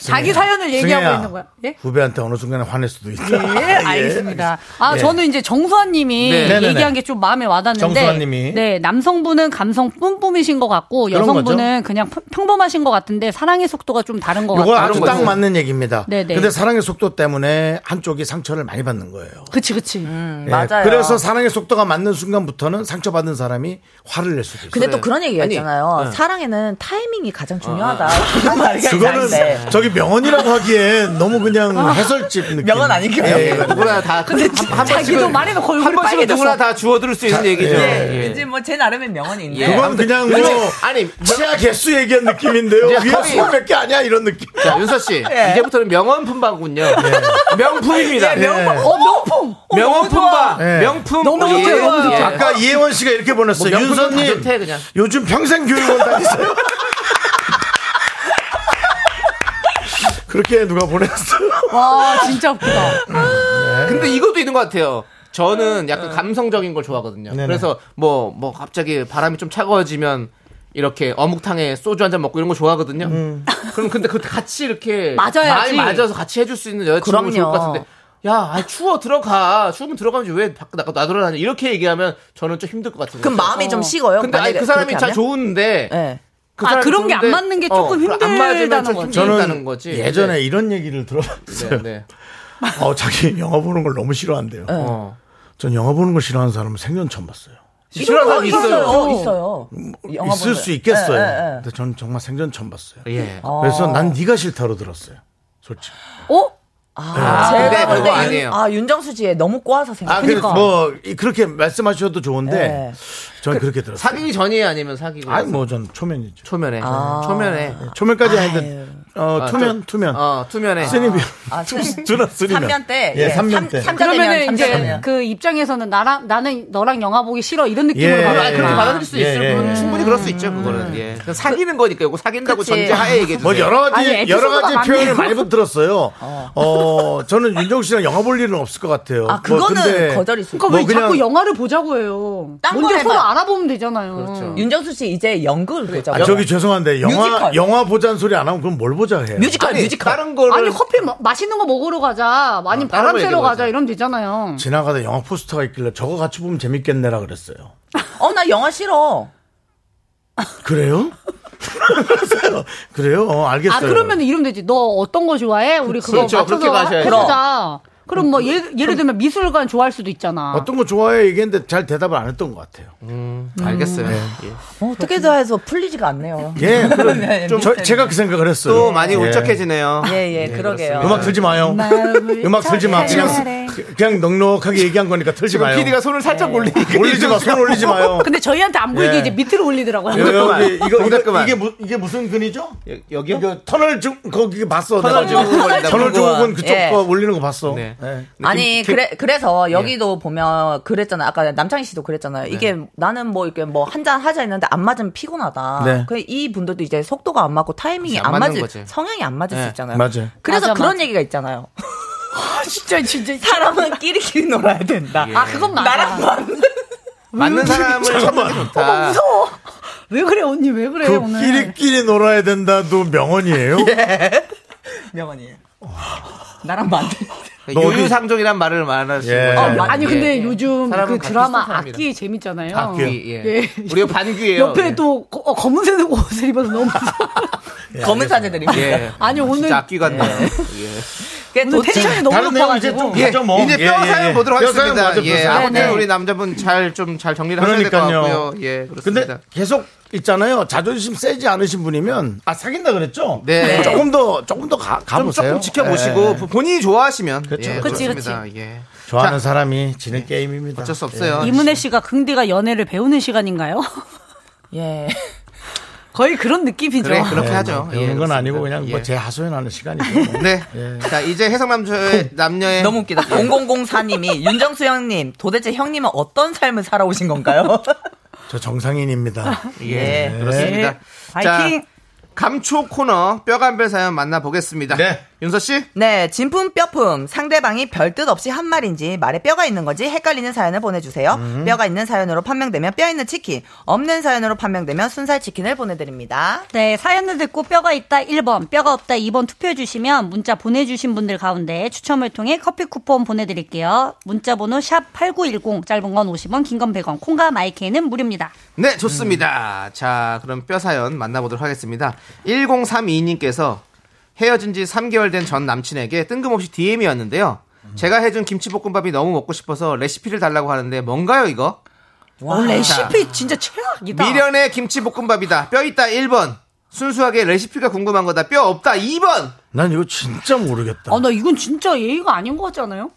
[SPEAKER 12] 자기 사연을 얘기하고
[SPEAKER 1] 승혜야,
[SPEAKER 12] 있는 거야. 예?
[SPEAKER 1] 후배한테 어느 순간에 화낼 수도 있다.
[SPEAKER 12] 예,
[SPEAKER 7] 아,
[SPEAKER 12] 알겠습니다. 아,
[SPEAKER 1] 예.
[SPEAKER 12] 저는 이제 정수아님이
[SPEAKER 1] 네. 네네네.
[SPEAKER 12] 얘기한 게 좀 마음에 와닿는데.
[SPEAKER 1] 정수아님이.
[SPEAKER 12] 네, 남성분은 감성 뿜뿜이신 것 같고,
[SPEAKER 1] 그런
[SPEAKER 12] 여성분은 그냥 평- 평범하신 것 같은데, 사랑의 속도가 좀 다른 것 같아요.
[SPEAKER 1] 이거 아주 딱 맞는 얘기입니다.
[SPEAKER 12] 네네.
[SPEAKER 1] 근데 사랑의 속도 때문에 한쪽이 상처를 많이 받는 거예요.
[SPEAKER 12] 그치, 그치.
[SPEAKER 7] 음,
[SPEAKER 1] 예, 그래서 사랑의 속도가 맞는 순간부터는 상처받은 사람이 화를 낼 수도 있어요.
[SPEAKER 7] 근데 또 그런 얘기가
[SPEAKER 1] 네. 아니,
[SPEAKER 7] 있잖아요.
[SPEAKER 1] 네. 아.
[SPEAKER 7] 사랑에는 타이밍이 가장 중요하다. 그런 말이
[SPEAKER 1] 그거는
[SPEAKER 7] 있는데.
[SPEAKER 12] 네.
[SPEAKER 1] 저기 명언이라고 하기엔 너무
[SPEAKER 12] 아.
[SPEAKER 1] 그냥 해설집 느낌.
[SPEAKER 2] 명언 아니긴 해요. 누구나 다
[SPEAKER 7] 근데
[SPEAKER 2] 한- 한 번씩은- 한 번씩은 누구나 다 주워들을 수 있는 얘기죠. 예.
[SPEAKER 7] 이제 뭐 제 나름의 명언이 있는데.
[SPEAKER 1] 그건
[SPEAKER 7] 아무튼
[SPEAKER 1] 그냥 뭐
[SPEAKER 2] 아니
[SPEAKER 1] 치아 개수 얘기한 느낌인데요.
[SPEAKER 2] 이제
[SPEAKER 1] 위가
[SPEAKER 2] 거의-
[SPEAKER 1] 수백개 아니야 이런 느낌.
[SPEAKER 2] 자, 윤서 씨.
[SPEAKER 7] 예.
[SPEAKER 2] 이제부터는 명언 품바군요. 명품입니다.
[SPEAKER 1] 예, 명품. 어,
[SPEAKER 7] 명품.
[SPEAKER 2] 명언 품바.
[SPEAKER 1] 예.
[SPEAKER 2] 명품. 예. 예.
[SPEAKER 1] 아까 이혜원 씨가 이렇게 보냈어요.
[SPEAKER 2] 뭐 명품은 다
[SPEAKER 1] 윤서님
[SPEAKER 2] 좋대, 그냥.
[SPEAKER 1] 요즘 평생 교육원 다니세요? 그렇게 누가 보냈어요?
[SPEAKER 12] 와 아, 진짜 웃기다.
[SPEAKER 7] 네.
[SPEAKER 2] 근데 이것도 있는 것 같아요. 저는 약간 감성적인 걸 좋아하거든요.
[SPEAKER 12] 네네.
[SPEAKER 2] 그래서 뭐 뭐 갑자기 바람이 좀 차가워지면 이렇게 어묵탕에 소주 한 잔 먹고 이런 거 좋아하거든요. 그럼 근데 그때 같이 이렇게
[SPEAKER 7] 음.
[SPEAKER 2] 많이
[SPEAKER 7] 맞아야지.
[SPEAKER 2] 맞아서 같이 해줄 수 있는 여자친구
[SPEAKER 7] 그럼요.
[SPEAKER 2] 좋을 것 같은데. 야, 아, 추워 들어가. 추우면 들어가면 왜 밖에 나가 나돌아다니? 이렇게 얘기하면 저는 좀 힘들 것 같은데.
[SPEAKER 7] 그럼 마음이 좀 식어요?
[SPEAKER 2] 근데 아니,
[SPEAKER 7] 만약에
[SPEAKER 2] 그 사람이
[SPEAKER 7] 그렇게
[SPEAKER 2] 참
[SPEAKER 7] 하면?
[SPEAKER 2] 좋은데.
[SPEAKER 7] 아,
[SPEAKER 2] 사람이
[SPEAKER 7] 그런 게안
[SPEAKER 2] 좋은데,
[SPEAKER 7] 맞는 게
[SPEAKER 2] 어,
[SPEAKER 7] 조금
[SPEAKER 2] 안 맞으면
[SPEAKER 7] 힘들다는
[SPEAKER 2] 좀
[SPEAKER 7] 거죠.
[SPEAKER 2] 힘들다는 거지.
[SPEAKER 1] 예전에
[SPEAKER 2] 네.
[SPEAKER 1] 이런 얘기를 들어봤어요. 어, 자기 영화 보는 걸 너무 싫어한대요.
[SPEAKER 2] 어.
[SPEAKER 1] 전 영화 보는 걸 싫어하는 사람은 생전 처음 봤어요.
[SPEAKER 2] 싫어하는 사람 있어요.
[SPEAKER 7] 있어요. 영화
[SPEAKER 1] 있을
[SPEAKER 7] 보는
[SPEAKER 1] 수
[SPEAKER 7] 거예요.
[SPEAKER 2] 네,
[SPEAKER 1] 있겠어요.
[SPEAKER 7] 예, 예, 예.
[SPEAKER 1] 근데 저는 정말 생전 처음 봤어요.
[SPEAKER 2] 예.
[SPEAKER 1] 그래서
[SPEAKER 7] 아.
[SPEAKER 1] 난 네가 싫다로 들었어요. 솔직히.
[SPEAKER 7] 어?
[SPEAKER 1] 아,
[SPEAKER 7] 아, 제가
[SPEAKER 1] 근데
[SPEAKER 7] 볼
[SPEAKER 1] 그거
[SPEAKER 7] 때 윤-
[SPEAKER 1] 아니에요.
[SPEAKER 7] 아, 윤정수 씨에 너무 꼬아서
[SPEAKER 1] 아,
[SPEAKER 7] 생각.
[SPEAKER 1] 그래뭐 이- 그렇게 말씀하셔도 좋은데 저는 그렇게 들었어요.
[SPEAKER 2] 사귀기 전이에요, 아니면 사귀고.
[SPEAKER 1] 아니 뭐 전 초면이죠.
[SPEAKER 2] 초면에. 초면에.
[SPEAKER 1] 초면까지 아닌데 어,
[SPEAKER 2] 아,
[SPEAKER 1] 투면
[SPEAKER 2] 좀-
[SPEAKER 1] 투면.
[SPEAKER 2] 어, 투면에.
[SPEAKER 1] 쓰니면.
[SPEAKER 7] 아,
[SPEAKER 1] 누나 쓰니면.
[SPEAKER 7] 3년 때.
[SPEAKER 1] 예,
[SPEAKER 7] 예.
[SPEAKER 1] 3년 때.
[SPEAKER 12] 그러면은 이제
[SPEAKER 7] 되면.
[SPEAKER 12] 그 입장에서는 나랑 나는 너랑 영화 보기 싫어 이런 느낌으로
[SPEAKER 2] 예,
[SPEAKER 12] 받아.
[SPEAKER 2] 아, 그렇게 받아들일 수 있을
[SPEAKER 1] 예, 예.
[SPEAKER 2] 분 충분히 그럴 수 있죠 그거는 예. 그건 사귀는 거니까 이거 사귄다고
[SPEAKER 1] 그치.
[SPEAKER 2] 전제하에 얘기해 주세요.
[SPEAKER 1] 뭐 여러 가지 여러 가지
[SPEAKER 2] 많네요.
[SPEAKER 1] 표현을 많이 들었어요. 어. 저는 윤정 씨랑 영화 볼 일은 없을 것 같아요.
[SPEAKER 12] 아,
[SPEAKER 7] 그거는 뭐, 거절이 있어요.
[SPEAKER 12] 그러니까 왜
[SPEAKER 1] 뭐 그냥-
[SPEAKER 12] 자꾸 영화를 보자고 해요.
[SPEAKER 7] 딴거
[SPEAKER 12] 먼저
[SPEAKER 7] 해봐. 그렇죠.
[SPEAKER 12] 서로 알아보면 되잖아요.
[SPEAKER 7] 윤정수 씨 이제 연극을
[SPEAKER 1] 아,
[SPEAKER 7] 보자고.
[SPEAKER 1] 저기 죄송한데 영화
[SPEAKER 7] 뮤지컬.
[SPEAKER 1] 영화 보자는 소리 안 하면 그럼 뭘 보자 해요.
[SPEAKER 7] 뮤지컬,
[SPEAKER 1] 아니,
[SPEAKER 7] 뮤지컬.
[SPEAKER 2] 다른 거를
[SPEAKER 12] 아니 커피 마- 맛있는 거 먹으러 가자. 아니
[SPEAKER 1] 다른
[SPEAKER 12] 면 바람
[SPEAKER 1] 거
[SPEAKER 12] 쐬러
[SPEAKER 1] 얘기해보자.
[SPEAKER 12] 가자 이러면 되잖아요.
[SPEAKER 1] 지나가다 영화 포스터가 있길래 저거 같이 보면 재밌겠네라 그랬어요.
[SPEAKER 7] 어, 나 영화 싫어.
[SPEAKER 1] 그래요? 그래요? 그래요? 어, 알겠어요.
[SPEAKER 12] 아 그러면 이러면 되지. 너 어떤 거 좋아해? 우리
[SPEAKER 1] 그치.
[SPEAKER 12] 그거
[SPEAKER 1] 그렇죠.
[SPEAKER 12] 맞춰서
[SPEAKER 1] 그렇게 가셔야지.
[SPEAKER 12] 해보자. 그럼 뭐 예를, 예를 들면 미술관 좋아할 수도 있잖아.
[SPEAKER 1] 어떤 거 좋아해 얘기했는데 잘 대답을 안 했던 것 같아요.
[SPEAKER 2] 알겠어요. 예.
[SPEAKER 7] 어, 떻게도 해서 풀리지가
[SPEAKER 12] 어?
[SPEAKER 7] 않네요.
[SPEAKER 1] 예, 그럼
[SPEAKER 7] 네,
[SPEAKER 1] 좀 저-
[SPEAKER 7] 미스터리.
[SPEAKER 1] 제가 그 생각을 했어요.
[SPEAKER 2] 또 많이
[SPEAKER 1] 예.
[SPEAKER 2] 울적해지네요.
[SPEAKER 7] 예, 예, 그러게요.
[SPEAKER 1] 음악 틀지 마요. 음악 틀지 마.
[SPEAKER 7] 잘해.
[SPEAKER 1] 그냥, 그냥 넉넉하게 얘기한 거니까 틀지
[SPEAKER 2] 지금
[SPEAKER 1] 마요.
[SPEAKER 2] PD가 손을 살짝 올리니까
[SPEAKER 1] 올리지 마. 손 올리지 마요.
[SPEAKER 12] 근데 저희한테 안 보이게
[SPEAKER 1] 예.
[SPEAKER 12] 이제 밑으로 올리더라고요.
[SPEAKER 1] 여기, 여기, 이거,
[SPEAKER 2] 동작
[SPEAKER 1] 이거,
[SPEAKER 2] 그만.
[SPEAKER 1] 이게, 무, 이게 무슨 근이죠?
[SPEAKER 2] 여기요? 그
[SPEAKER 1] 이거 터널 중, 거기 봤어.
[SPEAKER 2] 터널
[SPEAKER 1] 내가.
[SPEAKER 2] 증후군 걸린다고. 네.
[SPEAKER 1] 터널 증후군 그쪽
[SPEAKER 7] 예.
[SPEAKER 1] 거 올리는 거 봤어. 예.
[SPEAKER 7] 아니
[SPEAKER 1] 김-
[SPEAKER 7] 그래 그래서 여기도 보면 그랬잖아요. 아까 남창희 씨도 그랬잖아요. 이게 나는 뭐 이렇게 뭐 한 잔 하자 했는데 안 맞으면
[SPEAKER 12] 아,
[SPEAKER 7] 피곤하다.
[SPEAKER 1] 네.
[SPEAKER 7] 그이 분들도 이제 속도가 안 맞고 타이밍이
[SPEAKER 1] 안
[SPEAKER 7] 안,
[SPEAKER 1] 맞는
[SPEAKER 7] 맞을
[SPEAKER 1] 거지.
[SPEAKER 7] 성향이 안 맞을 수
[SPEAKER 1] 네.
[SPEAKER 7] 있잖아요.
[SPEAKER 1] 맞아요.
[SPEAKER 7] 그래서
[SPEAKER 12] 맞아,
[SPEAKER 7] 그런
[SPEAKER 12] 맞아.
[SPEAKER 7] 얘기가 있잖아요.
[SPEAKER 12] 진짜 진짜
[SPEAKER 7] 사람은 끼리끼리 놀아야 된다.
[SPEAKER 12] 아 그건 맞아. 나랑
[SPEAKER 2] 예. 맞는 사람을 찾는 게 좋다.
[SPEAKER 12] 무서워. 왜 그래 언니 왜 그래
[SPEAKER 1] 그
[SPEAKER 12] 오늘.
[SPEAKER 1] 끼리끼리 놀아야 된다도
[SPEAKER 2] 예.
[SPEAKER 1] 명언이에요?
[SPEAKER 7] 명언이에요. 나랑 맞는.
[SPEAKER 1] 너 어디-
[SPEAKER 2] 그 요유상종이란 말을 말하시는
[SPEAKER 1] 예.
[SPEAKER 2] 거죠.
[SPEAKER 1] 어, 맞-
[SPEAKER 12] 네. 아니 근데 요즘
[SPEAKER 2] 사람은
[SPEAKER 12] 그
[SPEAKER 2] 같이
[SPEAKER 12] 드라마
[SPEAKER 2] 비슷한 사람이라.
[SPEAKER 12] 악기 재밌잖아요.
[SPEAKER 2] 악기, 예.
[SPEAKER 12] 예.
[SPEAKER 2] 우리가 반귀예요.
[SPEAKER 12] 옆에
[SPEAKER 2] 예.
[SPEAKER 12] 또 거- 어, 검은색 옷을 입어서 너무 무서워.
[SPEAKER 7] 검은 사제들입니다.
[SPEAKER 2] 예.
[SPEAKER 12] 아니 오늘
[SPEAKER 2] 진짜 악기 같네.
[SPEAKER 12] 오늘 텐션이 너무
[SPEAKER 1] 예. 다른 내용 이제
[SPEAKER 12] 높아가지고.
[SPEAKER 1] 좀 가죠 뭐.
[SPEAKER 2] 이제 뼈
[SPEAKER 1] 예, 예,
[SPEAKER 2] 사연
[SPEAKER 1] 예.
[SPEAKER 2] 보도록
[SPEAKER 1] 뼈 사연
[SPEAKER 2] 하겠습니다.
[SPEAKER 1] 먼저
[SPEAKER 2] 예,
[SPEAKER 1] 보세요.
[SPEAKER 2] 아무튼
[SPEAKER 1] 네.
[SPEAKER 2] 우리 남자분 잘 좀 잘 정리를 하셔야 될 것
[SPEAKER 1] 그러니까요.
[SPEAKER 2] 같고요. 예, 그렇습니다.
[SPEAKER 1] 근데 계속 있잖아요. 자존심 세지 않으신 분이면 아 사귄다 그랬죠?
[SPEAKER 2] 네.
[SPEAKER 1] 조금 더 조금 더 가,
[SPEAKER 2] 좀
[SPEAKER 1] 가보세요.
[SPEAKER 2] 조금 지켜보시고
[SPEAKER 1] 예.
[SPEAKER 2] 본인이 좋아하시면
[SPEAKER 1] 그렇죠,
[SPEAKER 2] 예,
[SPEAKER 1] 그렇죠.
[SPEAKER 2] 그렇습니다. 예.
[SPEAKER 1] 좋아하는
[SPEAKER 2] 자,
[SPEAKER 1] 사람이 지는 게임입니다. 예.
[SPEAKER 2] 어쩔 수 없어요.
[SPEAKER 12] 아, 이문혜 씨가 긍디가 연애를 배우는 시간인가요?
[SPEAKER 7] 예.
[SPEAKER 12] 거의 그런 느낌이죠.
[SPEAKER 2] 그래 그렇게
[SPEAKER 1] 예,
[SPEAKER 2] 하죠.
[SPEAKER 1] 뭐 배우는 건
[SPEAKER 2] 그렇습니다.
[SPEAKER 1] 아니고 그냥
[SPEAKER 2] 예.
[SPEAKER 1] 뭐 제 예. 하소연하는 시간이죠.
[SPEAKER 2] 네. 자 이제 해성남자의 남녀의
[SPEAKER 7] 너무 웃기다. 0004님이 윤정수 형님 도대체 형님은 어떤 삶을 살아오신 건가요?
[SPEAKER 1] 저 정상인입니다.
[SPEAKER 7] 예.
[SPEAKER 2] 예, 그렇습니다.
[SPEAKER 7] 예.
[SPEAKER 2] 자
[SPEAKER 7] 화이팅!
[SPEAKER 2] 감초 코너 뼈간별 사연 만나보겠습니다.
[SPEAKER 1] 네.
[SPEAKER 2] 윤서 씨.
[SPEAKER 7] 네, 진품 뼈품 상대방이 별뜻 없이 한 말인지 말에 뼈가 있는 건지 헷갈리는 사연을 보내주세요. 뼈가 있는 사연으로 판명되면 뼈 있는 치킨, 없는 사연으로 판명되면 순살 치킨을 보내드립니다.
[SPEAKER 8] 네, 사연을 듣고 뼈가 있다 1번, 뼈가 없다 2번 투표해 주시면 문자 보내주신 분들 가운데 추첨을 통해 커피 쿠폰 보내드릴게요. 문자 번호 샵 8910, 짧은 건 50원, 긴 건 100원, 콩과 마이케는 무료입니다.
[SPEAKER 2] 네, 좋습니다. 자, 그럼 뼈 사연 만나보도록 하겠습니다. 1032님께서 헤어진 지 3개월 된 전 남친에게 뜬금없이 DM이 왔는데요. 제가 해준 김치볶음밥이 너무 먹고 싶어서 레시피를 달라고 하는데 뭔가요, 이거?
[SPEAKER 12] 어, 와, 레시피 진짜 최악이다.
[SPEAKER 2] 미련의 김치볶음밥이다. 뼈 있다 1번. 순수하게 레시피가 궁금한 거다. 뼈 없다. 2번.
[SPEAKER 1] 난 이거 진짜 모르겠다.
[SPEAKER 12] 아, 나 이건 진짜 예의가 아닌 것 같지 않아요?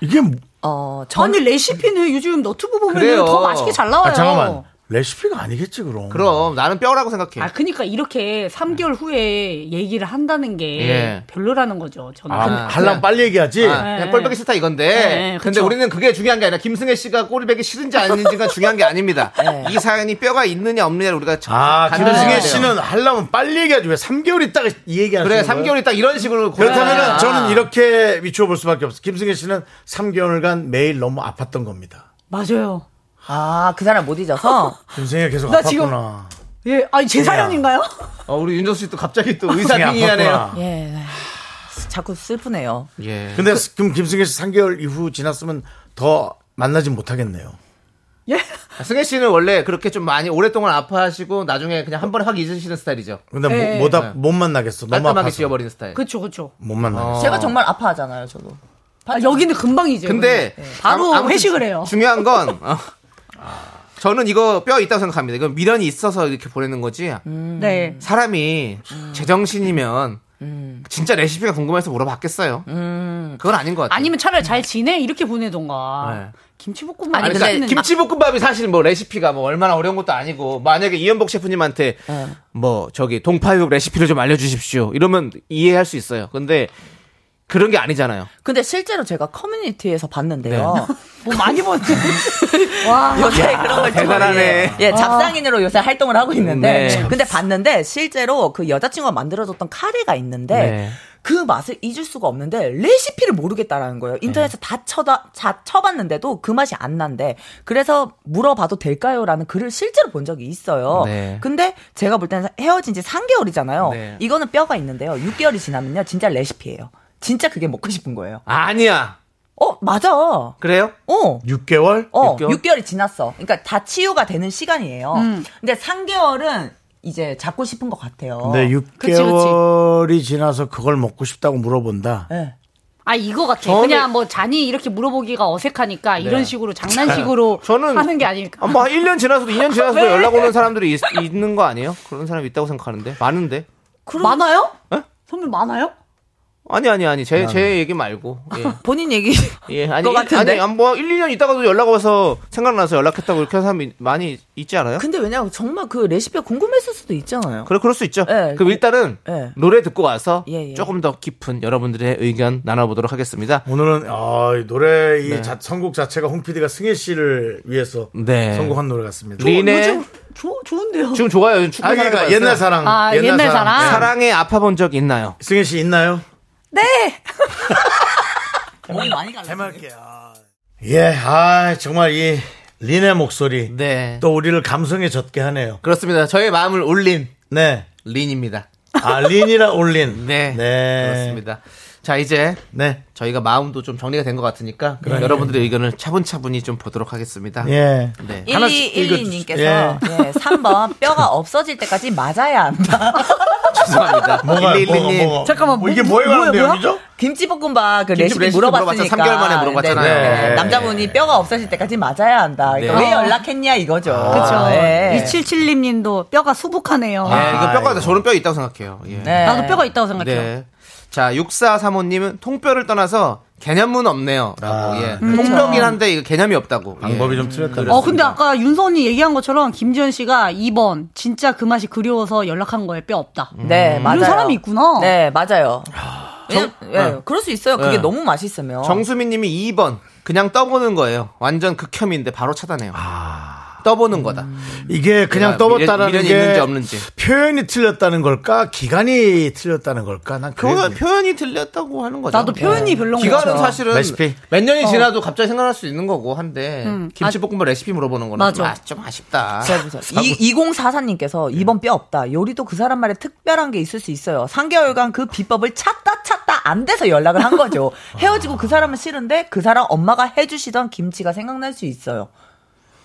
[SPEAKER 1] 이게 뭐-
[SPEAKER 7] 어,
[SPEAKER 12] 아니 레시피는 요즘 너튜브 보면
[SPEAKER 2] 그래요.
[SPEAKER 12] 더 맛있게 잘 나와요.
[SPEAKER 1] 아, 잠깐만. 레시피가 아니겠지 그럼.
[SPEAKER 2] 그럼 나는 뼈라고 생각해.
[SPEAKER 12] 아, 그니까 이렇게
[SPEAKER 7] 네.
[SPEAKER 12] 3개월 후에 얘기를 한다는 게
[SPEAKER 2] 예.
[SPEAKER 12] 별로라는 거죠. 저는.
[SPEAKER 1] 아, 할랑 빨리 얘기하지.
[SPEAKER 2] 아, 그냥 꼴보기 싫다 이건데.
[SPEAKER 12] 네,
[SPEAKER 2] 근데
[SPEAKER 12] 그쵸.
[SPEAKER 2] 우리는 그게 중요한 게 아니라 김승혜 씨가 꼴보기 싫은지 아닌지가 중요한 게 아닙니다.
[SPEAKER 12] 네.
[SPEAKER 2] 이 사연이 뼈가 있느냐 없느냐를 우리가
[SPEAKER 1] 아,
[SPEAKER 2] 간단히
[SPEAKER 1] 김승혜
[SPEAKER 2] 해야 돼요.
[SPEAKER 1] 씨는 하려면 빨리 얘기하지. 왜 3개월 있다가 이 얘기하는
[SPEAKER 2] 그래
[SPEAKER 1] 거예요?
[SPEAKER 2] 3개월 있다 이런 식으로
[SPEAKER 1] 그렇다면
[SPEAKER 2] 고민하잖아.
[SPEAKER 1] 은 저는 이렇게 미쳐 볼 수밖에 없어. 김승혜 씨는 3개월간 매일 너무 아팠던 겁니다.
[SPEAKER 12] 맞아요.
[SPEAKER 7] 아, 그 사람 못 잊어서?
[SPEAKER 1] 김승혜 계속
[SPEAKER 12] 나
[SPEAKER 1] 아팠구나.
[SPEAKER 12] 지금- 예, 아니 제
[SPEAKER 1] 그냥.
[SPEAKER 12] 사연인가요?
[SPEAKER 2] 어, 우리 윤정수 씨 또 갑자기 또
[SPEAKER 1] 그냥
[SPEAKER 2] 의사빙의하네요.
[SPEAKER 1] 아팠구나.
[SPEAKER 7] 예. 아, 자꾸 슬프네요.
[SPEAKER 2] 예.
[SPEAKER 1] 근데 그럼 김승혜 씨 3개월 이후 지났으면 더 만나진 못하겠네요.
[SPEAKER 2] 승혜 씨는 원래 그렇게 좀 많이 오랫동안 아파하시고 나중에 그냥 한 번에 확 잊으시는 스타일이죠.
[SPEAKER 1] 근데 못-
[SPEAKER 12] 네.
[SPEAKER 1] 못, 아- 못 만나겠어. 너무
[SPEAKER 2] 깔끔하게
[SPEAKER 1] 아파서.
[SPEAKER 2] 지워버리는 스타일.
[SPEAKER 12] 그쵸, 그쵸.
[SPEAKER 1] 못 만나겠어.
[SPEAKER 7] 제가 정말 아파하잖아요, 저도.
[SPEAKER 12] 아, 여기는 금방 잊어요.
[SPEAKER 2] 근데
[SPEAKER 12] 네. 바로
[SPEAKER 2] 아무- 아무튼
[SPEAKER 12] 회식을 해요.
[SPEAKER 2] 중요한 건 어, 저는 이거 뼈 있다고 생각합니다. 이건 미련이 있어서 이렇게 보내는 거지.
[SPEAKER 12] 네.
[SPEAKER 2] 사람이
[SPEAKER 12] 음.
[SPEAKER 2] 제정신이면 진짜 레시피가 궁금해서 물어봤겠어요. 그건 아닌 것 같아요.
[SPEAKER 12] 음. 아니면 차라리 잘 지내 이렇게 보내던가.
[SPEAKER 2] 네.
[SPEAKER 12] 김치볶음밥
[SPEAKER 2] 아니,
[SPEAKER 12] 맛있는-
[SPEAKER 2] 근데 김치볶음밥이 사실 뭐 레시피가 뭐 얼마나 어려운 것도 아니고 만약에 이현복 셰프님한테
[SPEAKER 12] 네.
[SPEAKER 2] 뭐 저기 동파육 레시피를 좀 알려주십시오 이러면 이해할 수 있어요. 근데 그런 게 아니잖아요.
[SPEAKER 7] 근데 실제로 제가 커뮤니티에서 봤는데요.
[SPEAKER 12] 뭐 많이 보내. 와.
[SPEAKER 7] 요새 그런 걸
[SPEAKER 2] 대단하네.
[SPEAKER 7] 좋아해요. 예, 잡상인으로 요새 활동을 하고 있는데
[SPEAKER 2] 네.
[SPEAKER 7] 근데 봤는데 실제로 그 여자친구가 만들어줬던 카레가 있는데
[SPEAKER 2] 네.
[SPEAKER 7] 그 맛을 잊을 수가 없는데 레시피를 모르겠다라는 거예요. 인터넷에
[SPEAKER 2] 네.
[SPEAKER 7] 다 쳐다 다 쳐봤는데도 그 맛이 안 난대. 그래서 물어봐도 될까요라는 글을 실제로 본 적이 있어요.
[SPEAKER 2] 네.
[SPEAKER 7] 근데 제가 볼 때는 헤어진 지 3개월이잖아요.
[SPEAKER 2] 네.
[SPEAKER 7] 이거는 뼈가 있는데요. 6개월이 지나면요, 진짜 레시피예요. 진짜 그게 먹고 싶은 거예요.
[SPEAKER 2] 아니야.
[SPEAKER 7] 어, 맞아. 어.
[SPEAKER 2] 그래요?
[SPEAKER 1] 6개월?
[SPEAKER 7] 어,
[SPEAKER 2] 6개월?
[SPEAKER 7] 6개월? 이 지났어. 그러니까 다 치유가 되는 시간이에요.
[SPEAKER 2] 음.
[SPEAKER 7] 근데 3개월은 이제 잡고 싶은 것 같아요.
[SPEAKER 1] 근데
[SPEAKER 12] 그치.
[SPEAKER 1] 6개월이 지나서 그걸 먹고 싶다고 물어본다.
[SPEAKER 7] 예.
[SPEAKER 12] 아 이거 같아.
[SPEAKER 2] 저는-
[SPEAKER 12] 그냥 뭐 잔이 이렇게 물어보기가
[SPEAKER 7] 네.
[SPEAKER 12] 어색하니까 이런 식으로 그 장난식으로
[SPEAKER 2] 저는
[SPEAKER 12] 하는 게 아닐까.
[SPEAKER 2] 아, 뭐 1년 지나서도 2년 지나서도
[SPEAKER 12] 왜?
[SPEAKER 2] 연락 오는 사람들이 있, 는거 아니에요? 그런 사람이 있다고 생각하는데 많은데.
[SPEAKER 12] 많아요?
[SPEAKER 2] 어?
[SPEAKER 12] 선물 많아요?
[SPEAKER 2] 아니 아니 아니 제 제 얘기 말고 예,
[SPEAKER 7] 본인 얘기.
[SPEAKER 2] 예 아니
[SPEAKER 7] 그거
[SPEAKER 2] 일-
[SPEAKER 7] 같은데?
[SPEAKER 2] 아니 뭐 1, 2년 있다가도 연락 와서 생각나서 연락했다고 이렇게 하는 사람이 많이 있지 않아요?
[SPEAKER 7] 근데 왜냐면 정말 그 레시피가 궁금했을 수도 있잖아요.
[SPEAKER 2] 그래 그럴 수 있죠. 그럼
[SPEAKER 7] 예, 그-
[SPEAKER 2] 일단은
[SPEAKER 7] 예.
[SPEAKER 2] 노래 듣고 와서
[SPEAKER 7] 예, 예.
[SPEAKER 2] 조금 더 깊은 여러분들의 의견 나눠보도록 하겠습니다.
[SPEAKER 1] 오늘은 아, 이 노래 이 자- 선곡 자체가 홍 PD가 승혜 씨를 위해서
[SPEAKER 2] 네.
[SPEAKER 1] 선곡한 노래 같습니다.
[SPEAKER 2] 린의
[SPEAKER 12] 좋 좋은데요.
[SPEAKER 2] 지금 좋아요. 요즘 축구
[SPEAKER 1] 아,
[SPEAKER 2] 사랑에
[SPEAKER 1] 그러니까
[SPEAKER 2] 빠졌어요.
[SPEAKER 1] 옛날 사랑.
[SPEAKER 12] 아, 옛날 사랑.
[SPEAKER 2] 사랑에 아파본 적 있나요?
[SPEAKER 1] 승혜 씨 있나요?
[SPEAKER 12] 네.
[SPEAKER 7] 몸이 많이 갈라.
[SPEAKER 1] 예, 아, 정말 이 린의 목소리
[SPEAKER 2] 네.
[SPEAKER 1] 또 우리를 감성에 젖게 하네요.
[SPEAKER 2] 그렇습니다. 저의 마음을 울린
[SPEAKER 1] 네.
[SPEAKER 2] 린입니다.
[SPEAKER 1] 아, 린이라 올린.
[SPEAKER 2] 네.
[SPEAKER 1] 네.
[SPEAKER 2] 그렇습니다. 자, 이제
[SPEAKER 1] 네.
[SPEAKER 2] 저희가 마음도 좀 정리가 된 것 같으니까 여러분들의 의견을 차분차분히 좀 보도록 하겠습니다.
[SPEAKER 1] 예.
[SPEAKER 2] 네.
[SPEAKER 7] 1212님께서 예. 3번 뼈가 없어질 때까지 맞아야 한다.
[SPEAKER 2] 죄송합니다.
[SPEAKER 1] 뭐가, 뭐가,
[SPEAKER 2] 111님.
[SPEAKER 1] 뭐가.
[SPEAKER 12] 잠깐만,
[SPEAKER 1] 뭐 이게
[SPEAKER 12] 뭐-
[SPEAKER 1] 뭐에 관한
[SPEAKER 12] 뭐야, 뭐야?
[SPEAKER 1] 내용이죠?
[SPEAKER 7] 김치볶음밥 그
[SPEAKER 2] 김치
[SPEAKER 7] 레시피,
[SPEAKER 2] 레시피 물어봤죠.
[SPEAKER 7] 물어봤으니까
[SPEAKER 2] 삼 개월 만에 물어봤잖아요.
[SPEAKER 7] 네.
[SPEAKER 1] 네.
[SPEAKER 7] 남자분이 뼈가 없어질 때까지 맞아야 한다.
[SPEAKER 2] 네.
[SPEAKER 7] 그러니까
[SPEAKER 2] 아.
[SPEAKER 7] 왜 연락했냐 이거죠.
[SPEAKER 12] 그렇죠.
[SPEAKER 7] 네.
[SPEAKER 12] 277님 님도 뼈가 수북하네요.
[SPEAKER 2] 예, 이거 뼈가
[SPEAKER 1] 아이고.
[SPEAKER 2] 저는 뼈 있다고 생각해요. 예.
[SPEAKER 7] 네.
[SPEAKER 12] 나도 뼈가 있다고 생각해요.
[SPEAKER 2] 네. 자, 6435님은 통뼈를 떠나서 개념은 없네요. 라고,
[SPEAKER 1] 아,
[SPEAKER 2] 예. 통뼈긴 한데 이거 개념이 없다고.
[SPEAKER 1] 방법이
[SPEAKER 2] 예.
[SPEAKER 1] 좀 틀렸다.
[SPEAKER 12] 어, 근데 아까 윤선이 얘기한 것처럼 김지현 씨가 2번 진짜 그 맛이 그리워서 연락한 거에 뼈 없다.
[SPEAKER 7] 네, 맞아요.
[SPEAKER 12] 사람이 있구나. 네.
[SPEAKER 7] 네, 맞아요. 왜냐면, 예, 그럴 수 있어요. 그게
[SPEAKER 2] 네.
[SPEAKER 7] 너무 맛있으면.
[SPEAKER 2] 정수민 님이 2번. 그냥 떠보는 거예요. 완전 극혐인데 바로 차단해요.
[SPEAKER 1] 아.
[SPEAKER 2] 떠보는 거다.
[SPEAKER 1] 이게 그냥
[SPEAKER 2] 내가
[SPEAKER 1] 떠봤다는
[SPEAKER 2] 미련이
[SPEAKER 1] 게
[SPEAKER 2] 있는지 없는지.
[SPEAKER 1] 표현이 틀렸다는 걸까? 기간이 틀렸다는 걸까? 난 그게
[SPEAKER 2] 표현, 표현이 들렸다고 하는 거죠. 네.
[SPEAKER 12] 나도 표현이 별로인 것
[SPEAKER 2] 기간은
[SPEAKER 12] 같아요.
[SPEAKER 2] 사실은
[SPEAKER 1] 레시피.
[SPEAKER 2] 몇 년이 지나도 갑자기 생각날 수 있는 거고 한데 어. 김치볶음밥 아, 레시피 물어보는 거는 좀,
[SPEAKER 12] 맞아.
[SPEAKER 2] 아, 좀 아쉽다.
[SPEAKER 7] 이, 2044님께서
[SPEAKER 2] 네.
[SPEAKER 7] 이번 뼈 없다. 요리도 그 사람 말에 특별한 게 있을 수 있어요. 3개월간 그 비법을 찾다 찾다 안 돼서 연락을 한 거죠.
[SPEAKER 2] 아.
[SPEAKER 7] 헤어지고 그 사람은 싫은데 그 사람 엄마가 해주시던 김치가 생각날 수 있어요.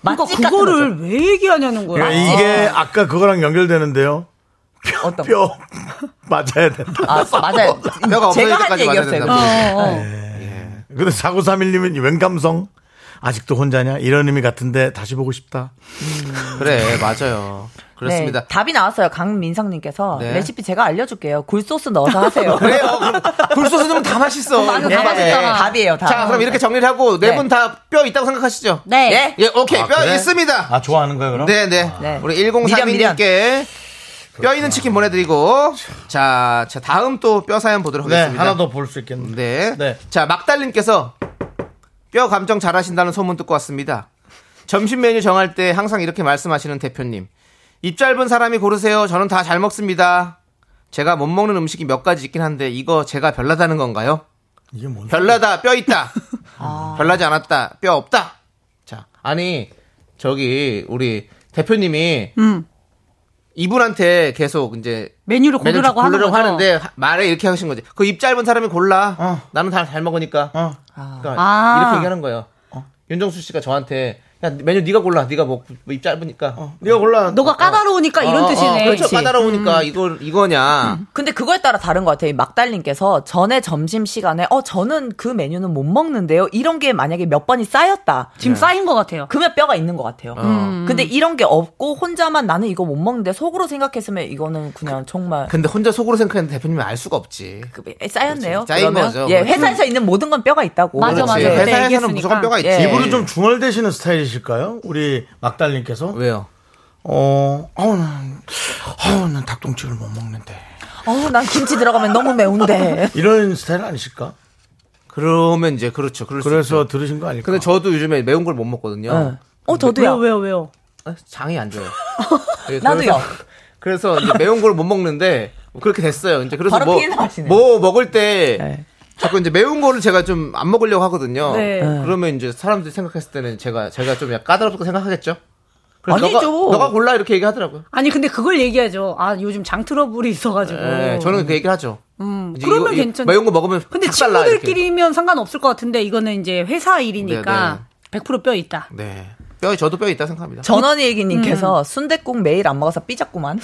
[SPEAKER 12] 그러니까
[SPEAKER 7] 맛집 같은
[SPEAKER 12] 그거를 왜 얘기하냐는 거야.
[SPEAKER 7] 아.
[SPEAKER 1] 야,
[SPEAKER 2] 네,
[SPEAKER 1] 이게 아까 그거랑 연결되는데요.
[SPEAKER 7] 거죠. 어떤 거?
[SPEAKER 1] 뼈 맞아야 된다.
[SPEAKER 7] 아, 맞아요.
[SPEAKER 2] 뼈가 없어질
[SPEAKER 7] 제가 한
[SPEAKER 2] 때까지 맞아야 네,
[SPEAKER 7] 얘기였어요. 네,
[SPEAKER 2] 된다고.
[SPEAKER 12] 어, 어.
[SPEAKER 1] 근데 4931님은 웬 감성? 아직도 혼자냐 이런 의미 같은데 다시 보고 싶다.
[SPEAKER 2] 그래 맞아요. 그렇습니다.
[SPEAKER 7] 네, 답이 나왔어요. 강민상님께서
[SPEAKER 1] 네.
[SPEAKER 7] 레시피 제가 알려줄게요. 굴소스 넣어서 하세요.
[SPEAKER 2] 그래요. 굴소스 넣으면 다 맛있어.
[SPEAKER 7] 방금
[SPEAKER 2] 네.
[SPEAKER 7] 다 맛있잖아. 답이에요. 답.
[SPEAKER 2] 자, 그럼 이렇게 정리를 하고 네
[SPEAKER 7] 네.
[SPEAKER 2] 분 다 뼈 있다고 생각하시죠?
[SPEAKER 7] 네.
[SPEAKER 2] 예, 오케이.
[SPEAKER 1] 아,
[SPEAKER 2] 뼈
[SPEAKER 1] 그래?
[SPEAKER 2] 있습니다.
[SPEAKER 1] 아 좋아하는 거예요 그럼?
[SPEAKER 2] 네, 네. 우리 1032님께 뼈 있는 치킨 보내드리고 자, 자 다음 또 뼈 사연 보도록
[SPEAKER 1] 네,
[SPEAKER 2] 하겠습니다.
[SPEAKER 1] 하나 더 볼 수 있겠는데.
[SPEAKER 2] 네. 자, 막달님께서 뼈 감정 잘하신다는 소문 듣고 왔습니다. 점심 메뉴 정할 때 항상 이렇게 말씀하시는 대표님. 입 짧은 사람이 고르세요. 저는 다 잘 먹습니다. 제가 못 먹는 음식이 몇 가지 있긴 한데 이거 제가 별나다는 건가요?
[SPEAKER 1] 이게 뭔?
[SPEAKER 2] 별나다 뼈 있다.
[SPEAKER 12] 아.
[SPEAKER 2] 별나지 않았다 뼈 없다. 자 아니 저기 우리 대표님이
[SPEAKER 12] 음.
[SPEAKER 2] 이분한테 계속 이제
[SPEAKER 12] 메뉴를 고르라고 하는 거죠.
[SPEAKER 2] 하는데 하- 말에 이렇게 하신 거지. 그 입 짧은 사람이 골라. 나는 다 잘 먹으니까. 그러니까
[SPEAKER 12] 어. 아. 어.
[SPEAKER 2] 이렇게 얘기하는 거예요. 윤정수 씨가 저한테 야 메뉴 네가 골라. 네가 뭐입 짧으니까. 네가 골라.
[SPEAKER 12] 어.
[SPEAKER 2] 어.
[SPEAKER 12] 너가 까다로우니까 이런 뜻이네. 음.
[SPEAKER 2] 그렇죠.
[SPEAKER 7] 그렇지.
[SPEAKER 2] 까다로우니까 이거 이거냐.
[SPEAKER 7] 근데 그거에 따라 다른 것 같아요. 이 막달님께서 전에 점심 시간에 어 저는 그 메뉴는 못 먹는데요. 이런 게 만약에 몇 번이 쌓였다.
[SPEAKER 12] 지금 네. 쌓인 것 같아요.
[SPEAKER 7] 그러면 뼈가 있는 것 같아요.
[SPEAKER 2] 음.
[SPEAKER 7] 근데 이런 게 없고 혼자만 나는 이거 못 먹는데 속으로 생각했으면 이거는 그냥 정말
[SPEAKER 2] 근데 혼자 속으로 생각했는데 대표님은 알 수가 없지.
[SPEAKER 7] 에, 쌓였네요.
[SPEAKER 2] 쌓인
[SPEAKER 7] 그러면.
[SPEAKER 2] 거죠.
[SPEAKER 7] 예,
[SPEAKER 2] 그렇죠.
[SPEAKER 12] 음.
[SPEAKER 7] 회사에서 있는 모든 건 뼈가 있다고.
[SPEAKER 2] 맞아, 맞아. 그렇지.
[SPEAKER 12] 네,
[SPEAKER 2] 그때 회사에서는 얘기했으니까. 무조건 뼈가 있지. 예.
[SPEAKER 1] 일부러 좀 중얼대시는 스타일이실까요? 우리 막달님께서
[SPEAKER 12] 그
[SPEAKER 2] 왜요?
[SPEAKER 1] 어, 아우 난, 아우 난 닭똥집을 못 먹는데
[SPEAKER 7] 어우, 난 김치 들어가면 너무 매운데.
[SPEAKER 1] 이런 스타일 아니실까?
[SPEAKER 2] 그러면 이제 그렇죠. 그럴
[SPEAKER 1] 그래서 들으신 거 아닐까?
[SPEAKER 2] 근데 저도 요즘에 매운 걸 못 먹거든요.
[SPEAKER 1] 네.
[SPEAKER 7] 어,
[SPEAKER 12] 왜요, 왜요, 왜요?
[SPEAKER 2] 장이 안 좋아요. 예,
[SPEAKER 7] 나도요.
[SPEAKER 2] 그래서, 그래서 이제 매운 걸 못 먹는데 그렇게 됐어요. 이제 그래서
[SPEAKER 7] 바로
[SPEAKER 2] 뭐,
[SPEAKER 7] 피해 나가시네.
[SPEAKER 2] 뭐 먹을 때
[SPEAKER 12] 네.
[SPEAKER 2] 자꾸 이제 매운 거를 제가 좀 안 먹으려고 하거든요.
[SPEAKER 7] 네. 네.
[SPEAKER 2] 그러면 이제 사람들이 생각했을 때는 제가 제가 좀 약간 까다롭다고 생각하겠죠. 그래서
[SPEAKER 12] 아니죠.
[SPEAKER 2] 너가, 너가 골라 이렇게 얘기하더라고요.
[SPEAKER 12] 아니 근데 그걸 얘기하죠. 아 요즘 장 트러블이 있어가지고.
[SPEAKER 2] 예, 저는 그 얘기를 하죠.
[SPEAKER 12] 음,
[SPEAKER 2] 이제
[SPEAKER 12] 그러면
[SPEAKER 2] 이거- 이거
[SPEAKER 12] 괜찮죠.
[SPEAKER 2] 매운 거 먹으면
[SPEAKER 12] 근데
[SPEAKER 2] 탁 달라, 이렇게.
[SPEAKER 12] 친구들끼리면 상관없을 것 같은데 이거는 이제 회사
[SPEAKER 7] 네,
[SPEAKER 12] 일이니까 100%뼈 있다.
[SPEAKER 2] 네. 뼈 저도 뼈 있다 생각합니다.
[SPEAKER 7] 전원이 얘기님께서 순대국 매일 안 먹어서 삐졌구만.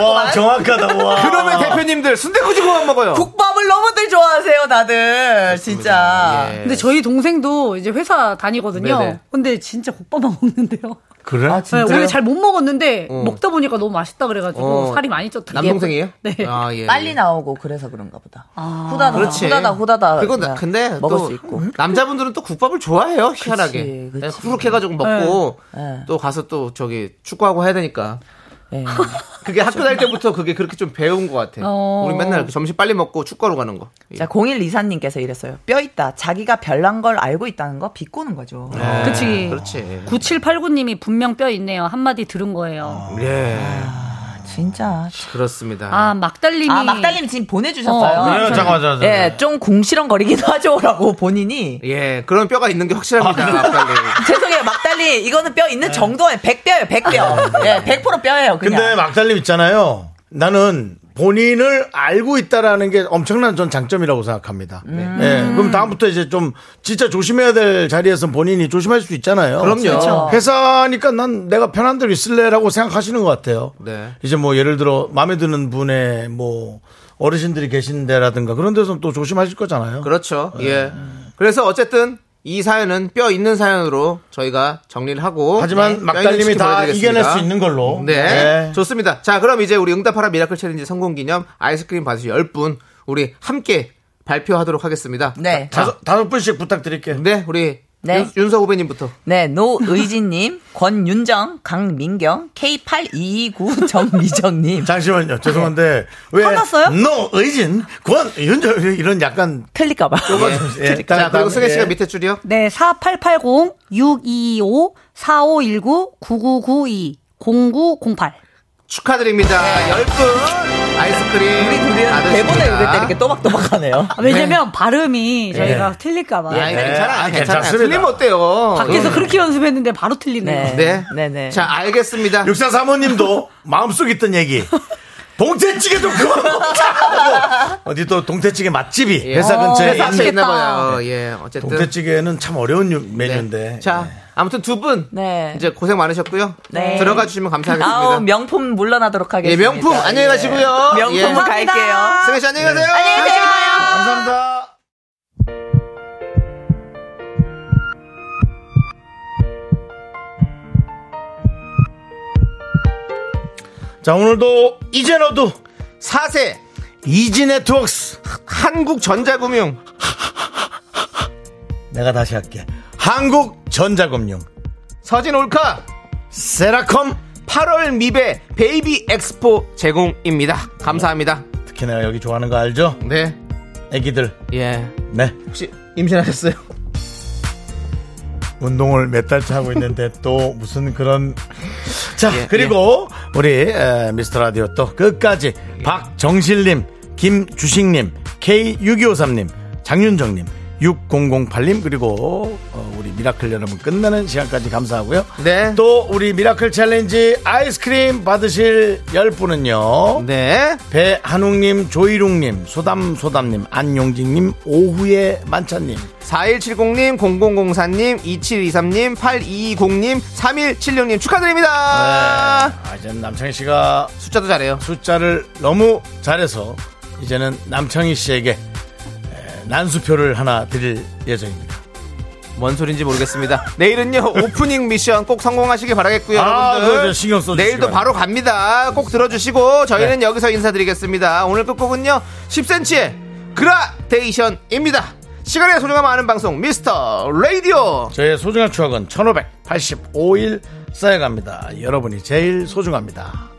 [SPEAKER 1] 와 정확하다. 와.
[SPEAKER 2] 그러면 대표님들 순대국지구만 먹어요.
[SPEAKER 7] 아. 국밥을 너무들 좋아하세요, 다들. 진짜.
[SPEAKER 2] 예.
[SPEAKER 12] 근데 저희 동생도 이제 회사 다니거든요.
[SPEAKER 7] 네. 네네. 아,
[SPEAKER 12] 근데 진짜 국밥만 먹는데요.
[SPEAKER 1] 그래?
[SPEAKER 12] 네, 원래 잘 못 먹었는데
[SPEAKER 2] 어.
[SPEAKER 12] 먹다 보니까 너무 맛있다 그래가지고
[SPEAKER 2] 어.
[SPEAKER 12] 살이 많이 쪘다.
[SPEAKER 2] 남동생이에요?
[SPEAKER 12] 네.
[SPEAKER 2] 아, 예.
[SPEAKER 7] 빨리 나오고 그래서 그런가 보다.
[SPEAKER 12] 아,
[SPEAKER 7] 후다다,
[SPEAKER 2] 그렇지.
[SPEAKER 7] 후다다, 후다다.
[SPEAKER 2] 그리고 나-
[SPEAKER 7] 그냥
[SPEAKER 2] 근데
[SPEAKER 7] 먹을
[SPEAKER 2] 또
[SPEAKER 7] 수 있고.
[SPEAKER 2] 남자분들은 또 국밥을 좋아해요 희한하게 네,
[SPEAKER 7] 그치.
[SPEAKER 2] 후룩 해가지고 먹고 또 가서 또 저기 축구하고 해야 되니까
[SPEAKER 7] 예.
[SPEAKER 2] 그게 학교 다닐 때부터 그게 그렇게 좀 배운 것 같아
[SPEAKER 7] 어.
[SPEAKER 2] 우리 맨날 그 점심 빨리 먹고 축구하러 가는 거
[SPEAKER 7] 자, 01 이사님께서 이랬어요. 뼈 있다. 자기가 별난 걸 알고 있다는 거 비꼬는 거죠.
[SPEAKER 2] 네.
[SPEAKER 12] 그치.
[SPEAKER 2] 그렇지
[SPEAKER 12] 9789님이 분명 뼈 있네요. 한마디 들은 거예요.
[SPEAKER 2] 예
[SPEAKER 7] 진짜.
[SPEAKER 2] 그렇습니다
[SPEAKER 12] 아, 막달님이.
[SPEAKER 7] 아, 막달님 지금 보내주셨어요.
[SPEAKER 12] 어, 그래요?
[SPEAKER 2] 잠깐만, 잠깐만, 잠깐만.
[SPEAKER 7] 예, 좀 궁시렁거리기도 하죠라고 본인이.
[SPEAKER 2] 예 그런 뼈가 있는 게 확실합니다
[SPEAKER 7] 아.
[SPEAKER 2] 막달님.
[SPEAKER 7] 죄송해요, 막달리. 이거는 뼈 있는 정도에 100뼈예요, 100뼈. 예, 100% 뼈예요, 그냥.
[SPEAKER 1] 근데 막달님 있잖아요. 나는 본인을 알고 있다라는 게 엄청난 전 장점이라고 생각합니다.
[SPEAKER 2] 음.
[SPEAKER 1] 예, 그럼 다음부터 이제 좀 진짜 조심해야 될 자리에서 본인이 조심할 수 있잖아요.
[SPEAKER 2] 그럼요. 그렇죠.
[SPEAKER 1] 회사니까 난 내가 편한 대로 있을래라고 생각하시는 것 같아요.
[SPEAKER 2] 네
[SPEAKER 1] 이제 뭐 예를 들어 마음에 드는 분의 뭐 어르신들이 계신 데라든가 그런 데서는 또 조심하실 거잖아요.
[SPEAKER 2] 그렇죠. 예. 그래서 어쨌든 이 사연은 뼈 있는 사연으로 저희가 정리를 하고 네,
[SPEAKER 1] 하지만
[SPEAKER 2] 뼈
[SPEAKER 1] 막달님이
[SPEAKER 2] 있는 치킨
[SPEAKER 1] 다
[SPEAKER 2] 보내드리겠습니다.
[SPEAKER 1] 이겨낼 수 있는 걸로.
[SPEAKER 2] 네.
[SPEAKER 1] 네.
[SPEAKER 2] 좋습니다. 자, 그럼 이제 우리 응답하라 미라클 챌린지 성공 기념 아이스크림 받으실 10분 우리 함께 발표하도록 하겠습니다.
[SPEAKER 7] 네.
[SPEAKER 2] 다섯,
[SPEAKER 1] 다섯 분씩 부탁드릴게요.
[SPEAKER 2] 네, 우리
[SPEAKER 7] 네.
[SPEAKER 2] 윤, 윤서 후배님부터.
[SPEAKER 7] 네, 노의진님, 권윤정, 강민경, K8229 정미정님.
[SPEAKER 1] 잠시만요. 죄송한데 왜
[SPEAKER 7] 네. 화났어요?
[SPEAKER 1] 노 의진 권 윤정 이런 약간
[SPEAKER 7] 틀릴까봐.
[SPEAKER 1] 예.
[SPEAKER 2] 자, 그리고 승혜 씨가
[SPEAKER 1] 예.
[SPEAKER 2] 밑에 줄이요.
[SPEAKER 12] 네, 4880 6225 4519 9992 0908.
[SPEAKER 2] 축하드립니다. 10분 아이스크림 우리 둘이
[SPEAKER 7] 대본에 의대 때 이렇게 또박또박하네요.
[SPEAKER 12] 아,
[SPEAKER 7] 예.
[SPEAKER 12] 왜냐면 발음이
[SPEAKER 2] 네.
[SPEAKER 12] 저희가 틀릴까봐.
[SPEAKER 2] 아니, 괜찮아.
[SPEAKER 1] 아,
[SPEAKER 2] 괜찮아.
[SPEAKER 1] 괜찮습니다.
[SPEAKER 2] 틀리면 어때요?
[SPEAKER 12] 밖에서
[SPEAKER 2] 예.
[SPEAKER 12] 그렇게 연습했는데 바로 틀리네요.
[SPEAKER 2] 네.
[SPEAKER 7] 네네.
[SPEAKER 2] 자, 알겠습니다.
[SPEAKER 1] 육사 사모님도 마음속 있던 얘기. 동태찌개 좀 그만 먹자. 어디 또 동태찌개 맛집이 예. 회사 근처에
[SPEAKER 2] 예. 어, 회사 앞에
[SPEAKER 1] 있는
[SPEAKER 2] 있나 봐요. 예, 어쨌든. 네.
[SPEAKER 1] 동태찌개는 참 어려운 유- 메뉴인데.
[SPEAKER 2] 자, 아무튼 두 분.
[SPEAKER 7] 네.
[SPEAKER 2] 이제 고생 많으셨고요.
[SPEAKER 7] 네.
[SPEAKER 2] 들어가 주시면 감사하겠습니다.
[SPEAKER 7] 아우, 명품 물러나도록
[SPEAKER 2] 예,
[SPEAKER 7] 하겠습니다.
[SPEAKER 2] 명품 안녕히 가시고요.
[SPEAKER 7] 예. 명품
[SPEAKER 2] 예.
[SPEAKER 7] 갈게요.
[SPEAKER 2] 승혜 씨 안녕히 가세요.
[SPEAKER 7] 안녕히 계세요.
[SPEAKER 1] 감사합니다. 자, 오늘도 이제 너도
[SPEAKER 2] 4세
[SPEAKER 1] 이지 네트웍스
[SPEAKER 2] 한국전자금융
[SPEAKER 1] 내가 다시 할게. 한국전자금융
[SPEAKER 2] 서진 올카
[SPEAKER 1] 세라컴
[SPEAKER 2] 8월 미배 베이비 엑스포 제공입니다. 감사합니다.
[SPEAKER 1] 특히 내가 여기 좋아하는 거 알죠?
[SPEAKER 2] 네.
[SPEAKER 1] 애기들.
[SPEAKER 2] 예.
[SPEAKER 1] 네.
[SPEAKER 2] 혹시 임신하셨어요?
[SPEAKER 1] 운동을 몇 달째 하고 있는데 또 무슨 그런 자
[SPEAKER 2] 예, 예.
[SPEAKER 1] 그리고 우리 미스터 라디오 또 끝까지 박정실님 김주식님 K6253님 장윤정님 6008님 그리고 어, 우리 미라클 여러분 끝나는 시간까지 감사하고요
[SPEAKER 2] 네.
[SPEAKER 1] 또 우리 미라클 챌린지 아이스크림 받으실 10분은요
[SPEAKER 2] 네.
[SPEAKER 1] 배한웅님 조희룡님 소담소담님 안용진님 오후의 만찬님
[SPEAKER 2] 4170님, 0004님, 2723님, 8220님, 3176님 축하드립니다.
[SPEAKER 1] 아, 이제 남창희 씨가
[SPEAKER 2] 숫자도 잘해요.
[SPEAKER 1] 숫자를 너무 잘해서 이제는 남창희 씨에게 에, 난수표를 하나 드릴 예정입니다.
[SPEAKER 2] 뭔 소린지 모르겠습니다. 내일은요 오프닝 미션 꼭 성공하시길 바라겠고요.
[SPEAKER 1] 아,
[SPEAKER 2] 여러분들
[SPEAKER 1] 그거 신경 써주시기
[SPEAKER 2] 내일도
[SPEAKER 1] 바랍니다. 네.
[SPEAKER 2] 바로 갑니다. 꼭 들어주시고 저희는 여기서 인사드리겠습니다. 오늘 끝곡은요 10cm의 그라데이션입니다. 시간의 소중함 아는 방송 미스터 라디오.
[SPEAKER 1] 저의 소중한 추억은 1585일 쌓여갑니다. 여러분이 제일 소중합니다.